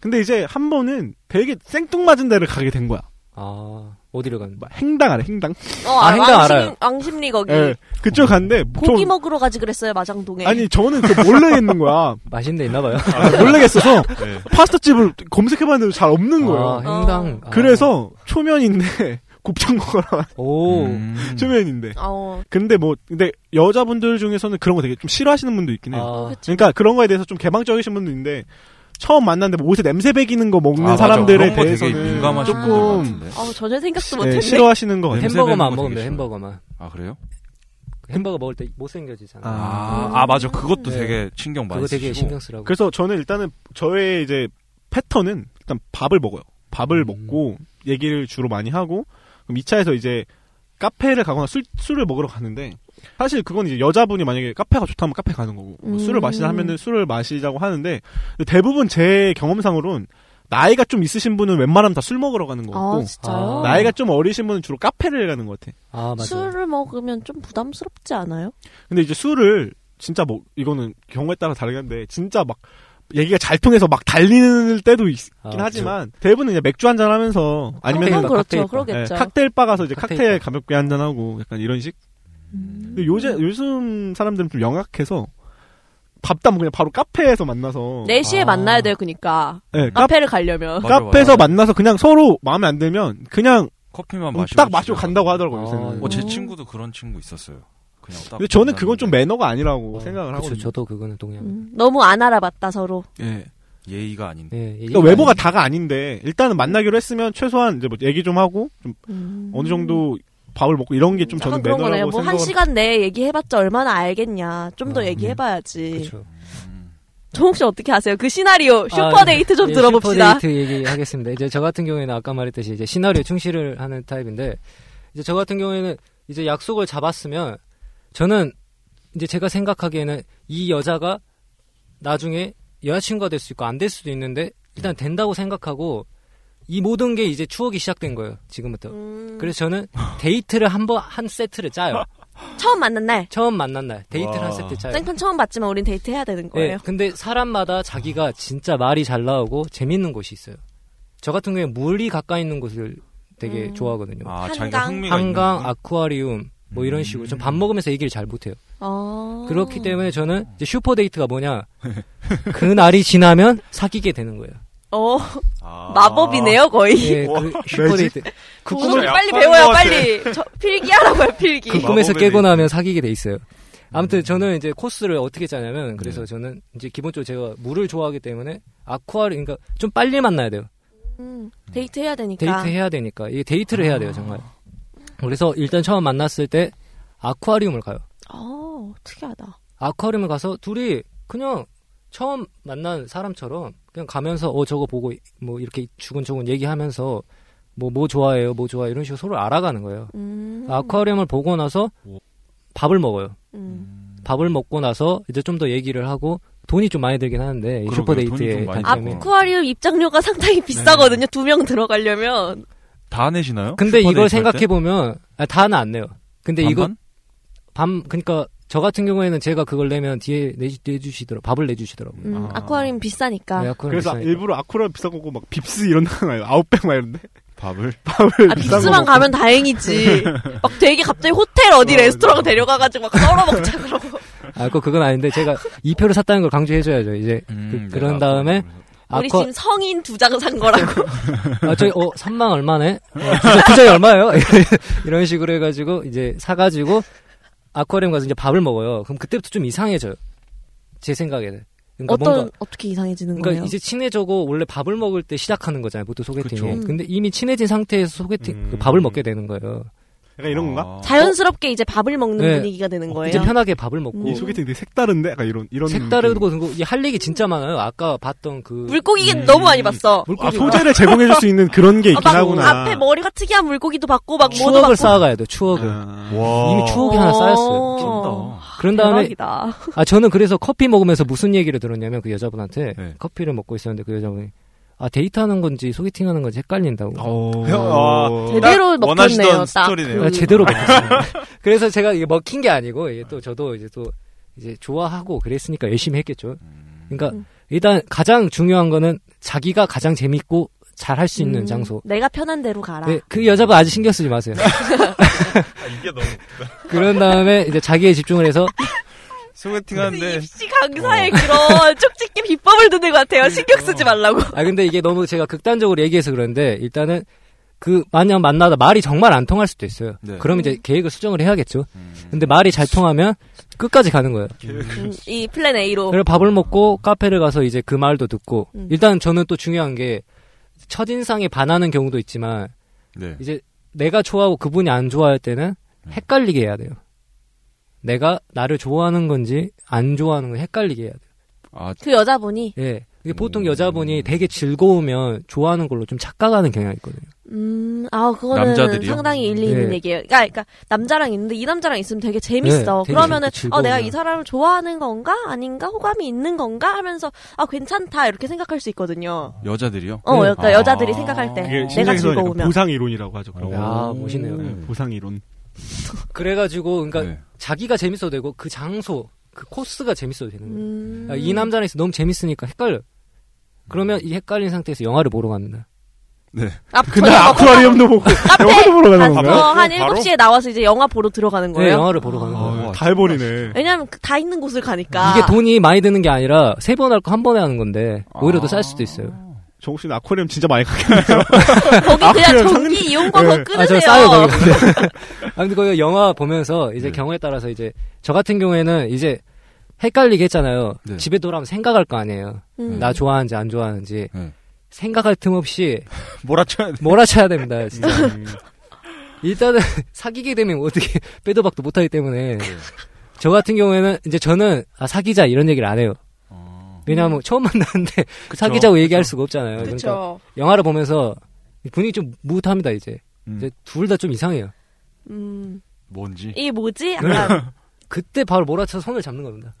[SPEAKER 4] 근데 이제 한 번은 되게 생뚱맞은 데를 가게 된 거야.
[SPEAKER 5] 아, 어디를 간?
[SPEAKER 4] 막 행당 알아, 행당.
[SPEAKER 2] 어,
[SPEAKER 5] 아,
[SPEAKER 2] 아,
[SPEAKER 5] 행당
[SPEAKER 2] 왕심,
[SPEAKER 5] 알아요.
[SPEAKER 2] 왕심리 거기.
[SPEAKER 4] 예. 그쪽 갔는데 뭐
[SPEAKER 2] 고기
[SPEAKER 4] 좀-
[SPEAKER 2] 먹으러 가지 그랬어요, 마장동에.
[SPEAKER 4] 아니 저는 그 몰래 있는 거야. 아,
[SPEAKER 5] 맛있는 데 있나 봐요.
[SPEAKER 4] 몰래겠어서
[SPEAKER 2] 네.
[SPEAKER 4] 파스타 집을 검색해봤는데 잘 없는 거예요.
[SPEAKER 5] 아,
[SPEAKER 2] 어.
[SPEAKER 5] 행당. 아.
[SPEAKER 4] 그래서 초면인데 곱창 먹으라
[SPEAKER 5] 오.
[SPEAKER 3] 음.
[SPEAKER 4] 초면인데
[SPEAKER 2] 어,
[SPEAKER 4] 근데 뭐 근데 여자분들 중에서는 그런 거 되게 좀 싫어하시는 분도 있긴 해요
[SPEAKER 5] 아,
[SPEAKER 4] 그러니까 그런 거에 대해서 좀 개방적이신 분도 있는데 처음 만났는데 뭐 옷에 냄새 배기는 거 먹는
[SPEAKER 3] 아, 맞아.
[SPEAKER 4] 사람들에
[SPEAKER 3] 그런 거 되게
[SPEAKER 4] 대해서는
[SPEAKER 3] 민감하신 분들
[SPEAKER 4] 조금
[SPEAKER 3] 같은데.
[SPEAKER 2] 어, 전혀 생각도
[SPEAKER 4] 예,
[SPEAKER 2] 못했네.
[SPEAKER 4] 싫어하시는 뭐 것 같아요
[SPEAKER 3] 냄새
[SPEAKER 5] 햄버거만 안
[SPEAKER 3] 배는 거
[SPEAKER 5] 먹으면 돼,
[SPEAKER 3] 되게
[SPEAKER 5] 햄버거만.
[SPEAKER 3] 아 그래요?
[SPEAKER 5] 햄버거 먹을 때 못생겨지잖아.
[SPEAKER 3] 아,
[SPEAKER 5] 요
[SPEAKER 3] 아, 맞아 그것도
[SPEAKER 5] 네.
[SPEAKER 3] 되게 신경 많이
[SPEAKER 5] 그거 되게
[SPEAKER 3] 쓰시고.
[SPEAKER 5] 신경 쓰라고.
[SPEAKER 4] 그래서 저는 일단은 저의 이제 패턴은 일단 밥을 먹어요 밥을
[SPEAKER 5] 음.
[SPEAKER 4] 먹고 얘기를 주로 많이 하고 그럼 2차에서 이제 카페를 가거나 술, 술을 먹으러 가는데 사실 그건 이제 여자분이 만약에 카페가 좋다면 카페 가는 거고 뭐
[SPEAKER 2] 음.
[SPEAKER 4] 술을 마시자 하면은 술을 마시자고 하는데 근데 대부분 제 경험상으론 나이가 좀 있으신 분은 웬만하면 다 술 먹으러 가는 것
[SPEAKER 2] 아,
[SPEAKER 4] 같고
[SPEAKER 2] 진짜요?
[SPEAKER 5] 아,
[SPEAKER 4] 나이가 좀 어리신 분은 주로 카페를 가는 것 같아
[SPEAKER 5] 아, 맞아.
[SPEAKER 2] 술을 먹으면 좀 부담스럽지 않아요?
[SPEAKER 4] 근데 이제 술을 진짜 뭐 이거는 경우에 따라 다르긴 한데 진짜 막 얘기가 잘 통해서 막 달리는 때도 있긴
[SPEAKER 5] 아, 그렇죠.
[SPEAKER 4] 하지만 대부분은 이제 맥주 한잔 하면서 아니면 예,
[SPEAKER 2] 그건
[SPEAKER 5] 칵테일
[SPEAKER 2] 그렇죠.
[SPEAKER 5] 바,
[SPEAKER 2] 그러겠죠.
[SPEAKER 4] 칵테일 바 가서 이제 칵테일,
[SPEAKER 5] 칵테일 바. 음.
[SPEAKER 4] 가볍게 한잔 하고 약간 이런 식. 근데 요새 요즘 사람들은 좀 영악해서 밥도 안 먹고 그냥 바로 카페에서 만나서
[SPEAKER 2] 4시에
[SPEAKER 5] 아.
[SPEAKER 2] 만나야 돼요, 그니까.
[SPEAKER 4] 예, 카,
[SPEAKER 2] 카페를 가려면.
[SPEAKER 3] 맞아,
[SPEAKER 4] 페에서
[SPEAKER 3] 맞아.
[SPEAKER 4] 만나서 그냥 서로 마음에 안 들면 그냥
[SPEAKER 3] 커피만 마시고
[SPEAKER 4] 음, 딱 마시고
[SPEAKER 3] 집에
[SPEAKER 4] 간다고 하더라고요.
[SPEAKER 5] 아,
[SPEAKER 4] 요새는.
[SPEAKER 3] 어, 제
[SPEAKER 2] 음.
[SPEAKER 3] 친구도 그런 친구 있었어요. 그냥 딱
[SPEAKER 4] 근데 저는 그건 좀
[SPEAKER 3] 만났는데
[SPEAKER 4] 매너가 아니라고
[SPEAKER 5] 어,
[SPEAKER 4] 생각을
[SPEAKER 5] 그쵸,
[SPEAKER 4] 하고
[SPEAKER 5] 저도 그거는 동의합니다.
[SPEAKER 2] 음, 너무 안 알아봤다, 서로.
[SPEAKER 4] 예.
[SPEAKER 3] 예의가 아닌데.
[SPEAKER 5] 예, 예,
[SPEAKER 4] 그러니까 외모가 다가 아닌데 일단은 만나기로 했으면 최소한 이제 뭐 얘기 좀 하고 좀
[SPEAKER 2] 음.
[SPEAKER 4] 어느 정도 밥을 먹고 이런 게 좀
[SPEAKER 3] 음.
[SPEAKER 4] 저는
[SPEAKER 2] 약간 그런 거네요.
[SPEAKER 4] 매너라고 아, 네.
[SPEAKER 2] 뭐 한
[SPEAKER 4] 생각을
[SPEAKER 2] 시간 내에 얘기해봤자 얼마나 알겠냐. 좀 더 얘기해봐야지.
[SPEAKER 5] 그렇죠.
[SPEAKER 2] 정욱 씨 어떻게 아세요? 그 시나리오 슈퍼데이트 좀
[SPEAKER 5] 예,
[SPEAKER 2] 들어봅시다.
[SPEAKER 5] 슈퍼데이트 얘기하겠습니다. 이제 저 같은 경우에는 아까 말했듯이 이제 시나리오 충실을 하는 타입인데 이제 저 같은 경우에는 이제 약속을 잡았으면 저는 이제 제가 생각하기에는 이 여자가 나중에 여자친구가 될 수 있고 안 될 수도 있는데 일단 된다고 생각하고 이 모든 게 이제 추억이 시작된 거예요 지금부터.
[SPEAKER 2] 음.
[SPEAKER 5] 그래서 저는 데이트를 한번 한 세트를 짜요.
[SPEAKER 2] 처음 만난 날.
[SPEAKER 5] 처음 만난 날 데이트를 한 세트 짜요.
[SPEAKER 2] 땡판 처음 봤지만 우린 데이트 해야 되는
[SPEAKER 5] 예,
[SPEAKER 2] 거예요.
[SPEAKER 5] 근데 사람마다 자기가 진짜 말이 잘 나오고 재밌는 곳이 있어요. 저 같은 경우에 물이 가까이 있는 곳을 되게
[SPEAKER 2] 음.
[SPEAKER 5] 좋아하거든요.
[SPEAKER 3] 아, 자기가 한강? 흥미가
[SPEAKER 5] 한강, 아쿠아리움 뭐 이런 식으로 전 밥 먹으면서 얘기를 잘 못해요.
[SPEAKER 2] 어.
[SPEAKER 5] 그렇기 때문에 저는 이제 슈퍼 데이트가 뭐냐 그 날이 지나면 사귀게 되는 거예요.
[SPEAKER 2] 어.
[SPEAKER 3] 아.
[SPEAKER 4] 아.
[SPEAKER 2] 마법이네요, 거의.
[SPEAKER 5] 예, 그 슈퍼 데이트. 그
[SPEAKER 2] 오늘
[SPEAKER 5] 꿈을
[SPEAKER 2] 빨리 배워요, 빨리. 저, 필기하라고요, 필기.
[SPEAKER 5] 그 꿈에서 깨고 나면 사귀게 돼 있어요. 아무튼 저는 이제 코스를 어떻게 짜냐면 그래서 저는 이제 기본적으로 제가 물을 좋아하기 때문에 아쿠아리움 그러니까 좀 빨리 만나야 돼요.
[SPEAKER 2] 음, 데이트 해야 되니까. 아.
[SPEAKER 5] 데이트 해야 되니까 이게 데이트를 해야 돼요 정말. 그래서 일단 처음 만났을 때 아쿠아리움을 가요.
[SPEAKER 2] 어, 특이하다.
[SPEAKER 5] 아쿠아리움을 가서 둘이 그냥 처음 만난 사람처럼 그냥 가면서 어 저거 보고 뭐 이렇게 주근주근 얘기하면서 뭐 뭐 좋아해요 뭐 좋아 해요 이런 식으로 서로 알아가는 거예요.
[SPEAKER 2] 음.
[SPEAKER 5] 아쿠아리움을 그 보고 나서 밥을 먹어요.
[SPEAKER 2] 음.
[SPEAKER 5] 밥을 먹고 나서 이제 좀 더 얘기를 하고 돈이 좀 많이 들긴 하는데 이
[SPEAKER 3] 그러게요. 돈이
[SPEAKER 5] 슈퍼데이트의
[SPEAKER 3] 좀 많이
[SPEAKER 5] 단점이
[SPEAKER 2] 아쿠아리움 입장료가 상당히
[SPEAKER 4] 네.
[SPEAKER 2] 비싸거든요, 두 명 들어가려면.
[SPEAKER 3] 다 내시나요?
[SPEAKER 5] 근데
[SPEAKER 3] 슈퍼데이트 할
[SPEAKER 5] 이걸
[SPEAKER 3] 때?
[SPEAKER 5] 생각해 보면 아, 다는 안 내요. 근데 이거
[SPEAKER 3] 반반?
[SPEAKER 5] 밤 그러니까 저 같은 경우에는 제가 그걸 내면 뒤에 내, 내주시더라 밥을 내주시더라고요.
[SPEAKER 2] 음, 아. 쿠아리움 비싸니까.
[SPEAKER 5] 네, 아쿠아리움
[SPEAKER 4] 그래서
[SPEAKER 5] 비싸니까.
[SPEAKER 4] 일부러 아쿠라 비싼 거고 막 빕스 이런 데 가요. 아웃백 막 이런데.
[SPEAKER 3] 밥을
[SPEAKER 4] 밥을
[SPEAKER 2] 아,
[SPEAKER 4] 비싼
[SPEAKER 2] 빅스만
[SPEAKER 4] 거
[SPEAKER 2] 가면 다행이지. 막 되게 갑자기 호텔 어디
[SPEAKER 5] 네.
[SPEAKER 2] 레스토랑 데려가가지고 막 썰어먹자 그러고.
[SPEAKER 5] 아, 그 그건 아닌데 제가 이 표를 샀다는 걸 강조해줘야죠. 이제
[SPEAKER 3] 음,
[SPEAKER 4] 음,
[SPEAKER 5] 그, 런 다음에
[SPEAKER 2] 우리
[SPEAKER 5] 아쿠아
[SPEAKER 2] 지금 성인 두 장 산 거라고.
[SPEAKER 5] 아, 저기 어 3만 얼마네? 어, 부자, 부자이 얼마예요? 이런 식으로 해가지고 이제 사가지고 아쿠아리움 가서 이제 밥을 먹어요. 그럼 그때부터 좀 이상해져요. 제 생각에는. 그러니까
[SPEAKER 2] 어떤,
[SPEAKER 5] 뭔가
[SPEAKER 2] 어떻게 이상해지는
[SPEAKER 5] 그러니까
[SPEAKER 2] 거예요?
[SPEAKER 5] 이제 친해져고 원래 밥을 먹을 때 시작하는 거잖아요. 보통 소개팅이.
[SPEAKER 2] 그쵸.
[SPEAKER 5] 근데 이미 친해진 상태에서 소개팅 그 밥을 먹게 되는 거예요.
[SPEAKER 4] 약간 이런
[SPEAKER 3] 아.
[SPEAKER 4] 건가?
[SPEAKER 2] 자연스럽게 이제 밥을 먹는
[SPEAKER 5] 네.
[SPEAKER 2] 분위기가 되는 거예요.
[SPEAKER 5] 이제 편하게 밥을 먹고
[SPEAKER 2] 음.
[SPEAKER 4] 이 소개팅 되게 색다른데? 약간 이런 이런
[SPEAKER 5] 색다르고 그리고 이게 할 얘기 진짜 많아요. 아까 봤던 그
[SPEAKER 2] 물고기 너무 많이 봤어. 아,
[SPEAKER 4] 느낌. 아, 소재를 제공해 줄 수 있는 그런 게 있긴
[SPEAKER 2] 막
[SPEAKER 4] 하구나.
[SPEAKER 2] 어, 앞에 뭐 머리가 특이한 물고기도 받고 막 뭐도 받고.
[SPEAKER 5] 추억을 쌓아가야 돼요. 추억을
[SPEAKER 4] 네.
[SPEAKER 5] 이미 추억이 하나 쌓였어요. 그런 다음에
[SPEAKER 2] 대박이다.
[SPEAKER 5] 아 저는 그래서 커피 먹으면서 무슨 얘기를 들었냐면 그 여자분한테 커피를 먹고 있었는데 그 여자분이 아 데이트하는 건지 소개팅하는 건지 헷갈린다고.
[SPEAKER 4] 아, 어.
[SPEAKER 2] 제대로
[SPEAKER 3] 딱
[SPEAKER 2] 먹혔네요.
[SPEAKER 3] 원하시던
[SPEAKER 2] 딱.
[SPEAKER 3] 스토리네요.
[SPEAKER 5] 아, 제대로 먹었어요. 그래서 제가 이게 먹힌 게 아니고 이게 또 저도 이제 또 이제 좋아하고 그랬으니까 열심히 했겠죠. 그러니까
[SPEAKER 2] 음.
[SPEAKER 5] 일단 가장 중요한 거는 자기가 가장 재밌고 잘 할 수 있는
[SPEAKER 2] 음,
[SPEAKER 5] 장소.
[SPEAKER 2] 내가 편한 대로 가라.
[SPEAKER 5] 네, 그 여자분 아직 신경 쓰지 마세요.
[SPEAKER 4] 네.
[SPEAKER 3] 이게 너무
[SPEAKER 5] 그런 다음에 이제 자기에 집중을 해서
[SPEAKER 3] 소개팅하는데
[SPEAKER 2] 입시
[SPEAKER 5] 어.
[SPEAKER 2] 강사의 그런 쪽집기 비법을 듣는 것 같아요.
[SPEAKER 5] 그러니까.
[SPEAKER 2] 신경 쓰지 말라고.
[SPEAKER 5] 아 근데 이게 너무 제가 극단적으로 얘기해서 그런데 일단은 그 만약 만나다 말이 정말 안 통할 수도 있어요.
[SPEAKER 3] 네. 음.
[SPEAKER 5] 그럼 이제 계획을 수정을 해야겠죠. 근데 말이 잘 통하면 끝까지 가는 거예요.
[SPEAKER 2] 음, 이 플랜 A로.
[SPEAKER 5] 그래서 밥을 먹고 카페를 가서 이제 그 말도 듣고
[SPEAKER 2] 음.
[SPEAKER 5] 일단 저는 또 중요한 게 첫인상에 반하는 경우도 있지만
[SPEAKER 3] 네.
[SPEAKER 5] 이제 내가 좋아하고 그분이 안 좋아할 때는 헷갈리게 해야 돼요. 내가 나를 좋아하는 건지 안 좋아하는 건지 헷갈리게 해야 돼요.
[SPEAKER 3] 아,
[SPEAKER 2] 그 여자분이
[SPEAKER 5] 예. 이게 보통 여자분이 되게 즐거우면 좋아하는 걸로 좀 착각하는 경향이 있거든요.
[SPEAKER 2] 음, 아 그거는
[SPEAKER 3] 남자들이요?
[SPEAKER 2] 상당히 일리 있는
[SPEAKER 5] 네.
[SPEAKER 2] 얘기예요. 그러니까, 그러니까 남자랑 있는데 이 남자랑 있으면 되게 재밌어.
[SPEAKER 5] 네, 되게
[SPEAKER 2] 그러면은
[SPEAKER 5] 재밌고
[SPEAKER 2] 어 내가
[SPEAKER 5] 즐거워요.
[SPEAKER 2] 이 사람을 좋아하는 건가 아닌가 호감이 있는 건가 하면서 아 괜찮다 이렇게 생각할 수 있거든요.
[SPEAKER 3] 여자들이요?
[SPEAKER 5] 네.
[SPEAKER 2] 어, 그러니까
[SPEAKER 3] 아.
[SPEAKER 2] 여자들이 생각할 때
[SPEAKER 4] 이게
[SPEAKER 2] 내가
[SPEAKER 4] 심리학에서 약간
[SPEAKER 2] 즐거우면
[SPEAKER 4] 보상 이론이라고 하죠. 그런
[SPEAKER 5] 아,
[SPEAKER 4] 거.
[SPEAKER 5] 멋있네요.
[SPEAKER 4] 네, 보상 이론.
[SPEAKER 5] 그래가지고 그러니까
[SPEAKER 3] 음. 네.
[SPEAKER 5] 자기가 재밌어도 되고 그 장소 그 코스가 재밌어도 되는 거예요.
[SPEAKER 2] 음.
[SPEAKER 5] 아, 이 남자는 너무 재밌으니까 헷갈려. 그러면 이 헷갈린 상태에서 영화를 보러 갑니다.
[SPEAKER 2] 앞,
[SPEAKER 4] 그날
[SPEAKER 2] 저녁 먹고
[SPEAKER 4] 아쿠아리움도 보고 영화도 보러 가는
[SPEAKER 2] 네. 아,
[SPEAKER 4] 건가요?
[SPEAKER 2] 어, 한
[SPEAKER 3] 바로?
[SPEAKER 2] 7시에 나와서 이제 영화 보러 들어가는
[SPEAKER 5] 네,
[SPEAKER 2] 거예요? 아.
[SPEAKER 5] 영화를 보러 가는 거예요.
[SPEAKER 4] 아, 다 해버리네.
[SPEAKER 2] 왜냐면 그다 있는 곳을 가니까.
[SPEAKER 5] 이게 돈이 많이 드는 게 아니라 세 번 할 거 한 번에 하는 건데
[SPEAKER 3] 아.
[SPEAKER 5] 오히려 더 쌀 수도 있어요. 아,
[SPEAKER 4] 정욱 씨는 아쿠아리움 진짜 많이 가겠네요.
[SPEAKER 2] 거기 그냥
[SPEAKER 4] 아쿠아리움
[SPEAKER 2] 전기 이용권
[SPEAKER 4] 네.
[SPEAKER 2] 거
[SPEAKER 5] 아, 저
[SPEAKER 2] 끊으세요.
[SPEAKER 5] 싸요 거기. 근데. 아 근데 거기 영화 보면서
[SPEAKER 3] 네.
[SPEAKER 5] 이제 경우에 따라서 이제 저 같은 경우에는 이제 헷갈리게 했잖아요.
[SPEAKER 3] 네.
[SPEAKER 5] 집에 돌아오면 생각할 거 아니에요.
[SPEAKER 2] 음.
[SPEAKER 5] 나 좋아하는지 안 좋아하는지
[SPEAKER 4] 음.
[SPEAKER 3] 네.
[SPEAKER 5] 생각할 틈 없이
[SPEAKER 3] 몰아쳐야 돼.
[SPEAKER 5] 몰아쳐야 됩니다. 진짜. 일단은 사귀게 되면 어떻게 빼도 박도 못하기 때문에 저 같은 경우에는 이제 저는 아, 사귀자 이런 얘기를 안 해요.
[SPEAKER 4] 어.
[SPEAKER 5] 왜냐하면 처음 만났는데
[SPEAKER 2] 그
[SPEAKER 5] 사귀자고 얘기할 수가 없잖아요.
[SPEAKER 2] 그쵸.
[SPEAKER 5] 그러니까 영화를 보면서 분위기 좀 무흡합니다 이제.
[SPEAKER 4] 음.
[SPEAKER 5] 둘 다 좀 이상해요.
[SPEAKER 2] 음.
[SPEAKER 3] 뭔지.
[SPEAKER 2] 이 뭐지? 약간
[SPEAKER 5] 그때 바로 몰아쳐 손을 잡는 겁니다.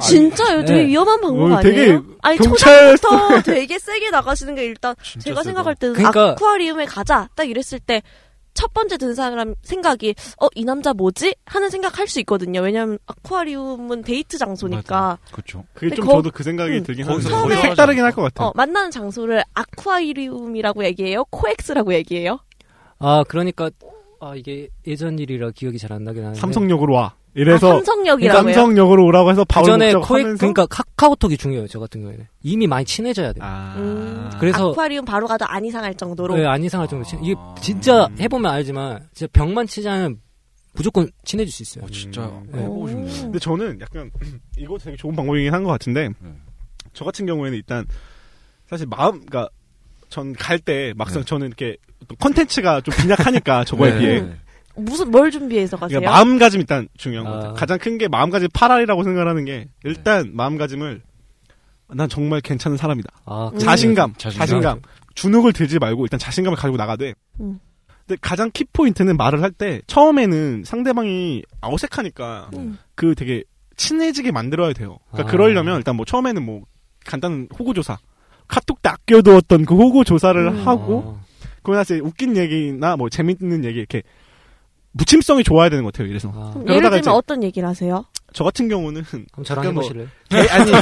[SPEAKER 2] 진짜요? 되게
[SPEAKER 5] 네.
[SPEAKER 2] 위험한 방법
[SPEAKER 5] 오늘 되게
[SPEAKER 2] 아니에요? 아니
[SPEAKER 5] 경찰서-
[SPEAKER 2] 초장부터 되게 세게 나가시는 게 일단 제가
[SPEAKER 5] 세다.
[SPEAKER 2] 생각할 때는
[SPEAKER 5] 그러니까-
[SPEAKER 2] 아쿠아리움에 가자 딱 이랬을 때 첫 번째 든 사람 생각이 어 이 남자 뭐지 하는 생각 할 수 있거든요. 왜냐하면 아쿠아리움은 데이트 장소니까.
[SPEAKER 3] 그렇죠.
[SPEAKER 4] 그게
[SPEAKER 2] 근데
[SPEAKER 4] 좀
[SPEAKER 2] 거-
[SPEAKER 4] 저도 그 생각이
[SPEAKER 2] 음.
[SPEAKER 4] 들긴
[SPEAKER 2] 거기서
[SPEAKER 4] 하는데
[SPEAKER 2] 거의
[SPEAKER 4] 거의
[SPEAKER 2] 하지
[SPEAKER 4] 색다르긴 할 것 같아요.
[SPEAKER 2] 어, 만나는 장소를 아쿠아리움이라고 얘기해요? 코엑스라고 얘기해요?
[SPEAKER 5] 아 그러니까 아 이게 예전 일이라 기억이 잘 안 나긴 하는데
[SPEAKER 4] 삼성역으로 와. 이래서
[SPEAKER 2] 네. 아, 삼성역이라고요? 그
[SPEAKER 4] 삼성역으로 오라고 해서 바로
[SPEAKER 5] 그 전에
[SPEAKER 4] 목적하면서
[SPEAKER 5] 코엑 그러니까 카카오톡이 중요해요 저 같은 경우에는 이미 많이 친해져야 돼요.
[SPEAKER 2] 음,
[SPEAKER 5] 그래서
[SPEAKER 2] 아쿠아리움 바로 가도 안 이상할 정도로.
[SPEAKER 5] 네, 안 이상할 정도로 친. 이게 진짜
[SPEAKER 4] 음.
[SPEAKER 5] 해보면 알지만 진짜 벽만 치지 않으면 무조건 친해질 수 있어요.
[SPEAKER 3] 진짜
[SPEAKER 4] 음.
[SPEAKER 5] 네.
[SPEAKER 3] 해보고 싶네요.
[SPEAKER 4] 근데 저는 약간 이거 되게 좋은 방법이긴 한 것 같은데 저 같은 경우에는 일단 사실 마음 그러니까 전 갈 때 막상 저는 이렇게 어떤 컨텐츠가 좀 빈약하니까 저거에
[SPEAKER 3] 네.
[SPEAKER 2] 음,
[SPEAKER 4] 비해
[SPEAKER 3] 네.
[SPEAKER 2] 무슨 뭘 준비해서 가세요?
[SPEAKER 4] 그러니까 마음가짐 일단 중요한 것 같아요. 네. 가장 큰 게 마음가짐 파랄이라고 생각하는 게 일단 마음가짐을 난 정말 괜찮은 사람이다.
[SPEAKER 2] 음.
[SPEAKER 5] 아,
[SPEAKER 4] 음. 자신감,
[SPEAKER 3] 그래요?
[SPEAKER 4] 자신감,
[SPEAKER 3] 자신감.
[SPEAKER 4] 주눅을 들지 말고 일단 자신감을 가지고 나가되.
[SPEAKER 2] 음.
[SPEAKER 4] 근데 가장 키 포인트는 말을 할 때 처음에는 상대방이 어색하니까
[SPEAKER 2] 음.
[SPEAKER 4] 그 되게 친해지게 만들어야 돼요. 그러니까
[SPEAKER 3] 아.
[SPEAKER 4] 그러려면 일단 뭐 처음에는 뭐 간단한 호구 조사, 카톡 때 아껴두었던 그 호구 조사를
[SPEAKER 3] 음.
[SPEAKER 4] 하고 그거 사실 웃긴 얘기나 뭐 재밌는 얘기 이렇게 무침성이 좋아야 되는 것 같아요. 이래서
[SPEAKER 2] 그럼
[SPEAKER 4] 그러다가
[SPEAKER 2] 예를 들면
[SPEAKER 4] 이제
[SPEAKER 2] 어떤 얘기를 하세요?
[SPEAKER 4] 저 같은 경우는
[SPEAKER 5] 저랑
[SPEAKER 4] 그러니까 뭐
[SPEAKER 5] 해보실래요?
[SPEAKER 4] 개- 아니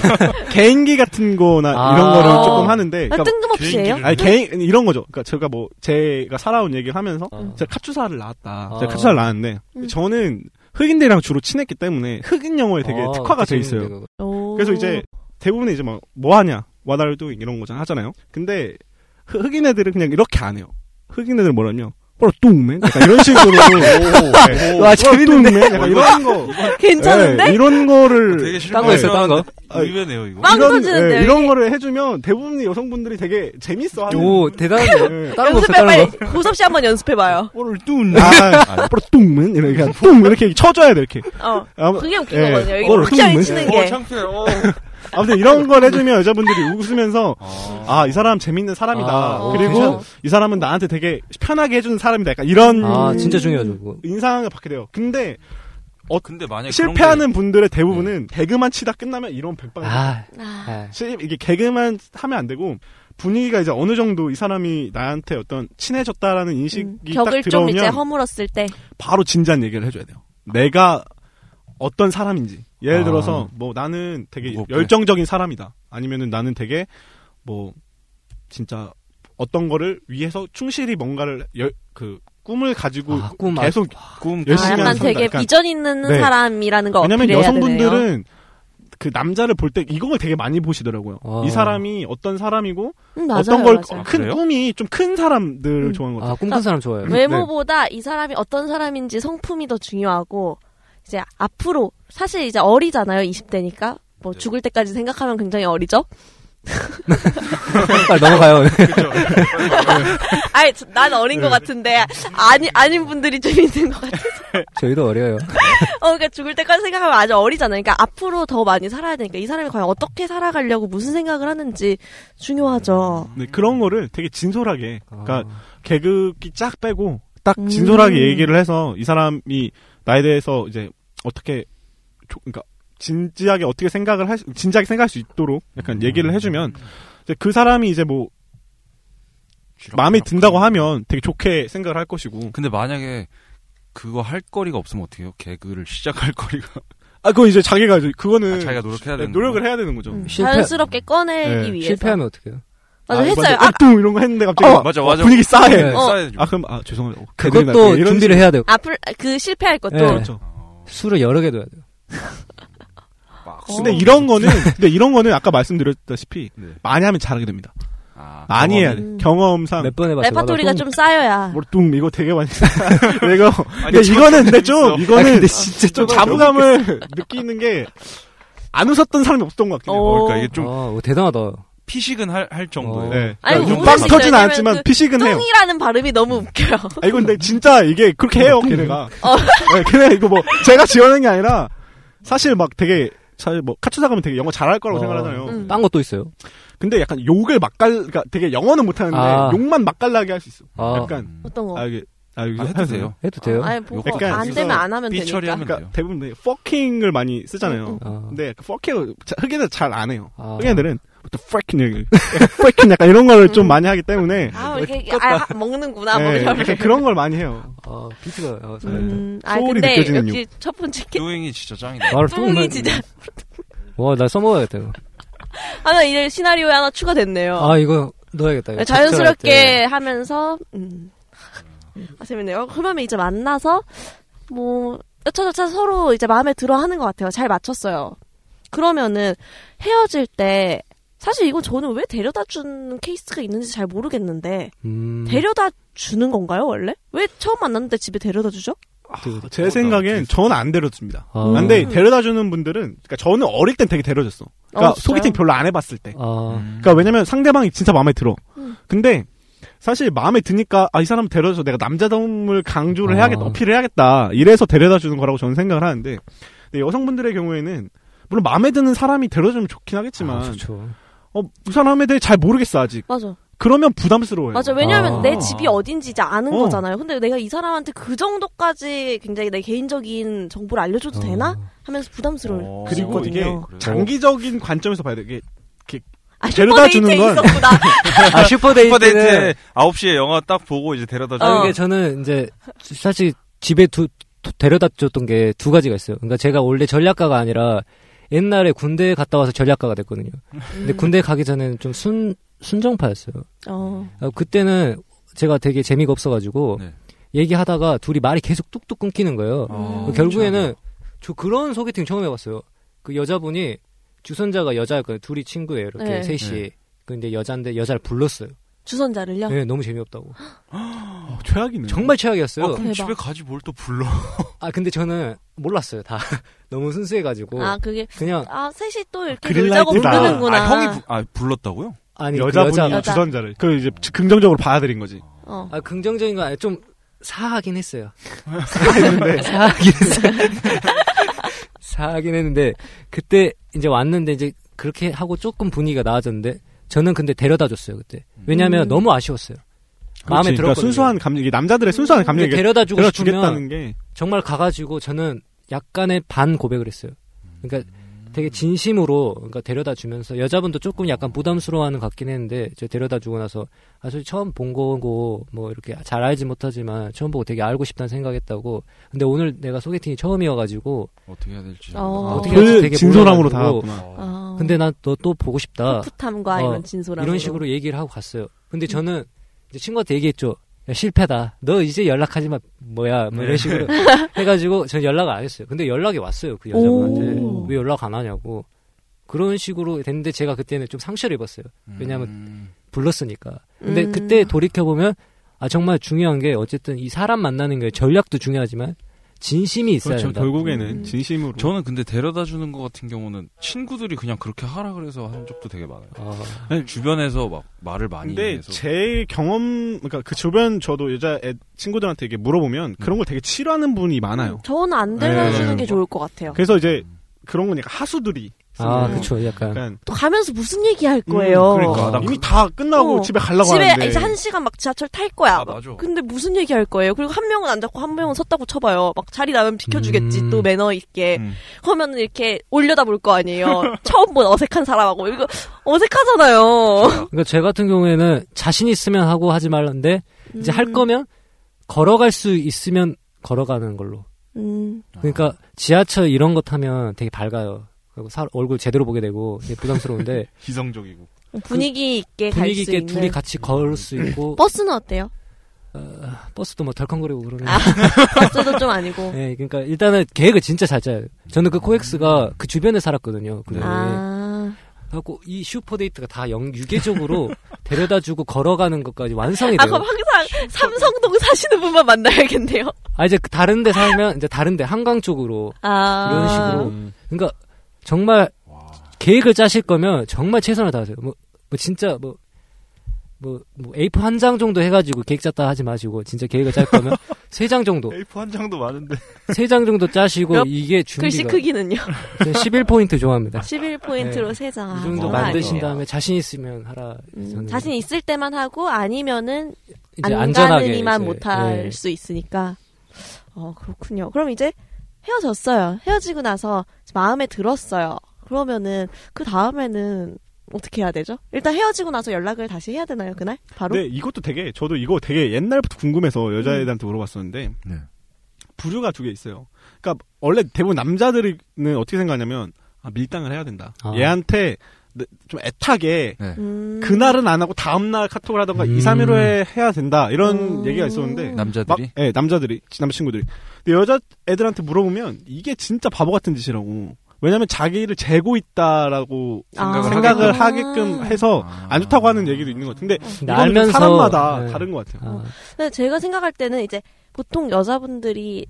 [SPEAKER 4] 개인기 같은 거나
[SPEAKER 5] 아.
[SPEAKER 4] 이런 거를
[SPEAKER 5] 어.
[SPEAKER 4] 조금 하는데
[SPEAKER 5] 아, 뜬금없이
[SPEAKER 4] 개인기를.
[SPEAKER 5] 해요?
[SPEAKER 4] 아니 개인 이런 거죠. 그러니까 제가 뭐 제가 살아온 얘기를 하면서 제가 카투사를 나왔다.
[SPEAKER 3] 아.
[SPEAKER 4] 제가 카투사를 나왔는데
[SPEAKER 3] 음.
[SPEAKER 4] 저는 흑인들이랑 주로 친했기 때문에 흑인 영어에 되게
[SPEAKER 3] 아,
[SPEAKER 4] 특화가
[SPEAKER 5] 음.
[SPEAKER 4] 돼
[SPEAKER 3] 재밌는데,
[SPEAKER 4] 있어요.
[SPEAKER 3] 그거.
[SPEAKER 4] 그래서 이제 대부분의 이제 막 뭐 하냐 와달도 이런 거잖아 하잖아요. 근데 흑- 흑인 애들은 그냥 이렇게 안 해요. 흑인 애들은 뭐라뇨? 뭐라 뚱맨? 약간 이런 식으로 네.
[SPEAKER 3] 와,
[SPEAKER 4] 뭐라
[SPEAKER 3] 재밌는데?
[SPEAKER 4] 뚱맨? 약간 이런 거 네, 이런 거를
[SPEAKER 3] 아, 되게 실망 딴거 있어요, 딴 거? 의외네요, 이거. 빵
[SPEAKER 4] 이런,
[SPEAKER 3] 터지는데요,
[SPEAKER 4] 예,
[SPEAKER 3] 이게?
[SPEAKER 4] 이런 거를 해주면 대부분의 여성분들이 되게 재밌어하는.
[SPEAKER 5] 오, 대단하네요.
[SPEAKER 2] 연습해 빨리 고섭 씨 한번 연습해봐요.
[SPEAKER 4] 오늘 뚱. 아, 앞으로 뚱은 이렇게 뚱 이렇게 쳐줘야 돼 이렇게.
[SPEAKER 2] 어,
[SPEAKER 4] 아,
[SPEAKER 2] 그게 웃긴
[SPEAKER 4] 예.
[SPEAKER 2] 거거든요. 이게
[SPEAKER 4] 뭐를
[SPEAKER 2] 확실하게
[SPEAKER 4] 뚱은?
[SPEAKER 2] 치는
[SPEAKER 3] 어,
[SPEAKER 2] 게.
[SPEAKER 4] 어, 아무튼 이런 걸 해주면 여자분들이 웃으면서 아 이 사람 재밌는 사람이다.
[SPEAKER 5] 아, 오,
[SPEAKER 4] 그리고
[SPEAKER 5] 괜찮아.
[SPEAKER 4] 이 사람은 나한테 되게 편하게 해주는 사람이다. 약간 이런
[SPEAKER 5] 아, 진짜 네, 중요하죠,
[SPEAKER 4] 음.
[SPEAKER 5] 그거.
[SPEAKER 4] 인상을 받게 돼요. 근데 어,
[SPEAKER 3] 근데 만약에
[SPEAKER 4] 실패하는 분들의 대부분은
[SPEAKER 5] 네.
[SPEAKER 4] 개그만 치다 끝나면 이런 백방.
[SPEAKER 3] 아,
[SPEAKER 4] 실 이게 개그만 하면 안 되고 분위기가 이제 어느 정도 이 사람이 나한테 어떤 친해졌다라는 인식이
[SPEAKER 2] 벽을
[SPEAKER 4] 딱
[SPEAKER 2] 음, 좀
[SPEAKER 4] 들어오면
[SPEAKER 2] 이제 허물었을 때.
[SPEAKER 4] 바로 진지한 얘기를 해줘야 돼요. 내가 어떤 사람인지. 예를
[SPEAKER 3] 아.
[SPEAKER 4] 들어서 뭐 나는 되게
[SPEAKER 3] 무겁게.
[SPEAKER 4] 열정적인 사람이다. 아니면은 나는 되게 뭐 진짜 어떤 거를 위해서 충실히 뭔가를 열, 그 꿈을 가지고
[SPEAKER 5] 꿈, 아,
[SPEAKER 4] 계속
[SPEAKER 3] 꿈
[SPEAKER 4] 열심히
[SPEAKER 2] 아,
[SPEAKER 4] 하는
[SPEAKER 2] 약간
[SPEAKER 4] 사람이다.
[SPEAKER 2] 되게
[SPEAKER 4] 약간-
[SPEAKER 2] 비전 있는
[SPEAKER 4] 네.
[SPEAKER 2] 사람이라는 거
[SPEAKER 4] 왜냐면
[SPEAKER 2] 어필해야
[SPEAKER 4] 여성분들은
[SPEAKER 2] 되네요.
[SPEAKER 4] 그 남자를 볼 때 이걸 되게 많이 보시더라고요. 이 사람이 어떤 사람이고
[SPEAKER 2] 음, 맞아요,
[SPEAKER 4] 어떤 걸
[SPEAKER 2] 맞아요. 음.
[SPEAKER 4] 큰
[SPEAKER 2] 어. 그래요?
[SPEAKER 4] 꿈이 좀 큰 사람들을 좋아하는 것 같아요.
[SPEAKER 5] 아, 꿈큰 사람
[SPEAKER 4] 음,
[SPEAKER 5] 좋아해요.
[SPEAKER 4] 네.
[SPEAKER 2] 외모보다 이 사람이 어떤 사람인지 성품이 더 중요하고 이제 앞으로 사실 이제 어리잖아요. 20대니까 뭐
[SPEAKER 4] 네.
[SPEAKER 2] 죽을 때까지 생각하면 굉장히 어리죠.
[SPEAKER 5] 빨리 넘어가요.
[SPEAKER 2] 아니, 저- 난 어린
[SPEAKER 4] 네.
[SPEAKER 2] 것 같은데 아니 아닌 분들이 좀 있는 것 같아서.
[SPEAKER 5] 저희도 어려요.
[SPEAKER 2] 어, 그러니까 죽을 때까지 생각하면 아주 어리잖아요. 그러니까 앞으로 더 많이 살아야 되니까 이 사람이 과연 어떻게 살아가려고 무슨 생각을 하는지 중요하죠.
[SPEAKER 4] 네, 그런 거를 되게 진솔하게, 그러니까
[SPEAKER 5] 아,
[SPEAKER 4] 개그기 쫙 빼고 딱 진솔하게
[SPEAKER 3] 음.
[SPEAKER 4] 얘기를 해서 이 사람이 나에 대해서 이제 어떻게, 조- 그러니까 진지하게 어떻게 생각을 할, 수- 진지하게 생각할 수 있도록 약간 얘기를 해주면 이제 그 사람이 이제 뭐 마음에 든다고 하면 되게 좋게 생각을 할 것이고.
[SPEAKER 3] 근데 만약에 그거 할 거리가 없으면 어떻게 해요? 개그를 시작할 거리가.
[SPEAKER 4] 아, 그건 이제 자기가, 이제 그거는.
[SPEAKER 3] 아, 자기가 노력해야
[SPEAKER 4] 네,
[SPEAKER 3] 되는
[SPEAKER 4] 노력을
[SPEAKER 3] 거구나.
[SPEAKER 4] 해야 되는 거죠.
[SPEAKER 2] 자연스럽게 꺼내기
[SPEAKER 4] 네.
[SPEAKER 2] 위해서.
[SPEAKER 5] 실패하면 어떡해요?
[SPEAKER 2] 음. 맞아,
[SPEAKER 4] 아,
[SPEAKER 2] 했어요.
[SPEAKER 4] 맞아.
[SPEAKER 2] 아,
[SPEAKER 4] 뚱뚱 이런 거 했는데 갑자기
[SPEAKER 3] 어, 맞아, 맞아.
[SPEAKER 4] 분위기 싸해.
[SPEAKER 3] 네, 어. 싸해야죠.
[SPEAKER 4] 아 그럼 아 죄송합니다.
[SPEAKER 5] 그것도
[SPEAKER 4] 이런
[SPEAKER 5] 준비를
[SPEAKER 4] 식으로.
[SPEAKER 5] 해야 돼요.
[SPEAKER 2] 앞을 그 실패할 것도
[SPEAKER 5] 예.
[SPEAKER 4] 네. 그렇죠.
[SPEAKER 5] 술을 여러 개 둬야 돼요.
[SPEAKER 4] 근데 이런 거는 근데 이런 거는 아까 말씀드렸다시피 많이 하면 잘하게 됩니다. 많이 네. 해야 돼. 네. 아, 경험상 몇
[SPEAKER 5] 번
[SPEAKER 2] 레퍼토리가 좀 쌓여야.
[SPEAKER 4] 뚱 이거 되게 많이 내가 근데
[SPEAKER 3] 참
[SPEAKER 4] 이거는 근데 좀
[SPEAKER 3] 재밌어.
[SPEAKER 4] 이거는
[SPEAKER 3] 아니, 근데 진짜 저거
[SPEAKER 4] 좀 자부감을 느끼는 게 안 웃었던 사람이 없었던 것 같긴 해요. 어.
[SPEAKER 3] 그러니까 이게 좀
[SPEAKER 5] 아, 오, 대단하다. 어.
[SPEAKER 3] 피식은 할, 할 정도예요.
[SPEAKER 4] 네. 아니, 그러니까 눈빵 모르겠어요. 터진 않았지만 왜냐면 그 피식은 해요.
[SPEAKER 2] 똥이라는 발음이 너무 웃겨요.
[SPEAKER 4] 아 이건 근데 진짜 이게 그렇게 해요 걔네가. 네, 걔네 이거 뭐 제가 지어낸 게 아니라 사실 막 되게 사실 뭐 카츠사 가면 되게 영어 잘할 거라고
[SPEAKER 5] 어,
[SPEAKER 4] 생각하잖아요.
[SPEAKER 5] 음. 딴 것도 있어요.
[SPEAKER 4] 근데 약간 욕을 막갈 그러니까 되게 영어는 못 하는데
[SPEAKER 5] 아.
[SPEAKER 4] 욕만 막갈라게 할 수 있어.
[SPEAKER 5] 아.
[SPEAKER 4] 약간
[SPEAKER 2] 어떤 거?
[SPEAKER 4] 아 이게 아, 이거
[SPEAKER 3] 아, 해도
[SPEAKER 4] 하세요.
[SPEAKER 3] 돼요?
[SPEAKER 5] 해도 돼요?
[SPEAKER 2] 아니, 보고 안 되면 안 하면 되니까.
[SPEAKER 4] 그러니까 대부분 네, fucking을 많이
[SPEAKER 2] 어,
[SPEAKER 4] 쓰잖아요. 근데 약간 fucking을 자- 흑인들 잘 안 해요.
[SPEAKER 5] 아,
[SPEAKER 4] 흑인들은 뭐 또 fucking, 약간 fucking 약간 이런 거를 좀 많이 하기 때문에
[SPEAKER 2] 음. 아, 이렇게 아, 하- 먹는구나 뭐
[SPEAKER 4] 네,
[SPEAKER 2] 이러면.
[SPEAKER 4] 약간 그런 걸 많이 해요.
[SPEAKER 2] 어,
[SPEAKER 5] 아, 비트가 아,
[SPEAKER 2] 음, 아
[SPEAKER 4] 소울이
[SPEAKER 2] 근데
[SPEAKER 4] 느껴지는
[SPEAKER 2] 역시 첫 번째 게
[SPEAKER 3] 뚜잉이 진짜 짱이다.
[SPEAKER 4] 어.
[SPEAKER 5] 말을
[SPEAKER 2] 똥이 진짜.
[SPEAKER 5] 와, 나 써먹어야겠다. 이거.
[SPEAKER 2] 아, 하나 이제 시나리오에 하나 추가됐네요.
[SPEAKER 5] 아, 이거
[SPEAKER 4] 네,
[SPEAKER 5] 넣어야겠다. 이거.
[SPEAKER 2] 어. 네, 자연스럽게 하면서 음. 아, 재밌네요. 그러면 이제 만나서 뭐 여차저차 서로 이제 마음에 들어하는 것 같아요. 잘 맞췄어요. 그러면은 헤어질 때 사실 이건 저는 왜 데려다 주는 케이스가 있는지 잘 모르겠는데
[SPEAKER 5] 음.
[SPEAKER 2] 데려다 주는 건가요 원래? 왜 처음 만났는데 집에 데려다 주죠?
[SPEAKER 4] 제 생각엔 저는 안 데려줍니다.
[SPEAKER 5] 아.
[SPEAKER 4] 근데 데려다 주는 분들은, 그러니까 저는 어릴 땐 되게 데려줬어. 그러니까
[SPEAKER 2] 어, 진짜요?
[SPEAKER 4] 소개팅 별로 안 해봤을 때.
[SPEAKER 5] 아,
[SPEAKER 4] 그러니까 왜냐면 상대방이 진짜 마음에 들어.
[SPEAKER 2] 음.
[SPEAKER 4] 근데 사실 마음에 드니까 아 이 사람 데려줘서 내가 남자다움을 강조를
[SPEAKER 5] 아.
[SPEAKER 4] 해야겠다, 어필을 해야겠다. 이래서 데려다 주는 거라고 저는 생각을 하는데, 근데 여성분들의 경우에는 물론 마음에 드는 사람이 데려주면 좋긴 하겠지만,
[SPEAKER 5] 아, 좋죠.
[SPEAKER 4] 어, 그 사람에 대해 잘 모르겠어 아직.
[SPEAKER 2] 맞아.
[SPEAKER 4] 그러면 부담스러워요.
[SPEAKER 2] 맞아. 왜냐하면
[SPEAKER 5] 아.
[SPEAKER 2] 내 집이 어딘지 이제 아는
[SPEAKER 4] 어.
[SPEAKER 2] 거잖아요. 근데 내가 이 사람한테 그 정도까지 굉장히 내 개인적인 정보를 알려줘도 되나 하면서 부담스러울.
[SPEAKER 3] 어,
[SPEAKER 4] 아. 그리고 이게
[SPEAKER 3] 그래요?
[SPEAKER 4] 장기적인 관점에서 봐야 돼. 이게 이렇게
[SPEAKER 2] 아,
[SPEAKER 4] 데려다 주는
[SPEAKER 2] 슈퍼데이트에
[SPEAKER 4] 건
[SPEAKER 2] 있었구나.
[SPEAKER 5] 아, 슈퍼데이트는.
[SPEAKER 3] 슈퍼데이트 9시에 영화 딱 보고 이제 데려다
[SPEAKER 2] 어.
[SPEAKER 3] 줘.
[SPEAKER 5] 아, 이게 저는 이제 사실 집에 두, 두- 데려다 줬던 게 두 가지가 있어요. 그러니까 제가 원래 전략가가 아니라 옛날에 군대 갔다 와서 전략가가 됐거든요.
[SPEAKER 2] 음.
[SPEAKER 5] 근데 군대 가기 전에는 좀 순, 순정파였어요.
[SPEAKER 2] 어.
[SPEAKER 5] 아, 그때는 제가 되게 재미가 없어가지고
[SPEAKER 3] 네.
[SPEAKER 5] 얘기하다가 둘이 말이 계속 뚝뚝 끊기는 거예요.
[SPEAKER 2] 음.
[SPEAKER 4] 아,
[SPEAKER 3] 어,
[SPEAKER 5] 그
[SPEAKER 4] 네.
[SPEAKER 5] 결국에는 저 그런 소개팅 처음 해봤어요. 그 여자분이 주선자가 여자였거든요. 둘이 친구예요. 이렇게
[SPEAKER 2] 네.
[SPEAKER 5] 셋이.
[SPEAKER 3] 네.
[SPEAKER 5] 근데 여자인데 여자를 불렀어요.
[SPEAKER 2] 주선자를요?
[SPEAKER 5] 네, 너무 재미없다고.
[SPEAKER 4] 어, 최악이네.
[SPEAKER 5] 정말 최악이었어요.
[SPEAKER 3] 아, 그럼
[SPEAKER 2] 대박.
[SPEAKER 3] 집에 가지 뭘 또 불러.
[SPEAKER 5] 아 근데 저는 몰랐어요 다 너무 순수해가지고
[SPEAKER 2] 아 그게
[SPEAKER 5] 그냥
[SPEAKER 2] 아 셋이 또 이렇게
[SPEAKER 4] 그린라이트다.
[SPEAKER 2] 놀자고 부르는구나.
[SPEAKER 3] 아, 형이 부, 아, 불렀다고요?
[SPEAKER 5] 아니
[SPEAKER 4] 여자분이
[SPEAKER 5] 그 여자가
[SPEAKER 2] 여자.
[SPEAKER 4] 주선자를 그 이제 긍정적으로 받아들인 거지.
[SPEAKER 2] 어.
[SPEAKER 5] 아 긍정적인 건 아니 좀 사하긴 했어요
[SPEAKER 4] 했는데
[SPEAKER 5] 사하긴 했어요 사하긴 했는데 그때 이제 왔는데 이제 그렇게 하고 조금 분위기가 나아졌는데 저는 근데 데려다 줬어요 그때 왜냐하면
[SPEAKER 2] 음.
[SPEAKER 5] 너무 아쉬웠어요 마음에
[SPEAKER 4] 그렇지. 그러니까
[SPEAKER 5] 들었거든요
[SPEAKER 4] 순수한 감정 이게 남자들의
[SPEAKER 2] 음,
[SPEAKER 4] 순수한
[SPEAKER 5] 근데
[SPEAKER 4] 감정이
[SPEAKER 5] 데려다 주고
[SPEAKER 4] 데려
[SPEAKER 5] 싶으면
[SPEAKER 4] 주겠다는 게
[SPEAKER 5] 정말 가가지고 저는 약간의 반 고백을 했어요. 그러니까 되게 진심으로 그러니까 데려다 주면서 여자분도 조금 약간 부담스러워하는 것 같긴 했는데 제가 데려다 주고 나서 아 사실 처음 본 거고 뭐 이렇게 잘 알지 못하지만 처음 보고 되게 알고 싶다는 생각했다고 근데 오늘 내가 소개팅이 처음이어가지고
[SPEAKER 3] 어떻게 해야 될지.
[SPEAKER 2] 어.
[SPEAKER 3] 어.
[SPEAKER 5] 어떻게 해야 될지
[SPEAKER 4] 그
[SPEAKER 5] 되게
[SPEAKER 4] 진솔함으로
[SPEAKER 5] 몰라가지고
[SPEAKER 4] 다가왔구나.
[SPEAKER 2] 아.
[SPEAKER 5] 근데 난 너 또 보고 싶다
[SPEAKER 2] 풋풋함과
[SPEAKER 5] 어,
[SPEAKER 2] 이런 진솔함
[SPEAKER 5] 이런 식으로 얘기를 하고 갔어요. 근데 저는 이제 친구한테 얘기했죠. 야, 실패다. 너 이제 연락하지 마. 뭐야. 뭐 이런
[SPEAKER 4] 네.
[SPEAKER 5] 식으로 해가지고 저는 연락을 안 했어요. 근데 연락이 왔어요. 그 여자분한테.
[SPEAKER 2] 오.
[SPEAKER 5] 왜 연락 안 하냐고. 그런 식으로 됐는데 제가 그때는 좀 상처를 입었어요. 왜냐면
[SPEAKER 3] 음.
[SPEAKER 5] 불렀으니까. 근데
[SPEAKER 2] 음.
[SPEAKER 5] 그때 돌이켜보면 아, 정말 중요한 게 어쨌든 이 사람 만나는 게 전략도 중요하지만 진심이 있어야
[SPEAKER 4] 그렇죠.
[SPEAKER 5] 된다.
[SPEAKER 4] 결국에는
[SPEAKER 2] 음.
[SPEAKER 4] 진심으로.
[SPEAKER 3] 저는 근데 데려다 주는 것 같은 경우는 친구들이 그냥 그렇게 하라 그래서 한 적도 되게 많아요.
[SPEAKER 5] 아,
[SPEAKER 3] 주변에서 막 말을 많이
[SPEAKER 4] 근데
[SPEAKER 3] 해서.
[SPEAKER 4] 제 경험 그러니까 그 주변 저도 여자 애, 친구들한테 이게 물어보면 그런 걸 되게 싫어하는 분이 많아요.
[SPEAKER 2] 저는 안 데려다
[SPEAKER 4] 네.
[SPEAKER 2] 주는 게 좋을 것 같아요.
[SPEAKER 4] 그래서 이제 그런 거니까 하수들이
[SPEAKER 5] 아
[SPEAKER 4] 쓰는
[SPEAKER 5] 그쵸. 약간.
[SPEAKER 4] 약간
[SPEAKER 2] 또 가면서 무슨 얘기 할
[SPEAKER 4] 음,
[SPEAKER 2] 거예요.
[SPEAKER 4] 그러니까 나
[SPEAKER 3] 그-
[SPEAKER 4] 이미 다 끝나고
[SPEAKER 2] 어,
[SPEAKER 4] 집에 가려고
[SPEAKER 2] 집에
[SPEAKER 4] 하는데
[SPEAKER 2] 이제 한 시간 막 지하철 탈 거야.
[SPEAKER 3] 아,
[SPEAKER 2] 막.
[SPEAKER 3] 맞아.
[SPEAKER 2] 근데 무슨 얘기 할 거예요? 그리고 한 명은 앉았고 한 명은 섰다고 쳐봐요. 막 자리 나면 비켜주겠지.
[SPEAKER 5] 음.
[SPEAKER 2] 또 매너 있게.
[SPEAKER 3] 음.
[SPEAKER 2] 그러면 이렇게 올려다 볼 거 아니에요. 처음 본 어색한 사람하고 이거 어색하잖아요.
[SPEAKER 5] 그러니까 제 같은 경우에는 자신 있으면 하고 하지 말는데 이제
[SPEAKER 2] 음.
[SPEAKER 5] 할 거면 걸어갈 수 있으면 걸어가는 걸로.
[SPEAKER 2] 음.
[SPEAKER 5] 그러니까 지하철 이런 거 타면 되게 밝아요. 그리고 사- 얼굴 제대로 보게 되고 되게 부담스러운데
[SPEAKER 3] 기성적이고.
[SPEAKER 2] 분위기 있게 네, 갈 수
[SPEAKER 5] 분위기 있게
[SPEAKER 2] 있는.
[SPEAKER 5] 둘이 같이 걸을 수 있고
[SPEAKER 2] 버스는 어때요?
[SPEAKER 5] 버스도 뭐 덜컹거리고 그러는.
[SPEAKER 2] 아. 버스도 좀 아니고.
[SPEAKER 5] 네, 그러니까 일단은 계획을 진짜 잘 짜요. 저는 그 코엑스가 그 주변에 살았거든요. 근데
[SPEAKER 2] 음. 아.
[SPEAKER 5] 그래갖고 이 슈퍼데이트가 다 영, 유계적으로 데려다주고 걸어가는 것까지 완성이
[SPEAKER 2] 아,
[SPEAKER 5] 돼요.
[SPEAKER 2] 그럼 항상 삼성동 사시는 분만 만나야겠네요.
[SPEAKER 5] 아 이제 그 다른 데 살면 이제 다른 데 한강 쪽으로
[SPEAKER 2] 아.
[SPEAKER 5] 이런
[SPEAKER 3] 음.
[SPEAKER 5] 식으로 그러니까 정말 계획을 짜실 거면 정말 최선을 다하세요. 뭐 뭐 진짜 뭐. 뭐, 뭐 A4 한 장 정도 해가지고 계획 짰다 하지 마시고 진짜 계획을 짤 거면 세 장 정도
[SPEAKER 3] A4 한 장도 많은데
[SPEAKER 5] 세 장 정도 짜시고
[SPEAKER 2] 몇
[SPEAKER 5] 이게 준비가
[SPEAKER 2] 글씨 크기는요?
[SPEAKER 5] 저는 11포인트 좋아합니다
[SPEAKER 2] 11포인트로 세 장.
[SPEAKER 5] 네. 이 정도
[SPEAKER 2] 정말
[SPEAKER 5] 만드신
[SPEAKER 2] 아니에요. 음.
[SPEAKER 5] 다음에 자신 있으면 하라 저는
[SPEAKER 2] 자신 있을 때만 하고 아니면은
[SPEAKER 5] 이제
[SPEAKER 2] 안
[SPEAKER 5] 안전하게
[SPEAKER 2] 가는 이만
[SPEAKER 5] 이제,
[SPEAKER 2] 못 할
[SPEAKER 5] 예.
[SPEAKER 2] 수 있으니까. 어 그렇군요. 그럼 이제 헤어졌어요. 헤어지고 나서 마음에 들었어요. 그러면은 그 다음에는 어떻게 해야 되죠? 일단 헤어지고 나서 연락을 다시 해야 되나요 그날? 바로?
[SPEAKER 4] 네, 이것도 되게 저도 이거 되게 옛날부터 궁금해서
[SPEAKER 2] 음.
[SPEAKER 4] 여자애들한테 물어봤었는데
[SPEAKER 3] 네.
[SPEAKER 4] 부류가 두 개 있어요. 그러니까 원래 대부분 남자들은 어떻게 생각하냐면 아, 밀당을 해야 된다.
[SPEAKER 3] 아.
[SPEAKER 4] 얘한테 네, 좀 애타게
[SPEAKER 2] 음.
[SPEAKER 4] 그날은 안 하고 다음 날 카톡을 하던가 2, 3일 후에 해야 된다
[SPEAKER 2] 음.
[SPEAKER 4] 이런 얘기가 있었는데
[SPEAKER 3] 남자들이?
[SPEAKER 4] 막- 네, 남자들이 남자친구들이. 근데 여자 애들한테 물어보면 이게 진짜 바보 같은 짓이라고. 왜냐면 자기를 재고 있다라고
[SPEAKER 3] 생각을
[SPEAKER 2] 아.
[SPEAKER 4] 생각을,
[SPEAKER 2] 하게끔.
[SPEAKER 4] 하게끔
[SPEAKER 3] 어.
[SPEAKER 4] 해서
[SPEAKER 3] 아.
[SPEAKER 4] 안 좋다고 하는 얘기도 있는 것 같은데
[SPEAKER 5] 근데
[SPEAKER 4] 이거는 좀
[SPEAKER 5] 알면서-
[SPEAKER 4] 사람마다
[SPEAKER 5] 네.
[SPEAKER 4] 다른 것 같아요.
[SPEAKER 2] 어. 근데 제가 생각할 때는 이제 보통 여자분들이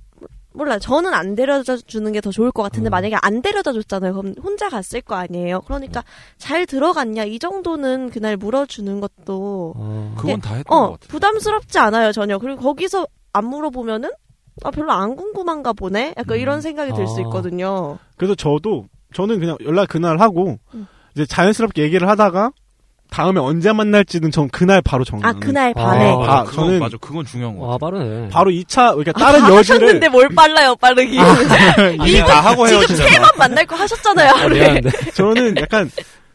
[SPEAKER 2] 몰라요. 저는 안 데려다 주는 게 더 좋을 것
[SPEAKER 4] 음.
[SPEAKER 2] 같은데 만약에 안 데려다 줬잖아요. 그럼 혼자 갔을 거 아니에요. 그러니까 잘 들어갔냐 이 정도는 그날 물어주는 것도
[SPEAKER 3] 그건 다 했던
[SPEAKER 2] 어,
[SPEAKER 3] 것 같아요.
[SPEAKER 2] 부담스럽지 않아요 전혀. 그리고 거기서 안 물어보면은 아 별로 안 궁금한가 보네. 약간 이런 생각이 들 수
[SPEAKER 4] 아.
[SPEAKER 2] 있거든요.
[SPEAKER 4] 그래서 저도 저는 그냥 연락 그날 하고
[SPEAKER 2] 음.
[SPEAKER 4] 이제 자연스럽게 얘기를 하다가 다음에 언제 만날지는 전 그날 바로 정하는.
[SPEAKER 2] 아, 그날 밤에.
[SPEAKER 4] 아,
[SPEAKER 3] 맞아, 어. 그건,
[SPEAKER 4] 저는
[SPEAKER 3] 맞아, 그건 중요한 것 같아요.
[SPEAKER 5] 아 빠르네
[SPEAKER 4] 바로 2차 그러니까 다른 여지를
[SPEAKER 2] 아, 하셨는데 뭘 빨라요 빠르기.
[SPEAKER 3] 이미 다 하고
[SPEAKER 2] 지금 세 번 만날 거 하셨잖아요. 하루에.
[SPEAKER 4] 저는 약간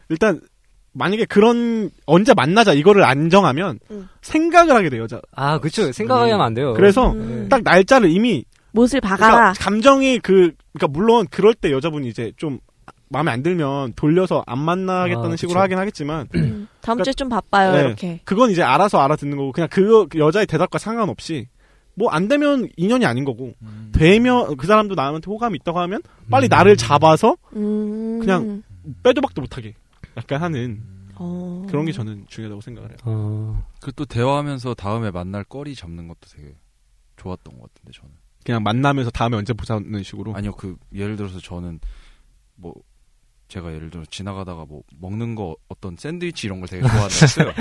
[SPEAKER 4] 일단 만약에 그런 언제 만나자 이거를 안 정하면
[SPEAKER 2] 음.
[SPEAKER 4] 생각을 하게 돼요 여자.
[SPEAKER 5] 아 그쵸 생각하면 안 돼요
[SPEAKER 4] 그래서
[SPEAKER 2] 음.
[SPEAKER 4] 딱 날짜를 이미
[SPEAKER 2] 못을
[SPEAKER 4] 그러니까
[SPEAKER 2] 박아라.
[SPEAKER 4] 감정이 그 그러니까 물론 그럴 때 여자분이 이제 좀 마음에 안 들면 돌려서 안 만나겠다는
[SPEAKER 5] 아,
[SPEAKER 4] 식으로
[SPEAKER 5] 그쵸.
[SPEAKER 4] 하긴 하겠지만
[SPEAKER 2] 다음 주에 좀 바빠요
[SPEAKER 4] 그러니까 네,
[SPEAKER 2] 이렇게.
[SPEAKER 4] 그건 이제 알아서 알아듣는 거고 그냥 그 여자의 대답과 상관없이 뭐 안 되면 인연이 아닌 거고
[SPEAKER 5] 음.
[SPEAKER 4] 되면 그 사람도 나한테 호감이 있다고 하면 빨리 나를 잡아서
[SPEAKER 2] 음.
[SPEAKER 4] 그냥 빼도 박도 못하게 약간 하는
[SPEAKER 2] 어.
[SPEAKER 4] 그런 게 저는 중요하다고 생각을 해요.
[SPEAKER 5] 어.
[SPEAKER 3] 그또 대화하면서 다음에 만날 거리 잡는 것도 되게 좋았던 것 같은데 저는.
[SPEAKER 4] 그냥 만나면서 다음에 언제 보자는 식으로.
[SPEAKER 3] 아니요 그 예를 들어서 저는 뭐 제가 예를 들어 지나가다가 뭐 먹는 거 어떤 샌드위치 이런 걸 되게 좋아했어요.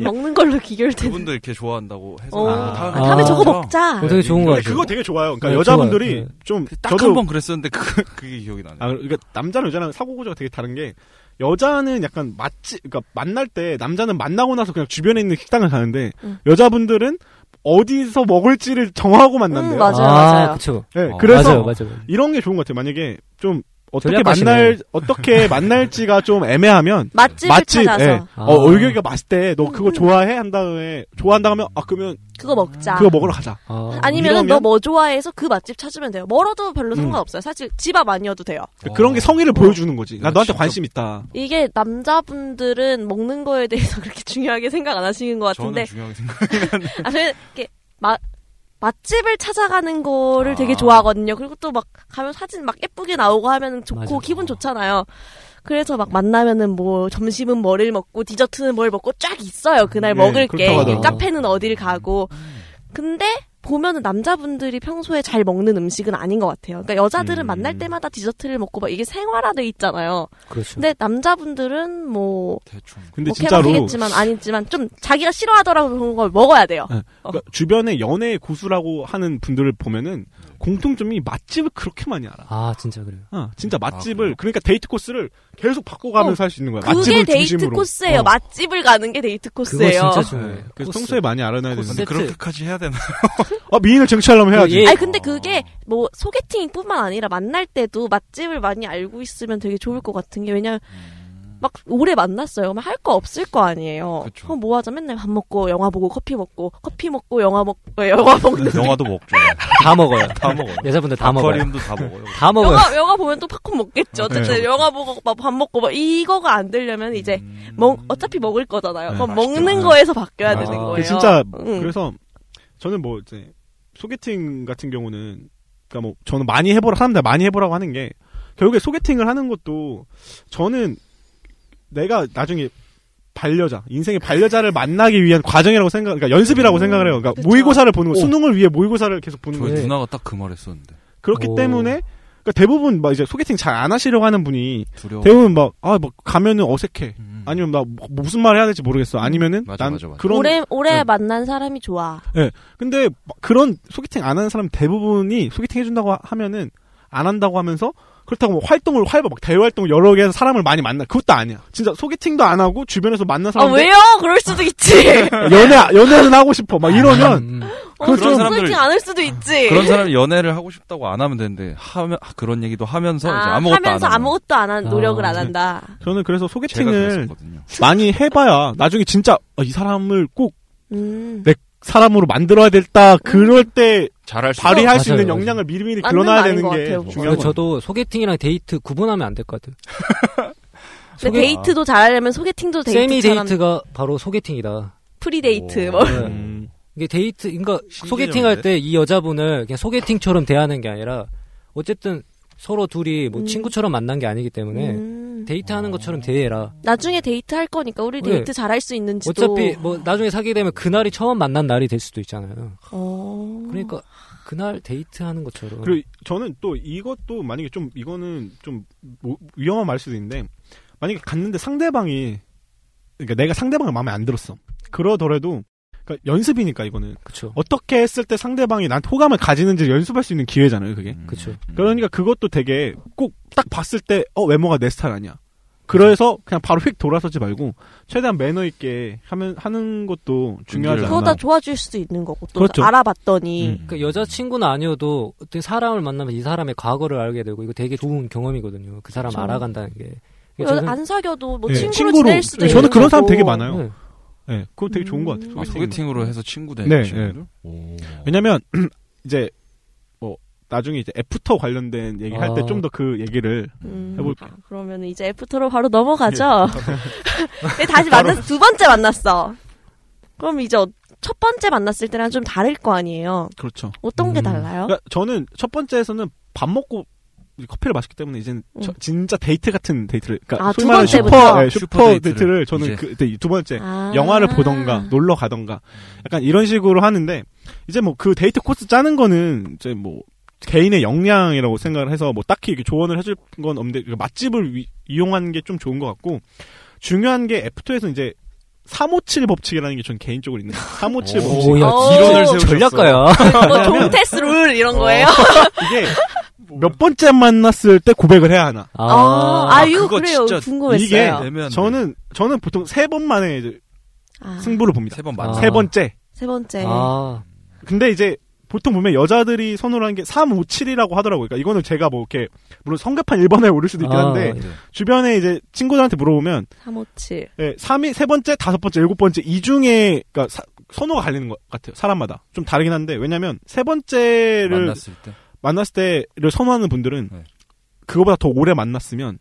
[SPEAKER 2] 먹는 걸로 귀결되는.
[SPEAKER 3] 그분도 이렇게 좋아한다고 해서
[SPEAKER 2] 어,
[SPEAKER 3] 아,
[SPEAKER 2] 아, 다음에 저거 먹자.
[SPEAKER 5] 어, 되게 좋은 거 같아요.
[SPEAKER 4] 그거 되게 좋아요. 그러니까
[SPEAKER 5] 네,
[SPEAKER 4] 여자분들이
[SPEAKER 5] 좋아요. 네.
[SPEAKER 4] 좀
[SPEAKER 3] 딱 한
[SPEAKER 4] 저도-
[SPEAKER 3] 번 그랬었는데 그 그게 기억이 나네요.
[SPEAKER 4] 아, 그러니까 남자랑 여자랑 사고 구조가 되게 다른 게 여자는 약간 맛집, 그러니까 만날 때 남자는 만나고 나서 그냥 주변에 있는 식당을 가는데
[SPEAKER 2] 응.
[SPEAKER 4] 여자분들은 어디서 먹을지를 정하고 만난대요.
[SPEAKER 2] 음, 맞아요,
[SPEAKER 5] 아, 맞아요. 그쵸.
[SPEAKER 4] 네,
[SPEAKER 5] 어,
[SPEAKER 4] 그래서
[SPEAKER 5] 맞아요, 맞아요.
[SPEAKER 4] 이런 게 좋은 것 같아요. 만약에 좀 어떻게
[SPEAKER 5] 전략하시네.
[SPEAKER 4] 만날 어떻게 만날지가 좀 애매하면
[SPEAKER 2] 맛집을 찾아서. 음.
[SPEAKER 4] 예.
[SPEAKER 5] 아.
[SPEAKER 4] 어, 얼굴이가 맛있대. 너 그거 좋아해? 한 다음에 좋아한다 하면 아 그러면
[SPEAKER 2] 그거 먹자.
[SPEAKER 4] 그거 먹으러 가자.
[SPEAKER 2] 아니면
[SPEAKER 4] 이러면-
[SPEAKER 2] 너 뭐 좋아해서 그 맛집 찾으면 돼요. 멀어도
[SPEAKER 3] 음.
[SPEAKER 2] 별로 상관없어요. 사실 집 앞 아니어도 돼요.
[SPEAKER 4] 그런 게
[SPEAKER 5] 어.
[SPEAKER 4] 성의를 보여주는 거지. 나
[SPEAKER 5] 그렇죠.
[SPEAKER 4] 너한테 관심 있다.
[SPEAKER 2] 이게 남자분들은 먹는 거에 대해서 그렇게 중요하게 생각 안 하시는
[SPEAKER 5] 아,
[SPEAKER 2] 것 같은데.
[SPEAKER 3] 저는 중요하게 생각이
[SPEAKER 2] 아, 저는 이렇게 마, 맛집을 찾아가는 거를 되게 좋아하거든요. 그리고 또 막 가면 사진 막 예쁘게 나오고 하면 좋고
[SPEAKER 5] 맞아요.
[SPEAKER 2] 기분 좋잖아요. 그래서 막 만나면은 뭐 점심은 뭐를 먹고 디저트는 뭘 먹고 쫙 있어요. 그날
[SPEAKER 4] 네,
[SPEAKER 2] 먹을 게
[SPEAKER 4] 그렇다고 하더라고요.
[SPEAKER 2] 카페는 어디를 가고. 근데 보면은 남자분들이 평소에 잘 먹는 음식은 아닌 것 같아요. 그러니까
[SPEAKER 4] 음.
[SPEAKER 2] 여자들은 만날 때마다 디저트를 먹고 막 이게 생활화돼 있잖아요.
[SPEAKER 5] 그렇죠
[SPEAKER 2] 근데 남자분들은 뭐
[SPEAKER 3] 대충.
[SPEAKER 4] 근데
[SPEAKER 2] 뭐
[SPEAKER 4] 진짜로
[SPEAKER 2] 케바케겠지만 아니지만 좀 자기가 싫어하더라도 그런 걸 먹어야 돼요.
[SPEAKER 4] 예. 그러니까 주변에 연애 고수라고 하는 분들을 보면은 공통점이 맛집을 그렇게 많이 알아.
[SPEAKER 5] 아 진짜 아, 그래요
[SPEAKER 4] 어, 진짜 맛집을 그러니까 데이트 코스를 계속 바꿔가면서
[SPEAKER 2] 어,
[SPEAKER 4] 할 수 있는 거야.
[SPEAKER 2] 그게
[SPEAKER 4] 맛집을
[SPEAKER 2] 데이트
[SPEAKER 4] 중심으로.
[SPEAKER 2] 코스예요.
[SPEAKER 4] 어. 네,
[SPEAKER 2] 맛집을 가는 게 데이트
[SPEAKER 5] 그거
[SPEAKER 2] 코스예요.
[SPEAKER 5] 진짜 중요해요
[SPEAKER 4] 그래서 평소에 많이 알아놔야
[SPEAKER 3] 근데
[SPEAKER 4] 되는데
[SPEAKER 3] 그렇게까지 해야 되나?
[SPEAKER 4] 아, 미인을 쟁취하려면 해야지.
[SPEAKER 2] 아니 근데 그게 뭐 소개팅뿐만 아니라 만날 때도 맛집을 많이 알고 있으면 되게 좋을 것 같은 게 왜냐면
[SPEAKER 4] 음.
[SPEAKER 2] 막 오래 만났어요. 그러면 할 거 없을 거 아니에요.
[SPEAKER 3] 그쵸.
[SPEAKER 2] 그럼 뭐 하자? 맨날 밥 먹고 영화 보고 커피 먹고 커피 먹고 영화 먹 어, 영화 먹는
[SPEAKER 3] 영화도 먹죠.
[SPEAKER 5] 다 먹어요
[SPEAKER 3] 다 먹어요.
[SPEAKER 5] 여자분들 다 먹어요
[SPEAKER 3] 아쿠아리움도 다 먹어요.
[SPEAKER 5] 다 먹어요
[SPEAKER 2] 영화 영화 보면 또 팝콘 먹겠죠. 어쨌든
[SPEAKER 4] 네.
[SPEAKER 2] 영화 보고 막 밥 먹고 막 이거가 안 되려면 이제
[SPEAKER 3] 음.
[SPEAKER 2] 먹 어차피 먹을 거잖아요.
[SPEAKER 4] 음. 네,
[SPEAKER 2] 그럼
[SPEAKER 4] 맛있죠.
[SPEAKER 2] 먹는 거에서 음. 바뀌어야
[SPEAKER 5] 아.
[SPEAKER 2] 되는
[SPEAKER 5] 그
[SPEAKER 2] 거예요.
[SPEAKER 4] 그 진짜
[SPEAKER 2] 응.
[SPEAKER 4] 그래서 저는 뭐 이제 소개팅 같은 경우는 그러니까 뭐 저는 많이 해보라 사람들 많이 해보라고 하는 게 결국에 소개팅을 하는 것도 저는 내가 나중에 반려자 인생의 반려자를 만나기 위한 과정이라고 생각 그러니까 연습이라고 생각을 해요. 그러니까
[SPEAKER 2] 그쵸.
[SPEAKER 4] 모의고사를 보는 거 수능을 위해 모의고사를 계속 보는
[SPEAKER 3] 저희
[SPEAKER 4] 거예요.
[SPEAKER 3] 누나가 딱 그 말했었는데
[SPEAKER 4] 그렇기
[SPEAKER 5] 오.
[SPEAKER 4] 때문에 그러니까 대부분 막 이제 소개팅 잘 안 하시려고 하는 분이
[SPEAKER 3] 두려워.
[SPEAKER 4] 대부분 막아막 가면은 어색해.
[SPEAKER 3] 어. 음.
[SPEAKER 4] 아니면 나 뭐- 무슨 말 해야 될지 모르겠어. 아니면은 난 그런
[SPEAKER 2] 오래 오래
[SPEAKER 4] 네.
[SPEAKER 2] 만난 사람이 좋아.
[SPEAKER 4] 예. 근데 막 그런 소개팅 안 하는 사람 대부분이 소개팅 해준다고 하- 하면은 안 한다고 하면서 그렇다고 뭐 활동을 활발 막 대외 활동 여러 개 해서 사람을 많이 만나 그것도 아니야. 진짜 소개팅도 안 하고 주변에서 만난
[SPEAKER 2] 아
[SPEAKER 4] 사람
[SPEAKER 2] 왜요? 그럴 수도 있지.
[SPEAKER 4] 연애 연애는 하고 싶어 막
[SPEAKER 5] 음.
[SPEAKER 4] 이러면
[SPEAKER 2] 어,
[SPEAKER 3] 그런
[SPEAKER 2] 그런
[SPEAKER 3] 사람들-
[SPEAKER 2] 소개팅 안 할 수도 있지.
[SPEAKER 3] 그런 사람이 연애를 하고 싶다고 안 하면 되는데 하면 아, 그런 얘기도 하면서 이제
[SPEAKER 2] 아,
[SPEAKER 3] 아무것도
[SPEAKER 2] 하면서
[SPEAKER 3] 안 하는 거예요.
[SPEAKER 2] 아무것도 안 한 노력을
[SPEAKER 3] 아,
[SPEAKER 2] 안
[SPEAKER 3] 네.
[SPEAKER 2] 한다.
[SPEAKER 4] 저는 그래서 소개팅을
[SPEAKER 5] 뭐
[SPEAKER 3] 그랬었거든요.
[SPEAKER 4] 많이 해봐야 나중에 진짜 아, 이 사람을 꼭
[SPEAKER 2] 음.
[SPEAKER 4] 내 사람으로 만들어야 됐다 그럴 때
[SPEAKER 3] 잘할
[SPEAKER 5] 수
[SPEAKER 4] 발휘할 수
[SPEAKER 5] 있다.
[SPEAKER 4] 있는
[SPEAKER 5] 맞아요,
[SPEAKER 4] 역량을 미리미리
[SPEAKER 2] 맞는
[SPEAKER 4] 길러놔야
[SPEAKER 2] 말인
[SPEAKER 4] 되는
[SPEAKER 2] 것
[SPEAKER 4] 게
[SPEAKER 2] 같아요, 그거.
[SPEAKER 4] 중요한
[SPEAKER 5] 근데
[SPEAKER 4] 거
[SPEAKER 5] 저도 소개팅이랑 데이트 구분하면 안 될 것 같아요.
[SPEAKER 2] 근데 데이트도 잘하려면 소개팅도 데이트.
[SPEAKER 5] 아, 세미 데이트가 바로 소개팅이다.
[SPEAKER 2] 프리데이트 뭐.
[SPEAKER 5] 네.
[SPEAKER 4] 음.
[SPEAKER 5] 이게 데이트, 그러니까 소개팅할 때 이 여자분을 그냥 소개팅처럼 대하는 게 아니라 어쨌든 서로 둘이 뭐
[SPEAKER 2] 음.
[SPEAKER 5] 친구처럼 만난 게 아니기 때문에 네.
[SPEAKER 4] 음.
[SPEAKER 5] 데이트하는 것처럼 대해라.
[SPEAKER 2] 나중에 데이트 할 거니까 우리
[SPEAKER 5] 네.
[SPEAKER 2] 데이트 잘할 수 있는지도.
[SPEAKER 5] 어차피 뭐 나중에 사귀게 되면 그날이 처음 만난 날이 될 수도 있잖아요.
[SPEAKER 2] 어.
[SPEAKER 5] 그러니까 그날 데이트하는 것처럼.
[SPEAKER 4] 그리고 저는 또 이것도 만약에 좀 이거는 좀 뭐- 위험한 말일 수도 있는데 만약에 갔는데 상대방이 그러니까 내가 상대방을 마음에 안 들었어 그러더라도 그러니까 연습이니까 이거는
[SPEAKER 5] 그쵸.
[SPEAKER 4] 어떻게 했을 때 상대방이 나한테 호감을 가지는지 를 연습할 수 있는 기회잖아요 그게
[SPEAKER 5] 그쵸.
[SPEAKER 4] 그러니까 그것도 되게 꼭 딱 봤을 때 어 외모가 내 스타일 아니야 그래서 그냥 바로 휙 돌아서지 말고 최대한 매너 있게 하면 하는 것도 중요하지 않나
[SPEAKER 2] 그러다 좋아질 수도 있는 거고 또
[SPEAKER 4] 음. 그렇죠.
[SPEAKER 2] 알아봤더니
[SPEAKER 5] 그러니까
[SPEAKER 3] 음.
[SPEAKER 5] 여자친구는 아니어도 어떤 사람을 만나면 이 사람의 과거를 알게 되고 이거 되게 좋은 경험이거든요. 그 사람
[SPEAKER 2] 그쵸.
[SPEAKER 5] 알아간다는 게.
[SPEAKER 2] 여-
[SPEAKER 5] 저는-
[SPEAKER 2] 그 안 사겨도 뭐
[SPEAKER 4] 예,
[SPEAKER 2] 친구로,
[SPEAKER 4] 친구로.
[SPEAKER 2] 지낼 수도
[SPEAKER 4] 예,
[SPEAKER 2] 있는
[SPEAKER 4] 저는 그런
[SPEAKER 2] 거고. 음.
[SPEAKER 4] 사람 되게 많아요.
[SPEAKER 5] 네.
[SPEAKER 4] 네, 그거 되게 좋은 것 같아요.
[SPEAKER 3] 아, 소개팅으로 해서 친구 되는
[SPEAKER 4] 네,
[SPEAKER 3] 친구들?
[SPEAKER 4] 왜냐면 이제 뭐 나중에 이제 애프터 관련된 얘기 할 때
[SPEAKER 3] 아.
[SPEAKER 4] 좀 더 그 얘기를
[SPEAKER 2] 음,
[SPEAKER 4] 해볼게요. 네.
[SPEAKER 2] 아, 그러면 이제 애프터로 바로 넘어가죠.
[SPEAKER 4] 예.
[SPEAKER 2] 근데 다시
[SPEAKER 4] 바로.
[SPEAKER 2] 만났어. 두 번째 만났어. 그럼 이제 어- 첫 번째 만났을 때랑 좀 다를 거 아니에요.
[SPEAKER 4] 그렇죠.
[SPEAKER 2] 어떤 게 달라요?
[SPEAKER 4] 그러니까 저는 첫 번째에서는 밥 먹고 이제 커피를 마시기 때문에 이제는 저-
[SPEAKER 2] 음.
[SPEAKER 4] 진짜 데이트 같은 데이트를 그러니까
[SPEAKER 2] 아,
[SPEAKER 4] 소위
[SPEAKER 2] 두
[SPEAKER 4] 말하는
[SPEAKER 2] 번째부터?
[SPEAKER 4] 슈퍼 예,
[SPEAKER 3] 슈퍼
[SPEAKER 4] 슈퍼
[SPEAKER 3] 데이트를
[SPEAKER 4] 데이트를, 저는
[SPEAKER 3] 이제.
[SPEAKER 4] 그때 네, 이두 번째
[SPEAKER 2] 아.
[SPEAKER 4] 그러니까 영화를 보던가 놀러 가던가 약간 이런 식으로 하는데 이제 뭐 그 데이트 코스 짜는 거는 이제 뭐 개인의 역량이라고 생각을 해서 뭐 딱히 이렇게 조언을 해줄 건 없는데 그 맛집을 위- 이용하는 게 좀 좋은 것 같고 중요한 게 애프터에서 이제 357 법칙이라는 게 전 개인적으로 있는 357
[SPEAKER 5] 오,
[SPEAKER 4] 법칙.
[SPEAKER 5] 야, 오. 이론을 세우셨어. 전략가야.
[SPEAKER 2] 뭐 종테스 룰
[SPEAKER 3] 어.
[SPEAKER 4] 어,
[SPEAKER 2] 이런 거예요?
[SPEAKER 4] 이게 몇 번째 만났을 때 고백을 해야 하나.
[SPEAKER 2] 아, 아, 이거 그거 그래요. 진짜 궁금했어요.
[SPEAKER 4] 이게
[SPEAKER 3] 되면
[SPEAKER 4] 저는 저는 보통 세 번 만에 이제
[SPEAKER 2] 아.
[SPEAKER 4] 승부를 봅니다.
[SPEAKER 3] 세번
[SPEAKER 5] 만나.
[SPEAKER 4] 세 번째.
[SPEAKER 2] 세 번째.
[SPEAKER 5] 아.
[SPEAKER 4] 근데 이제 보통 보면 여자들이 선호를 하는 게 3, 5, 7이라고 하더라고요. 그러니까 이거는 제가 뭐 이렇게 물론 성급한 1번에 오를 수도 있긴
[SPEAKER 5] 아,
[SPEAKER 4] 한데
[SPEAKER 5] 네.
[SPEAKER 4] 주변에 이제 친구들한테 물어보면
[SPEAKER 2] 357.
[SPEAKER 4] 예, 3위, 세 번째, 다섯 번째, 일곱 번째 이 중에 그러니까 사- 선호가 갈리는 것 같아요. 사람마다 좀 다르긴 한데 왜냐하면 세 번째를
[SPEAKER 3] 만났을 네. 때
[SPEAKER 4] 만났을 때를 선호하는 분들은 그거보다 더 오래 만났으면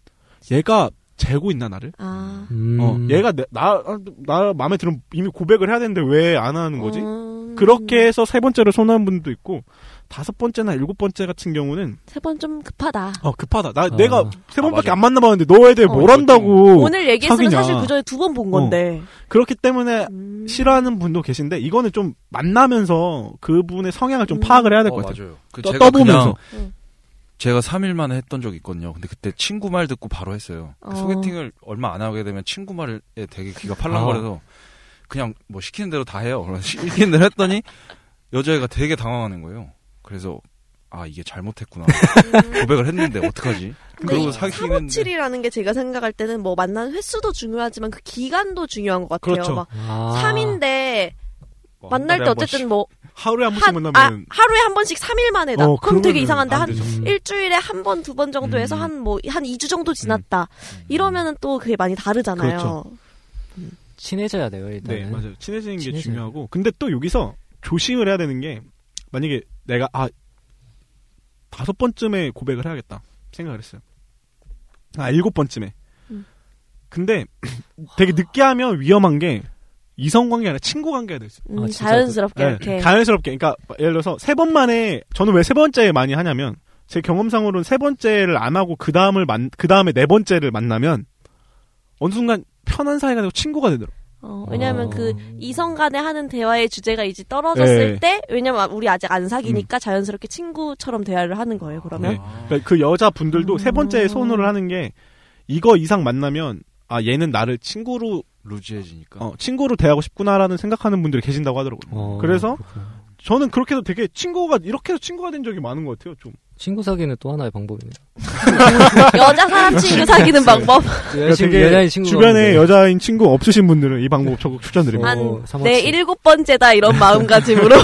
[SPEAKER 4] 얘가 재고 있나 나를?
[SPEAKER 2] 아.
[SPEAKER 5] 음.
[SPEAKER 4] 어,
[SPEAKER 3] 음.
[SPEAKER 4] 얘가 내- 나, 나 마음에 들으면 이미 고백을 해야 되는데 왜 안 하는 거지?
[SPEAKER 2] 어, 음.
[SPEAKER 4] 그렇게 해서 세 번째를 선호하는 분도 있고 다섯 번째나 일곱 번째 같은 경우는
[SPEAKER 2] 세 번 좀 급하다.
[SPEAKER 4] 어 급하다. 나
[SPEAKER 5] 아.
[SPEAKER 4] 내가 세 번밖에
[SPEAKER 3] 맞아.
[SPEAKER 4] 안 만나봤는데 너에 대해 뭘 한다고
[SPEAKER 2] 어, 오늘 얘기했으면
[SPEAKER 4] 사귀냐.
[SPEAKER 2] 사실 그 전에 두 번 본 건데.
[SPEAKER 4] 그렇기 때문에
[SPEAKER 2] 음.
[SPEAKER 4] 싫어하는 분도 계신데 이거는 좀 만나면서 그분의 성향을
[SPEAKER 2] 음.
[SPEAKER 4] 좀 파악을 해야 될 것
[SPEAKER 3] 어,
[SPEAKER 4] 같아요.
[SPEAKER 3] 맞아요. 그
[SPEAKER 4] 떠-
[SPEAKER 3] 제가
[SPEAKER 4] 떠보면서
[SPEAKER 3] 그냥 제가 3일 만에 했던 적이 있거든요. 근데 그때 친구 말 듣고 바로 했어요. 그
[SPEAKER 2] 어.
[SPEAKER 3] 소개팅을 얼마 안 하게 되면 친구 말에 되게 귀가 팔랑거려서
[SPEAKER 4] 아.
[SPEAKER 3] 그냥 뭐 시키는 대로 다 해요. 그래서 시키는 대로 했더니 여자애가 되게 당황하는 거예요. 그래서 아 이게 잘못했구나. 고백을 했는데 어떡하지? 그러고 사귀는
[SPEAKER 2] 357이라는 게 제가 생각할 때는 뭐 만난 횟수도 중요하지만 그 기간도 중요한 것 같아요.
[SPEAKER 4] 그렇죠.
[SPEAKER 2] 막
[SPEAKER 5] 아.
[SPEAKER 2] 3인데 만날
[SPEAKER 4] 달에
[SPEAKER 2] 때
[SPEAKER 4] 한
[SPEAKER 2] 어쨌든
[SPEAKER 4] 번씩.
[SPEAKER 2] 뭐
[SPEAKER 4] 하루에 한 번씩
[SPEAKER 2] 한,
[SPEAKER 4] 만나면
[SPEAKER 2] 아, 하루에 한 번씩 3일 만에다.
[SPEAKER 4] 어, 음.
[SPEAKER 2] 그럼 되게
[SPEAKER 4] 그러면은
[SPEAKER 2] 이상한데
[SPEAKER 4] 안
[SPEAKER 2] 한
[SPEAKER 4] 되죠.
[SPEAKER 5] 음.
[SPEAKER 2] 일주일에 한 번, 두 번 정도 해서 한 뭐 한 2주 정도 지났다. 이러면은 또 그게 많이 다르잖아요.
[SPEAKER 4] 음. 그렇죠.
[SPEAKER 5] 친해져야 돼요, 일단은.
[SPEAKER 4] 네, 맞아요. 친해지는 게
[SPEAKER 5] 친해져요.
[SPEAKER 4] 중요하고. 근데 또 여기서 조심을 해야 되는 게 만약에 내가 아 다섯 번쯤에 고백을 해야겠다 생각을 했어요. 아 일곱 번쯤에.
[SPEAKER 2] 음.
[SPEAKER 4] 근데 되게 늦게 하면 위험한 게 이성 관계 아니라 친구 관계가 될 수. 있어요.
[SPEAKER 2] 음,
[SPEAKER 5] 아, 진짜.
[SPEAKER 2] 자연스럽게
[SPEAKER 4] 네,
[SPEAKER 2] 이렇게.
[SPEAKER 4] 자연스럽게. 그러니까 예를 들어서 세 번 만에 저는 왜 세 번째 많이 하냐면 제 경험상으로는 세 번째를 안 하고 그 다음을 만그 다음에 네 번째를 만나면 어느 순간 편한 사이가 되고 친구가 되더라고. 요
[SPEAKER 2] 어, 왜냐면
[SPEAKER 5] 어.
[SPEAKER 2] 그 이성 간에 하는 대화의 주제가 이제 떨어졌을
[SPEAKER 4] 네. 음.
[SPEAKER 2] 때, 왜냐면 우리 아직 안 사귀니까 자연스럽게 친구처럼 대화를 하는 거예요, 그러면.
[SPEAKER 4] 네. 그러니까 그 여자분들도 세 번째 선호를 하는 게 이거 이상 만나면 아 얘는 나를 친구로
[SPEAKER 3] 루즈해지니까.
[SPEAKER 4] 어, 친구로 대하고 싶구나라는 생각하는 분들이 계신다고 하더라고요.
[SPEAKER 5] 어.
[SPEAKER 4] 그래서 저는 그렇게 해서 되게 친구가 이렇게 해서 친구가 된 적이 많은 것 같아요. 좀
[SPEAKER 5] 친구 사귀는 또 하나의 방법이네요.
[SPEAKER 4] 음.
[SPEAKER 2] 여자 사람 친구 사귀는 방법.
[SPEAKER 4] 그러니까 되게
[SPEAKER 5] 여자인 친구가
[SPEAKER 4] 주변에
[SPEAKER 5] 없는데.
[SPEAKER 4] 여자인 친구 없으신 분들은 이 방법 적극
[SPEAKER 2] 아,
[SPEAKER 4] 추천드립니다.
[SPEAKER 2] 내 네, 일곱 번째다 이런 마음가짐으로.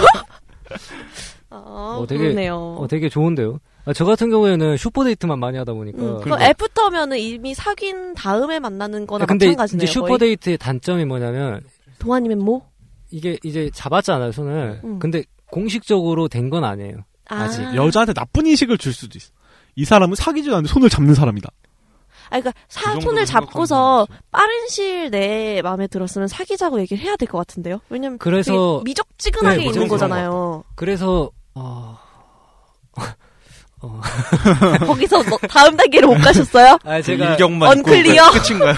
[SPEAKER 2] 어,
[SPEAKER 5] 되게
[SPEAKER 2] 그러네요.
[SPEAKER 5] 어, 되게 좋은데요. 아, 저 같은 경우에는 슈퍼 데이트만 많이 하다 보니까.
[SPEAKER 2] 음, 그럼 애프터면은 이미 사귄 다음에 만나는 거나
[SPEAKER 5] 아, 그러니까 근데
[SPEAKER 2] 마찬가지네요.
[SPEAKER 5] 이제 슈퍼
[SPEAKER 2] 거의.
[SPEAKER 5] 데이트의 단점이 뭐냐면
[SPEAKER 2] 동아님은 뭐?
[SPEAKER 5] 이게 이제 잡았잖아요 손을.
[SPEAKER 2] 음.
[SPEAKER 5] 근데 공식적으로 된 건 아니에요.
[SPEAKER 2] 아.
[SPEAKER 5] 아직.
[SPEAKER 4] 여자한테 나쁜 인식을 줄 수도 있어. 이 사람은 사귀지도 않는데 손을 잡는 사람이다.
[SPEAKER 2] 아, 그러니까 사-
[SPEAKER 4] 정도로
[SPEAKER 2] 손을 잡고서 빠른 시일 내에 마음에 들었으면 사귀자고 얘기를 해야 될 것 같은데요. 왜냐면
[SPEAKER 5] 그래서
[SPEAKER 2] 되게 미적지근하게
[SPEAKER 5] 네,
[SPEAKER 2] 있는
[SPEAKER 5] 그런 것
[SPEAKER 2] 거잖아요.
[SPEAKER 5] 그래서 어... 어.
[SPEAKER 2] 거기서 너- 다음 단계로 못 가셨어요?
[SPEAKER 5] 아, 제가
[SPEAKER 2] 언클리어.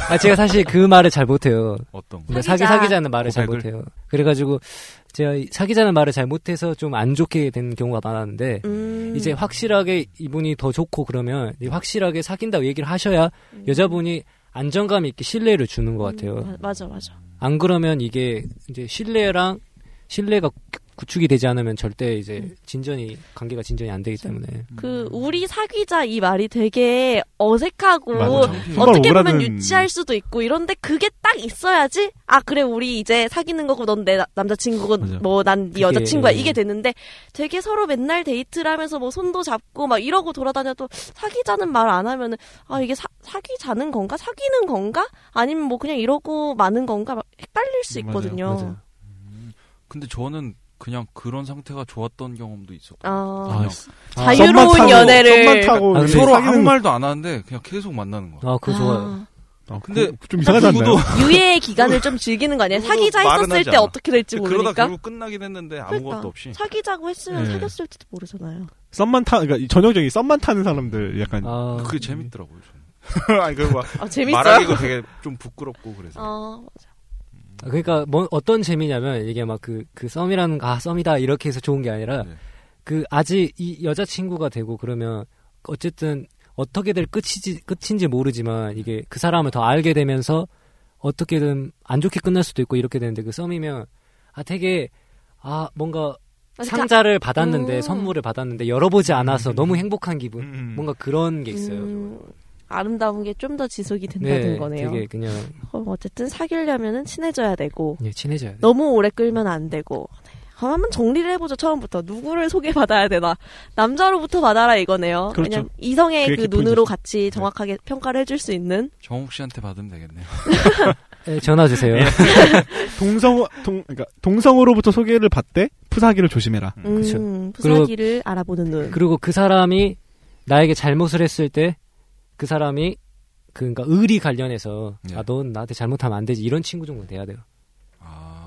[SPEAKER 5] 아, 제가 사실 그 말을 잘 못해요.
[SPEAKER 3] 어떤?
[SPEAKER 5] 거? 사기
[SPEAKER 2] 사귀자.
[SPEAKER 5] 사기자는 말을 잘
[SPEAKER 3] 고백을?
[SPEAKER 5] 못해요. 그래가지고 제가 이 사기자는 말을 잘 못해서 좀 안 좋게 된 경우가 많았는데 음.
[SPEAKER 2] 음.
[SPEAKER 5] 이제 확실하게 이분이 더 좋고 그러면 이 확실하게 사귄다고 얘기를 하셔야
[SPEAKER 2] 음.
[SPEAKER 5] 여자분이 안정감 있게 신뢰를 주는 것 같아요.
[SPEAKER 2] 마- 맞아, 맞아.
[SPEAKER 5] 안 그러면 이게 이제 신뢰랑 신뢰가 구- 구축이 되지 않으면 절대 이제 진전이 관계가 진전이 안 되기 때문에
[SPEAKER 2] 그 우리 사귀자 이 말이 되게 어색하고
[SPEAKER 5] 맞아. 정말
[SPEAKER 2] 어떻게 보면
[SPEAKER 5] 오그라드는-
[SPEAKER 2] 유치할 수도 있고 이런데 그게 딱 있어야지 아 그래 우리 이제 사귀는 거고 넌 내 남자친구고 뭐 난 네
[SPEAKER 5] 그게-
[SPEAKER 2] 여자친구야 이게 되는데 되게 서로 맨날 데이트를 하면서 뭐 손도 잡고 막 이러고 돌아다녀도 사귀자는 말 안 하면은 아 이게 사, 사귀자는 건가 사귀는 건가 아니면 뭐 그냥 이러고 마는 건가 막 헷갈릴 수
[SPEAKER 3] 맞아요,
[SPEAKER 2] 있거든요.
[SPEAKER 3] 맞아요. 음. 근데 저는 그냥 그런 상태가 좋았던 경험도 있었고.
[SPEAKER 2] 아.
[SPEAKER 3] 그냥
[SPEAKER 2] 아, 자유로운 썸만 타고, 연애를. 썸만 타고
[SPEAKER 3] 그러니까
[SPEAKER 2] 이렇게
[SPEAKER 3] 서로
[SPEAKER 2] 사귀는
[SPEAKER 3] 아무 말도 안 하는데 그냥 계속 만나는 거야.
[SPEAKER 5] 아, 그거 좋아요.
[SPEAKER 3] 근데
[SPEAKER 4] 그 좀 이상하지 않나요?
[SPEAKER 3] 누구도-
[SPEAKER 2] 유예의 기간을 좀 즐기는 거 아니에요? 사귀자
[SPEAKER 3] 말은
[SPEAKER 2] 했었을
[SPEAKER 3] 하지
[SPEAKER 2] 때
[SPEAKER 3] 않아.
[SPEAKER 2] 어떻게 될지
[SPEAKER 3] 그러다
[SPEAKER 2] 모르니까.
[SPEAKER 3] 결국 끝나긴 했는데 아무것도
[SPEAKER 2] 그러니까.
[SPEAKER 3] 없이.
[SPEAKER 2] 사귀자고 했으면
[SPEAKER 4] 네.
[SPEAKER 2] 사귀었을지도 모르잖아요.
[SPEAKER 4] 썸만 타, 그러니까 이 전형적인 썸만 타는 사람들 약간
[SPEAKER 3] 아,
[SPEAKER 5] 아.
[SPEAKER 3] 그게 재밌더라고요. 저는.
[SPEAKER 4] 아니 그 막.
[SPEAKER 2] 아, 재밌어요?
[SPEAKER 3] 말하기가 되게 좀 부끄럽고 그래서.
[SPEAKER 2] 어,
[SPEAKER 5] 아, 그러니까 뭐 어떤 재미냐면 이게 막 그 그 썸이라는 거, 아 썸이다 이렇게 해서 좋은 게 아니라
[SPEAKER 3] 네.
[SPEAKER 5] 그 아직 이 여자 친구가 되고 그러면 어쨌든 어떻게 될 끝이지 끝인지 모르지만 이게 그 사람을 더 알게 되면서 어떻게든 안 좋게 끝날 수도 있고 이렇게 되는데 그 썸이면 아 되게 아 뭔가
[SPEAKER 2] 그러니까-
[SPEAKER 5] 상자를 받았는데
[SPEAKER 2] 음.
[SPEAKER 5] 선물을 받았는데 열어보지 않아서 너무 행복한 기분
[SPEAKER 4] 뭐,
[SPEAKER 5] 뭔가 그런 게 있어요.
[SPEAKER 2] 음, 아름다운 게 좀 더 지속이 된다는
[SPEAKER 5] 네,
[SPEAKER 2] 거네요.
[SPEAKER 5] 되게 그냥
[SPEAKER 2] 그럼 어쨌든 사귀려면은 친해져야 되고
[SPEAKER 5] 예, 친해져야 돼.
[SPEAKER 2] 너무 오래 끌면 안 되고 네. 그럼 한번 정리를 해보죠 처음부터 누구를 소개받아야 되나 남자로부터 받아라 이거네요.
[SPEAKER 3] 그렇죠.
[SPEAKER 2] 왜냐면 이성의
[SPEAKER 3] 그게 네.
[SPEAKER 2] 그
[SPEAKER 3] 키포인트죠.
[SPEAKER 2] 눈으로 같이 정확하게 평가를 해줄 수 있는
[SPEAKER 3] 정욱 씨한테 받으면 되겠네요.
[SPEAKER 5] 예, 전화 주세요.
[SPEAKER 4] 동성 동 그러니까 동성으로부터 소개를 받되 푸사기를 조심해라.
[SPEAKER 3] 그렇죠.
[SPEAKER 2] 음, 부사기를 알아보는 눈.
[SPEAKER 5] 그리고 그 사람이 나에게 잘못을 했을 때 그 사람이 그 그러니까 의리 관련해서 아 넌 나한테 잘못하면 안 되지 이런 친구 정도 돼야 돼요.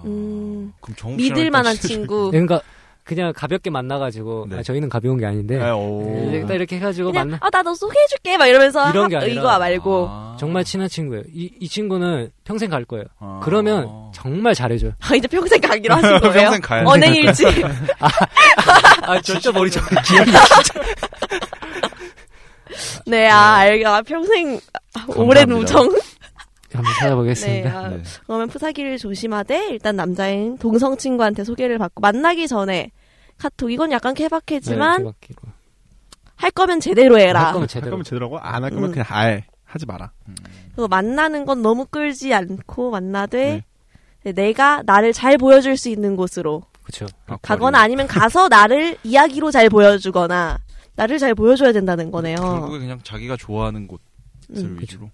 [SPEAKER 2] 음,
[SPEAKER 3] 아, 그럼 정욱 씨랑
[SPEAKER 2] 믿을
[SPEAKER 3] 일단
[SPEAKER 2] 만한
[SPEAKER 3] 친해져.
[SPEAKER 2] 친구.
[SPEAKER 5] 네, 그러니까 그냥 가볍게 만나가지고 아, 저희는 가벼운 게 아닌데
[SPEAKER 3] 어.
[SPEAKER 5] 네, 일단 이렇게 해가지고
[SPEAKER 2] 그냥
[SPEAKER 5] 만나
[SPEAKER 2] 아 나 너 소개해줄게 막 이러면서
[SPEAKER 5] 이런 게
[SPEAKER 2] 하-
[SPEAKER 5] 아니라
[SPEAKER 2] 이거 말고
[SPEAKER 5] 정말 친한 친구예요. 이, 이 친구는 평생 갈 거예요.
[SPEAKER 3] 아.
[SPEAKER 5] 그러면 정말 잘해줘요.
[SPEAKER 2] 아, 이제 평생 가기로 하신 거예요? 어,
[SPEAKER 5] 평생 가요.
[SPEAKER 2] 언행일지.
[SPEAKER 5] 아, 아, 진짜 머리 좀 기억이
[SPEAKER 2] 네, 아, 알게, 아, 평생, 아, 오랜
[SPEAKER 5] 감사합니다.
[SPEAKER 2] 우정.
[SPEAKER 5] 한번 찾아보겠습니다.
[SPEAKER 2] 네, 아, 그러면 푸사기를 조심하되, 일단 남자인 동성 친구한테 소개를 받고, 만나기 전에 카톡, 이건 약간
[SPEAKER 5] 네,
[SPEAKER 2] 케바케지만, 할 거면 어, 제대로 해라.
[SPEAKER 4] 할 거면 제대로. 하고 안 할 거면
[SPEAKER 2] 음.
[SPEAKER 4] 그냥 아예 하지 마라.
[SPEAKER 2] 그리고 만나는 건 너무 끌지 않고
[SPEAKER 5] 네.
[SPEAKER 2] 만나되, 네, 내가 나를 잘 보여줄 수 있는 곳으로.
[SPEAKER 5] 그렇죠.
[SPEAKER 2] 가거나 아니면 가서 나를 이야기로 잘 보여주거나 나를 잘 보여줘야 된다는 거네요.
[SPEAKER 3] 결국에 그냥 자기가 좋아하는 곳을
[SPEAKER 2] 음.
[SPEAKER 3] 위주로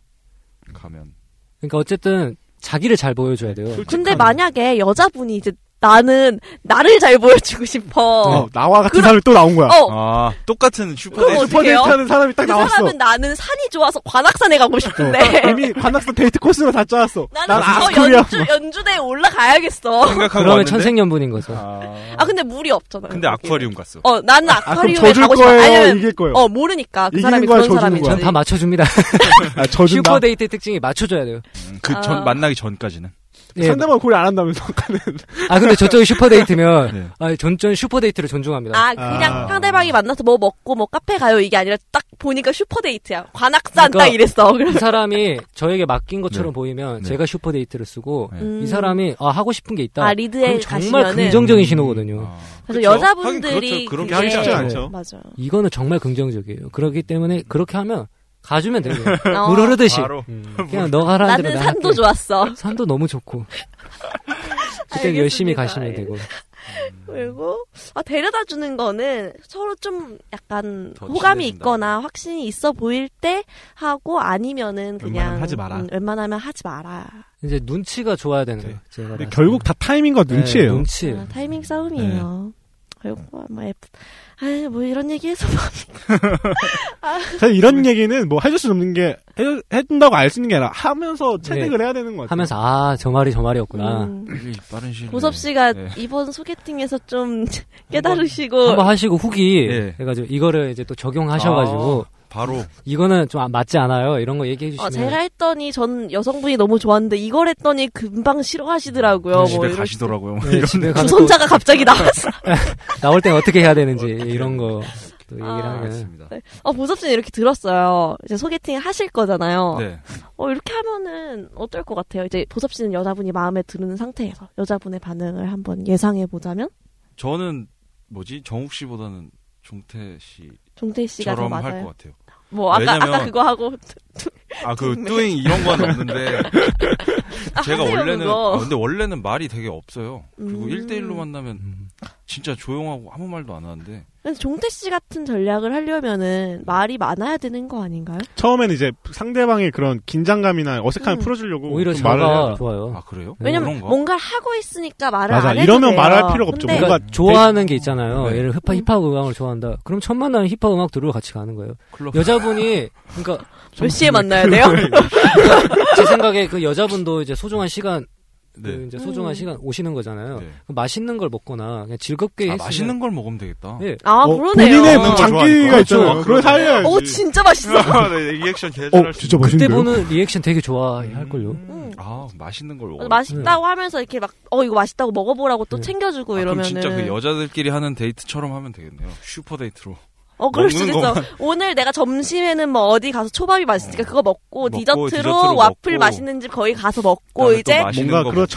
[SPEAKER 3] 가면.
[SPEAKER 5] 그러니까 어쨌든 자기를 잘 보여줘야 돼요.
[SPEAKER 2] 근데 만약에 여자분이 이제 나는 나를 잘 보여주고 싶어.
[SPEAKER 4] 어, 나와 같은
[SPEAKER 2] 그럼-
[SPEAKER 4] 사람이 또 나온 거야.
[SPEAKER 2] 어.
[SPEAKER 3] 아, 똑같은
[SPEAKER 2] 그럼 어떻게 해요?
[SPEAKER 4] 슈퍼데이트하는 사람이 딱
[SPEAKER 2] 그
[SPEAKER 4] 나왔어.
[SPEAKER 2] 사람은 나는 산이 좋아서 관악산에 가고 싶은데
[SPEAKER 4] 어, 이미 관악산 데이트 코스로 다 짜왔어.
[SPEAKER 2] 나는
[SPEAKER 4] 아,
[SPEAKER 2] 저
[SPEAKER 4] 코리아.
[SPEAKER 2] 연주, 연주대에 올라가야겠어.
[SPEAKER 5] 그러면 천생연분인 거죠.
[SPEAKER 2] 아 근데 물이 없잖아요.
[SPEAKER 3] 근데 아쿠아리움 갔어.
[SPEAKER 2] 어, 나는
[SPEAKER 5] 아, 그럼
[SPEAKER 2] 아쿠아리움에
[SPEAKER 5] 져줄
[SPEAKER 2] 가고 싶어.
[SPEAKER 5] 거예요,
[SPEAKER 2] 아니면-
[SPEAKER 5] 이길 거예요?
[SPEAKER 2] 어, 모르니까 그
[SPEAKER 5] 이기는
[SPEAKER 2] 사람이
[SPEAKER 5] 거야,
[SPEAKER 2] 그런
[SPEAKER 5] 져주는
[SPEAKER 2] 사람인지.
[SPEAKER 5] 거야? 전다 맞춰줍니다.
[SPEAKER 4] 아, 져준다?
[SPEAKER 5] 슈퍼데이트 특징이 맞춰줘야 돼요.
[SPEAKER 3] 그 전
[SPEAKER 2] 아.
[SPEAKER 3] 만나기 전까지는.
[SPEAKER 4] 네.
[SPEAKER 5] 예.
[SPEAKER 2] 네.
[SPEAKER 4] 상대방을 고려 안 한다면서 아까는.
[SPEAKER 5] 아 근데 저쪽이 슈퍼데이트면
[SPEAKER 3] 네.
[SPEAKER 5] 아, 전전 슈퍼데이트를 존중합니다.
[SPEAKER 2] 아, 그냥 상대방이 만나서 뭐 먹고 뭐 카페 가요 이게 아니라 딱 보니까 슈퍼데이트야. 관악산 딱 이랬어.
[SPEAKER 5] 이
[SPEAKER 2] 그래서
[SPEAKER 5] 사람이 저에게 맡긴 것처럼
[SPEAKER 2] 네.
[SPEAKER 5] 보이면
[SPEAKER 2] 네.
[SPEAKER 5] 제가 슈퍼데이트를 쓰고
[SPEAKER 3] 네.
[SPEAKER 2] 음.
[SPEAKER 5] 이 사람이 아, 하고 싶은 게 있다.
[SPEAKER 2] 아, 리드에
[SPEAKER 5] 그럼 정말
[SPEAKER 2] 가시면은-
[SPEAKER 5] 긍정적인 신호거든요.
[SPEAKER 2] 그래서 여자분들이
[SPEAKER 3] 그렇죠. 그렇게
[SPEAKER 2] 그게-
[SPEAKER 3] 음, 아. 하기 쉽지
[SPEAKER 5] 네.
[SPEAKER 3] 않죠.
[SPEAKER 2] 맞아요.
[SPEAKER 5] 이거는 정말 긍정적이에요. 그렇기 때문에 그렇게 하면 가주면 되요
[SPEAKER 2] 어.
[SPEAKER 5] 물 흐르듯이 음.
[SPEAKER 3] 바로.
[SPEAKER 5] 그냥 너가 하라는 대로
[SPEAKER 2] 나는
[SPEAKER 5] 나
[SPEAKER 2] 산도
[SPEAKER 5] 할게.
[SPEAKER 2] 좋았어.
[SPEAKER 5] 산도 너무 좋고 그때
[SPEAKER 2] 알겠습니다.
[SPEAKER 5] 열심히 가시면 되고
[SPEAKER 2] 그리고 아, 데려다 주는 거는 서로 좀 약간
[SPEAKER 5] 더
[SPEAKER 2] 호감이
[SPEAKER 5] 친해진다.
[SPEAKER 2] 있거나 확신이 있어 보일 때 하고 아니면은 그냥 음,
[SPEAKER 5] 웬만하면 하지 마라.
[SPEAKER 2] 웬만하면 하지 마라.
[SPEAKER 5] 이제 눈치가 좋아야 되는 거예요. 제가
[SPEAKER 4] 네. 근데
[SPEAKER 5] 봤을
[SPEAKER 4] 결국 다 타이밍과
[SPEAKER 5] 네,
[SPEAKER 4] 눈치예요.
[SPEAKER 5] 눈치.
[SPEAKER 2] 아, 타이밍 싸움이에요. 결국 뭐 F 아유 뭐 이런 얘기해서
[SPEAKER 4] 사실 이런 얘기는 뭐 해줄 수 없는 게 해, 해준다고 알 수 있는 게 아니라
[SPEAKER 2] 네.
[SPEAKER 4] 하면서 채택을 해야 되는 거죠.
[SPEAKER 5] 하면서 아 저 말이 저 말이었구나.
[SPEAKER 2] 음.
[SPEAKER 3] 빠른 시일.
[SPEAKER 2] 고섭 씨가
[SPEAKER 5] 네.
[SPEAKER 2] 이번 소개팅에서 좀 깨달으시고
[SPEAKER 5] 한번 하시고 후기
[SPEAKER 4] 네.
[SPEAKER 5] 해가지고 이거를 이제 또 적용하셔가지고
[SPEAKER 4] 아.
[SPEAKER 3] 바로
[SPEAKER 5] 이거는 좀 안- 맞지 않아요. 이런 거 얘기해
[SPEAKER 2] 어,
[SPEAKER 5] 주시면
[SPEAKER 3] 네.
[SPEAKER 2] 제가 했더니 전 여성분이 너무 좋았는데 이걸 했더니 금방 싫어하시더라고요. 뭐
[SPEAKER 3] 네. 집에
[SPEAKER 2] 이럴
[SPEAKER 3] 가시더라고요. 뭐
[SPEAKER 5] 네,
[SPEAKER 3] 이런.
[SPEAKER 5] 집에 가면
[SPEAKER 2] 구손자가 갑자기 나왔어.
[SPEAKER 5] 나올 땐 어떻게 해야 되는지 이런 거 또 얘기를
[SPEAKER 4] 아,
[SPEAKER 5] 하면
[SPEAKER 2] 네. 어, 보섭 씨는 이렇게 들었어요. 이제 소개팅 하실 거잖아요.
[SPEAKER 3] 네.
[SPEAKER 2] 어, 이렇게 하면은 어떨 것 같아요? 이제 보섭 씨는 여자분이 마음에 드는 상태에서 여자분의 반응을 한번 예상해 보자면
[SPEAKER 3] 저는 뭐지 정욱 씨보다는 종태 씨.
[SPEAKER 2] 종태 씨가 더
[SPEAKER 3] 처럼
[SPEAKER 2] 맞아요.
[SPEAKER 3] 할 것 같아요.
[SPEAKER 2] 뭐 아까
[SPEAKER 3] 왜냐면-
[SPEAKER 2] 아까 그거 하고
[SPEAKER 3] 아그
[SPEAKER 2] 동맹.
[SPEAKER 3] 뚜잉 이런 건 없는데
[SPEAKER 2] 아,
[SPEAKER 3] 제가
[SPEAKER 2] 하세요,
[SPEAKER 3] 원래는
[SPEAKER 2] 그거.
[SPEAKER 3] 아, 근데 원래는 말이 되게 없어요. 그리고
[SPEAKER 2] 음.
[SPEAKER 3] 1대1로 만나면 진짜 조용하고 아무 말도 안 하는데
[SPEAKER 2] 그래서 종태 씨 같은 전략을 하려면은 말이 많아야 되는 거 아닌가요?
[SPEAKER 3] 네,
[SPEAKER 4] 처음에는 이제 상대방의 그런 긴장감이나
[SPEAKER 2] 음.
[SPEAKER 4] 어색함을 풀어주려고
[SPEAKER 5] 오히려
[SPEAKER 4] 좀 말을
[SPEAKER 5] 저가
[SPEAKER 4] 해야 돼요.
[SPEAKER 5] 좋아요.
[SPEAKER 3] 아 그래요?
[SPEAKER 2] 왜냐면 뭔가를 하고 있으니까 말을
[SPEAKER 4] 맞아.
[SPEAKER 2] 안 해도
[SPEAKER 4] 이러면
[SPEAKER 2] 돼요.
[SPEAKER 4] 말할 필요가 없죠.
[SPEAKER 2] 근데
[SPEAKER 4] 뭔가
[SPEAKER 5] 그러니까 좋아하는 게 있잖아요.
[SPEAKER 4] 네.
[SPEAKER 5] 예를 힙합 힙합 음악을 좋아한다. 그럼 첫 만나면 힙합 음악 들으러 같이 가는 거예요.
[SPEAKER 4] 어.
[SPEAKER 3] 클럽.
[SPEAKER 5] 여자분이 그러니까
[SPEAKER 2] 몇 시에 만나야 돼요?
[SPEAKER 5] 제 생각에 그 여자분도 이제 소중한 시간 그
[SPEAKER 3] 네.
[SPEAKER 5] 이제 소중한
[SPEAKER 2] 음.
[SPEAKER 5] 시간 오시는 거잖아요. 그럼 맛있는 걸 먹거나 그냥 즐겁게
[SPEAKER 3] 아
[SPEAKER 5] 했으면-
[SPEAKER 3] 맛있는 걸 먹으면 되겠다.
[SPEAKER 5] 예.
[SPEAKER 2] 아
[SPEAKER 4] 어,
[SPEAKER 2] 그러네요.
[SPEAKER 4] 본인의
[SPEAKER 3] 어,
[SPEAKER 4] 장기가
[SPEAKER 3] 좋아하니까.
[SPEAKER 4] 있잖아요.
[SPEAKER 3] 그렇죠.
[SPEAKER 4] 그걸 살려야지.
[SPEAKER 2] 어 진짜 맛있어.
[SPEAKER 3] 네, 리액션
[SPEAKER 4] 어,
[SPEAKER 3] 개잘할 수.
[SPEAKER 4] 진짜
[SPEAKER 5] 그때
[SPEAKER 4] 맛있는데요?
[SPEAKER 5] 보는 리액션 되게 좋아할 걸요.
[SPEAKER 2] 음.
[SPEAKER 3] 아 맛있는 걸 먹어.
[SPEAKER 2] 어, 맛있다고 하면서 이렇게 막 어 이거 맛있다고 먹어보라고 또 챙겨주고
[SPEAKER 3] 아, 그럼
[SPEAKER 2] 이러면은
[SPEAKER 3] 진짜 그 여자들끼리 하는 데이트처럼 하면 되겠네요. 슈퍼 데이트로.
[SPEAKER 2] 어 그럴 수도
[SPEAKER 3] 먹는
[SPEAKER 2] 있어.
[SPEAKER 3] 것만.
[SPEAKER 2] 오늘 내가 점심에는 뭐 어디 가서 초밥이 맛있으니까 그거 먹고 디저트로,
[SPEAKER 3] 디저트로
[SPEAKER 2] 와플
[SPEAKER 3] 먹고.
[SPEAKER 2] 맛있는 집 거기 가서 먹고
[SPEAKER 3] 그다음에 또
[SPEAKER 2] 이제
[SPEAKER 3] 맛있는
[SPEAKER 4] 뭔가
[SPEAKER 3] 거
[SPEAKER 4] 그런
[SPEAKER 3] 먹고.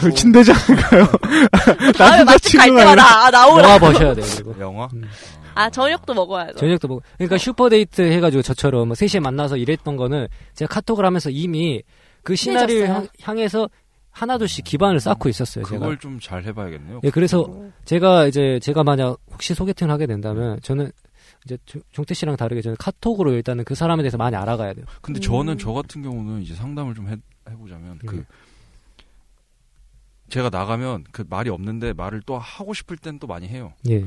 [SPEAKER 4] 절친되지 않을까요?
[SPEAKER 2] 다음에 맛집 아, 갈 때마다 아, 나오라.
[SPEAKER 5] 영화 보셔야 돼요. 그리고 음.
[SPEAKER 3] 영화?
[SPEAKER 2] 아 저녁도 먹어야죠.
[SPEAKER 5] 저녁도 먹고 그러니까 슈퍼데이트 해가지고 저처럼 뭐 3시에 만나서 이랬던 거는 제가 카톡을 하면서 이미 그 시나리오
[SPEAKER 2] 친해졌어요.
[SPEAKER 5] 향, 향해서 하나둘씩 기반을 쌓고 있었어요. 네, 제가.
[SPEAKER 3] 그걸 좀 잘 해봐야겠네요. 어.
[SPEAKER 5] 예, 그래서 제가 이제 제가 만약 혹시 소개팅을 하게 된다면 저는 이제 조- 종태 씨랑 다르게 저는 카톡으로 일단은 그 사람에 대해서 많이 알아가야 돼요.
[SPEAKER 3] 근데
[SPEAKER 2] 음.
[SPEAKER 3] 저는 저 같은 경우는 이제 상담을 좀 해, 해보자면
[SPEAKER 5] 예.
[SPEAKER 3] 그 제가 나가면 그 말이 없는데 말을 또 하고 싶을 땐 또 많이 해요.
[SPEAKER 5] 예.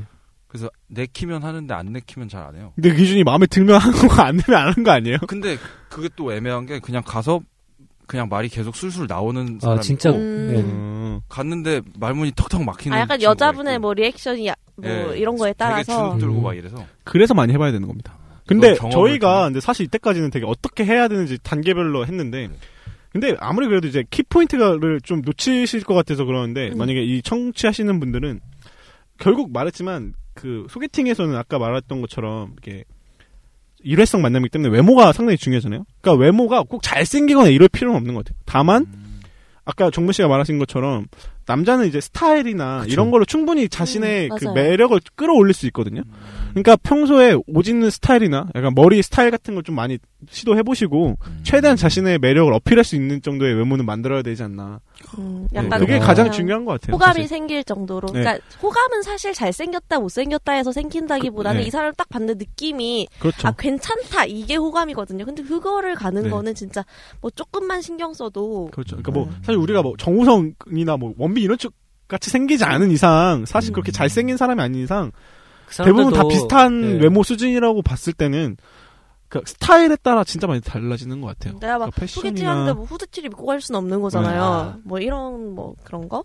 [SPEAKER 3] 그래서 내키면 하는데 안 내키면 잘 안 해요.
[SPEAKER 4] 근데 그 기준이 마음에 들면 하는 거고 안 들면 안 하는 거 아니에요?
[SPEAKER 3] 근데 그게 또 애매한 게 그냥 가서 그냥 말이 계속 술술 나오는
[SPEAKER 5] 아
[SPEAKER 3] 사람이
[SPEAKER 5] 진짜
[SPEAKER 3] 있고
[SPEAKER 2] 음.
[SPEAKER 5] 네.
[SPEAKER 4] 음,
[SPEAKER 3] 갔는데 말문이 턱턱
[SPEAKER 4] 네.
[SPEAKER 3] 막히는
[SPEAKER 2] 아 약간
[SPEAKER 3] 친구가
[SPEAKER 2] 여자분의
[SPEAKER 3] 있고.
[SPEAKER 2] 뭐 리액션이 야- 뭐
[SPEAKER 3] 예,
[SPEAKER 2] 이런 거에
[SPEAKER 3] 되게
[SPEAKER 2] 따라서
[SPEAKER 3] 주눅 들고
[SPEAKER 5] 음.
[SPEAKER 3] 막 이래서
[SPEAKER 4] 그래서 많이 해봐야 되는 겁니다. 근데
[SPEAKER 3] 경험을
[SPEAKER 4] 저희가 근데 사실 이때까지는 되게 어떻게 해야 되는지 단계별로
[SPEAKER 3] 네.
[SPEAKER 4] 했는데 근데 아무리 그래도 이제 키포인트를 좀 놓치실 것 같아서 그러는데
[SPEAKER 2] 음.
[SPEAKER 4] 만약에 이 청취하시는 분들은 결국 말했지만 그 소개팅에서는 아까 말했던 것처럼 이렇게 일회성 만남이기 때문에 외모가 상당히 중요하잖아요. 그러니까 외모가 꼭 잘생기거나 이럴 필요는 없는 것 같아요. 다만
[SPEAKER 3] 음.
[SPEAKER 4] 아까 정문 씨가 말하신 것처럼 남자는 이제 스타일이나 이런 걸로 충분히 자신의
[SPEAKER 2] 음,
[SPEAKER 4] 그
[SPEAKER 2] 맞아요.
[SPEAKER 4] 매력을 끌어올릴 수 있거든요. 그러니까 평소에 오지는 스타일이나 약간 머리 스타일 같은 걸 좀 많이 시도해 보시고 최대한 자신의 매력을 어필할 수 있는 정도의 외모는 만들어야 되지 않나.
[SPEAKER 2] 음,
[SPEAKER 4] 네,
[SPEAKER 2] 약간
[SPEAKER 4] 그게
[SPEAKER 2] 그냥
[SPEAKER 4] 가장 중요한 것 같아요.
[SPEAKER 2] 호감이
[SPEAKER 4] 사실.
[SPEAKER 2] 생길 정도로.
[SPEAKER 4] 네.
[SPEAKER 2] 그러니까 호감은 사실 잘생겼다 못생겼다 해서 생긴다기보다는
[SPEAKER 4] 그- 네.
[SPEAKER 2] 이 사람 딱 봤는데 느낌이
[SPEAKER 4] 그렇죠.
[SPEAKER 2] 아 괜찮다 이게 호감이거든요. 근데 그거를 가는
[SPEAKER 4] 네.
[SPEAKER 2] 거는 진짜 뭐 조금만 신경 써도
[SPEAKER 4] 그렇죠. 그러니까 뭐 사실 우리가 뭐 정우성이나 뭐 원빈 이런 쪽 같이 생기지 않은 이상 사실 그렇게 잘생긴 사람이 아닌 이상
[SPEAKER 5] 그
[SPEAKER 4] 대부분 다
[SPEAKER 5] 사람들도-
[SPEAKER 4] 비슷한
[SPEAKER 2] 네.
[SPEAKER 5] 예.
[SPEAKER 4] 외모 수준이라고 봤을 때는 그 스타일에 따라 진짜 많이 달라지는 것 같아요.
[SPEAKER 2] 내가 막
[SPEAKER 4] 그러니까 패션이나- 네.
[SPEAKER 2] 소개팅하는데 뭐 후드티를 입고 갈 수는 없는 거잖아요. 뭐 이런 뭐 그런 거.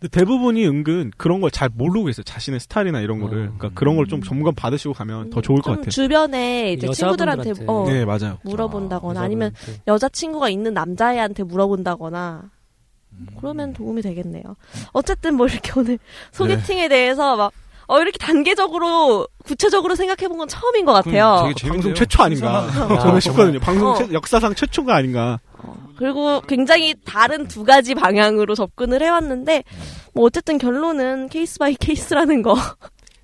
[SPEAKER 4] 근데 대부분이 은근 그런 걸 잘 모르고 있어요. 자신의 스타일이나 이런 거를. 그러니까 그런 걸 좀 점검 받으시고 가면 더 좋을 것
[SPEAKER 2] 좀
[SPEAKER 4] 같아요.
[SPEAKER 2] 주변에 이제 친구들한테
[SPEAKER 5] 여자분들한테.
[SPEAKER 2] 어,
[SPEAKER 4] 네, 맞아요.
[SPEAKER 2] 물어본다거나
[SPEAKER 5] 아,
[SPEAKER 2] 아니면 여자친구가 있는 남자애한테 물어본다거나 음.
[SPEAKER 3] 음,
[SPEAKER 2] 그러면 도움이 되겠네요. 어쨌든 뭐 이렇게 오늘
[SPEAKER 3] 네.
[SPEAKER 2] 소개팅에 대해서 막, 어, 이렇게 단계적으로, 구체적으로 생각해본 건 처음인 것 같아요.
[SPEAKER 4] 방송 최초 아닌가?
[SPEAKER 2] 신선하다.
[SPEAKER 4] 저는 싶거든요. 방송
[SPEAKER 2] 어.
[SPEAKER 4] 최- 역사상 최초가 아닌가?
[SPEAKER 2] 그리고 굉장히 다른 두 가지 방향으로 접근을
[SPEAKER 3] 네.
[SPEAKER 2] 해왔는데, 뭐 어쨌든 결론은 케이스 바이 케이스라는 거.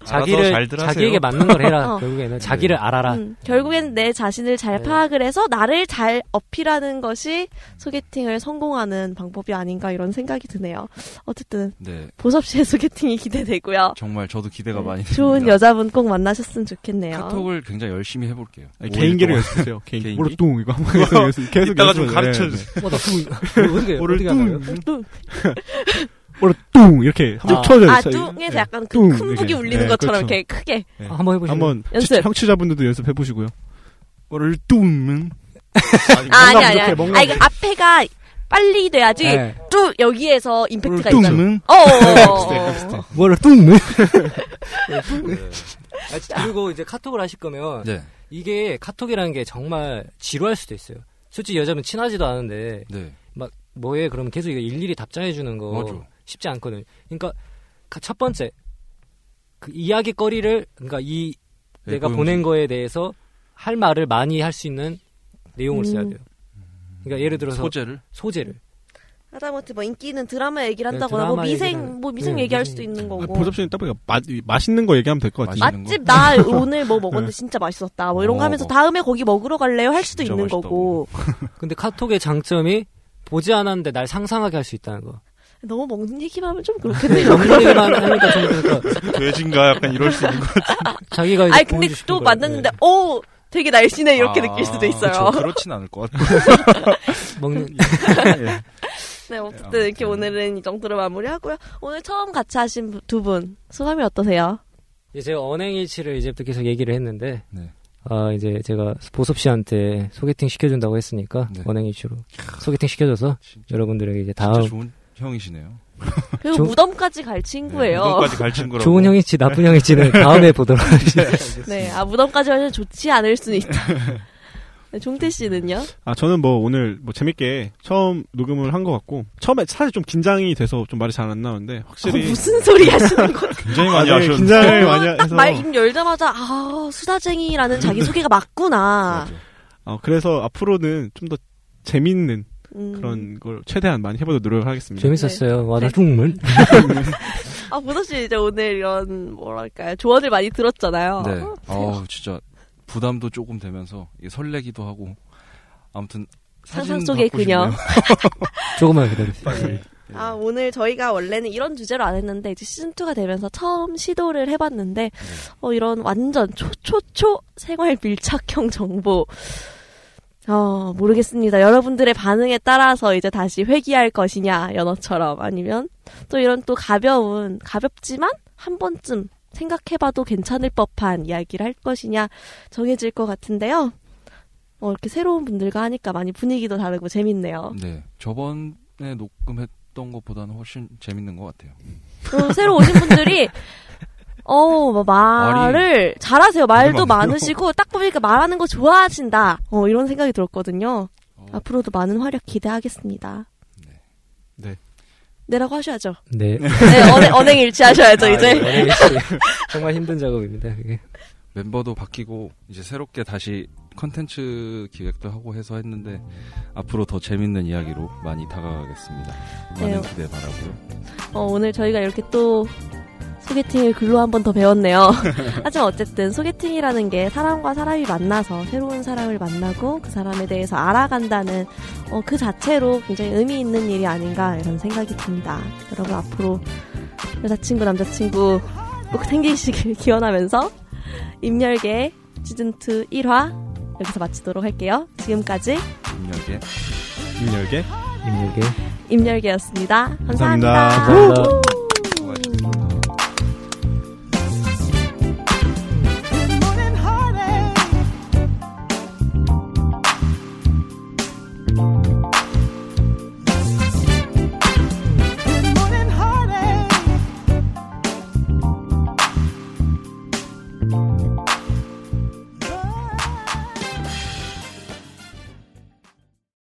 [SPEAKER 1] 자기를 자기에게 맞는 걸 해라.
[SPEAKER 2] 어.
[SPEAKER 1] 결국에는 자기를 알아라.
[SPEAKER 2] 음, 결국엔 내 자신을 잘
[SPEAKER 3] 네.
[SPEAKER 2] 파악을 해서 나를 잘 어필하는 것이 소개팅을 성공하는 방법이 아닌가 이런 생각이 드네요. 어쨌든
[SPEAKER 3] 네.
[SPEAKER 2] 보섭 씨의 소개팅이 기대되고요.
[SPEAKER 3] 정말 저도
[SPEAKER 4] 네.
[SPEAKER 3] 기대가 많이 됩니다.
[SPEAKER 2] 좋은 여자분 꼭 만나셨으면 좋겠네요.
[SPEAKER 3] 카톡을 굉장히 열심히 해볼게요.
[SPEAKER 4] 아니, 개인기를 연습해요. 개인기. 오늘 뚱 이거 한번 계속 연습- 계속
[SPEAKER 3] 이따가 좀
[SPEAKER 4] 연습해요.
[SPEAKER 3] 가르쳐
[SPEAKER 4] 네,
[SPEAKER 3] 주세요.
[SPEAKER 4] 네.
[SPEAKER 1] 어, 나 뚱. 어떻게,
[SPEAKER 4] 오늘
[SPEAKER 1] 어떻게
[SPEAKER 4] 뚱.
[SPEAKER 1] 하나요?
[SPEAKER 2] 뚱.
[SPEAKER 4] 오늘 뚱 이렇게 한번 쳐줘요.
[SPEAKER 2] 아,
[SPEAKER 4] 자, 이거.
[SPEAKER 2] 뚱에서 약간 그
[SPEAKER 4] 네, 예,
[SPEAKER 2] 큰
[SPEAKER 4] 뚱,
[SPEAKER 2] 북이
[SPEAKER 4] 이렇게.
[SPEAKER 2] 울리는
[SPEAKER 4] 네,
[SPEAKER 2] 것처럼
[SPEAKER 4] 그렇죠.
[SPEAKER 2] 이렇게 크게.
[SPEAKER 4] 네.
[SPEAKER 1] 아, 한번 해보시죠.
[SPEAKER 4] 한번
[SPEAKER 2] 연습.
[SPEAKER 4] 시- 청취자분들도 연습해 보시고요. 오늘 뚱은
[SPEAKER 2] 아, 아니, 아니, 아니. 아, 이거 앞에가 빨리 돼야지
[SPEAKER 1] 네.
[SPEAKER 2] 뚝 여기에서 임팩트가
[SPEAKER 4] 뚱.
[SPEAKER 2] 있잖아.
[SPEAKER 4] 뚱.
[SPEAKER 2] 어, 어, 어, 어.
[SPEAKER 1] 뭐라 뚱.
[SPEAKER 5] 아, 진짜. 그리고 이제 카톡을 하실 거면
[SPEAKER 3] 네.
[SPEAKER 5] 이게 카톡이라는 게 정말 지루할 수도 있어요. 솔직히 여자분 친하지도 않은데
[SPEAKER 3] 네.
[SPEAKER 5] 막 뭐해 그러면 계속 이거 일일이 답장해 주는 거
[SPEAKER 3] 맞아.
[SPEAKER 5] 쉽지 않거든요. 그러니까 가- 첫 번째 그 이야기거리를 그러니까 이
[SPEAKER 3] 네,
[SPEAKER 5] 내가
[SPEAKER 3] 고용주.
[SPEAKER 5] 보낸 거에 대해서 할 말을 많이 할 수 있는 내용을 써야 돼요. 그러니까 예를 들어서
[SPEAKER 3] 소재를?
[SPEAKER 5] 소재를
[SPEAKER 2] 하다못해 뭐 인기 있는 드라마 얘기를
[SPEAKER 5] 네,
[SPEAKER 2] 한다거나
[SPEAKER 5] 드라마
[SPEAKER 2] 뭐 미생
[SPEAKER 5] 얘기를-
[SPEAKER 2] 뭐 미생
[SPEAKER 5] 네,
[SPEAKER 2] 얘기할
[SPEAKER 5] 미생.
[SPEAKER 2] 수도 있는 거고.
[SPEAKER 4] 보섭 씨는 딱 보니까 맛- 맛있는 거 얘기하면 될 것 같아요.
[SPEAKER 2] 맛집 나 오늘 뭐 먹었는데 진짜 맛있었다 뭐 이런 거
[SPEAKER 4] 어,
[SPEAKER 2] 하면서
[SPEAKER 4] 뭐.
[SPEAKER 2] 다음에 거기 먹으러 갈래요 할 수도
[SPEAKER 4] 진짜
[SPEAKER 2] 있는
[SPEAKER 4] 맛있다,
[SPEAKER 2] 거고
[SPEAKER 5] 근데 카톡의 장점이 보지 않았는데 날 상상하게 할 수 있다는 거.
[SPEAKER 2] 너무 먹는 얘기만 하면 좀 그렇겠네요
[SPEAKER 5] 먹는 얘기만 하니까 좀
[SPEAKER 4] 아,
[SPEAKER 5] 그러니까
[SPEAKER 3] 돼지인가 약간 이럴 수 있는 것 같은데.
[SPEAKER 5] 자기가
[SPEAKER 2] 아니 근데 또 만났는데 오 되게 날씬해 이렇게
[SPEAKER 3] 아,
[SPEAKER 2] 느낄 수도 있어요
[SPEAKER 3] 그쵸. 그렇진 않을 것 같아요.
[SPEAKER 5] 먹는
[SPEAKER 4] 예.
[SPEAKER 2] 네 어쨌든 이렇게 오늘은 이 정도로 마무리하고요 오늘 처음 같이 하신 두 분 소감이 어떠세요?
[SPEAKER 5] 이제 제가 언행일치를 이제부터 계속 얘기를 했는데
[SPEAKER 3] 네.
[SPEAKER 1] 아 이제 제가 보섭 씨한테 소개팅 시켜준다고 했으니까 언행 이슈로 소개팅 시켜줘서 여러분들에게 이제 다음
[SPEAKER 3] 네. 진짜 좋은 형이시네요.
[SPEAKER 2] 그리고
[SPEAKER 1] 조-
[SPEAKER 2] 무덤까지 갈 친구예요
[SPEAKER 3] 네, 무덤까지 갈 친구라고. 네.
[SPEAKER 1] 좋은 형이지 나쁜 형이지는 다음에 보도록 하겠습니다.
[SPEAKER 2] 네, 아 무덤까지 가면 좋지 않을 수는 있다 네, 종태 씨는요?
[SPEAKER 4] 아 저는 뭐 오늘 뭐 재밌게 처음 녹음을 한 것 같고 처음에 사실 좀 긴장이 돼서 좀 말이 잘 안 나오는데 확실히
[SPEAKER 2] 어, 무슨 소리 하시는 거예요?
[SPEAKER 3] 굉장히 많이
[SPEAKER 4] 아, 네,
[SPEAKER 3] 하셨는데.
[SPEAKER 4] 긴장을 많이 해서
[SPEAKER 2] 딱말입 열자마자 아 수다쟁이라는 자기 소개가 맞구나.
[SPEAKER 4] 어, 그래서 앞으로는 좀 더 재밌는
[SPEAKER 2] 음.
[SPEAKER 4] 그런 걸 최대한 많이 해보도록 노력을 하겠습니다.
[SPEAKER 1] 재밌었어요. 와나
[SPEAKER 2] 네.
[SPEAKER 1] 뚱물.
[SPEAKER 3] 네.
[SPEAKER 2] 아 보도 씨 이제 오늘 이런 뭐랄까요 조언을 많이 들었잖아요.
[SPEAKER 3] 네.
[SPEAKER 2] 어,
[SPEAKER 3] 아 진짜 부담도 조금 되면서 이게 설레기도 하고 아무튼 사진
[SPEAKER 2] 상상 속의
[SPEAKER 3] 받고
[SPEAKER 2] 그녀.
[SPEAKER 1] 조금만 기다려주세요.
[SPEAKER 3] 싶네요.
[SPEAKER 2] 아 오늘 저희가 원래는 이런 주제로 안 했는데 이제 시즌 2가 되면서 처음 시도를 해봤는데 어, 이런 완전 초초초 생활 밀착형 정보. 어 모르겠습니다. 여러분들의 반응에 따라서 이제 다시 회귀할 것이냐 연어처럼 아니면 또 이런 또 가벼운 가볍지만 한 번쯤 생각해봐도 괜찮을 법한 이야기를 할 것이냐 정해질 것 같은데요. 어, 이렇게 새로운 분들과 하니까 많이 분위기도 다르고 재밌네요.
[SPEAKER 3] 네. 저번에 녹음했던 것보다는 훨씬 재밌는 것 같아요.
[SPEAKER 2] 또 새로 오신 분들이 어, 뭐 말을 잘하세요. 말도
[SPEAKER 3] 말이 많아요.
[SPEAKER 2] 많으시고 딱 보니까 말하는 거 좋아하신다. 어, 이런 생각이 들었거든요. 앞으로도 많은 활약 기대하겠습니다.
[SPEAKER 3] 어. 네.
[SPEAKER 2] 네라고 하셔야죠.
[SPEAKER 1] 네.
[SPEAKER 2] 네, 언행, 언행
[SPEAKER 3] 아,
[SPEAKER 2] 일치하셔야죠 이제.
[SPEAKER 3] 예.
[SPEAKER 1] 언행일치. 정말 힘든 작업입니다. 그게.
[SPEAKER 3] 멤버도 바뀌고 이제 새롭게 다시 컨텐츠 기획도 하고 해서 했는데 앞으로 더 재밌는 이야기로 많이 다가가겠습니다.
[SPEAKER 2] 네.
[SPEAKER 3] 많은 기대 바라고요.
[SPEAKER 2] 어, 오늘 저희가 이렇게 또 소개팅을 글로 한 번 더 배웠네요. 하지만 어쨌든 소개팅이라는 게 사람과 사람이 만나서 새로운 사람을 만나고 그 사람에 대해서 알아간다는 어, 그 자체로 굉장히 의미 있는 일이 아닌가 이런 생각이 듭니다. 여러분 앞으로 여자친구, 남자친구 꼭 생기시길 기원하면서 임열계 시즌2 1화 여기서 마치도록 할게요. 지금까지
[SPEAKER 3] 김열계
[SPEAKER 4] 김열계
[SPEAKER 1] 힘들게.
[SPEAKER 2] 임열계였습니다 감사합니다.
[SPEAKER 4] 감사합니다.
[SPEAKER 2] 우후.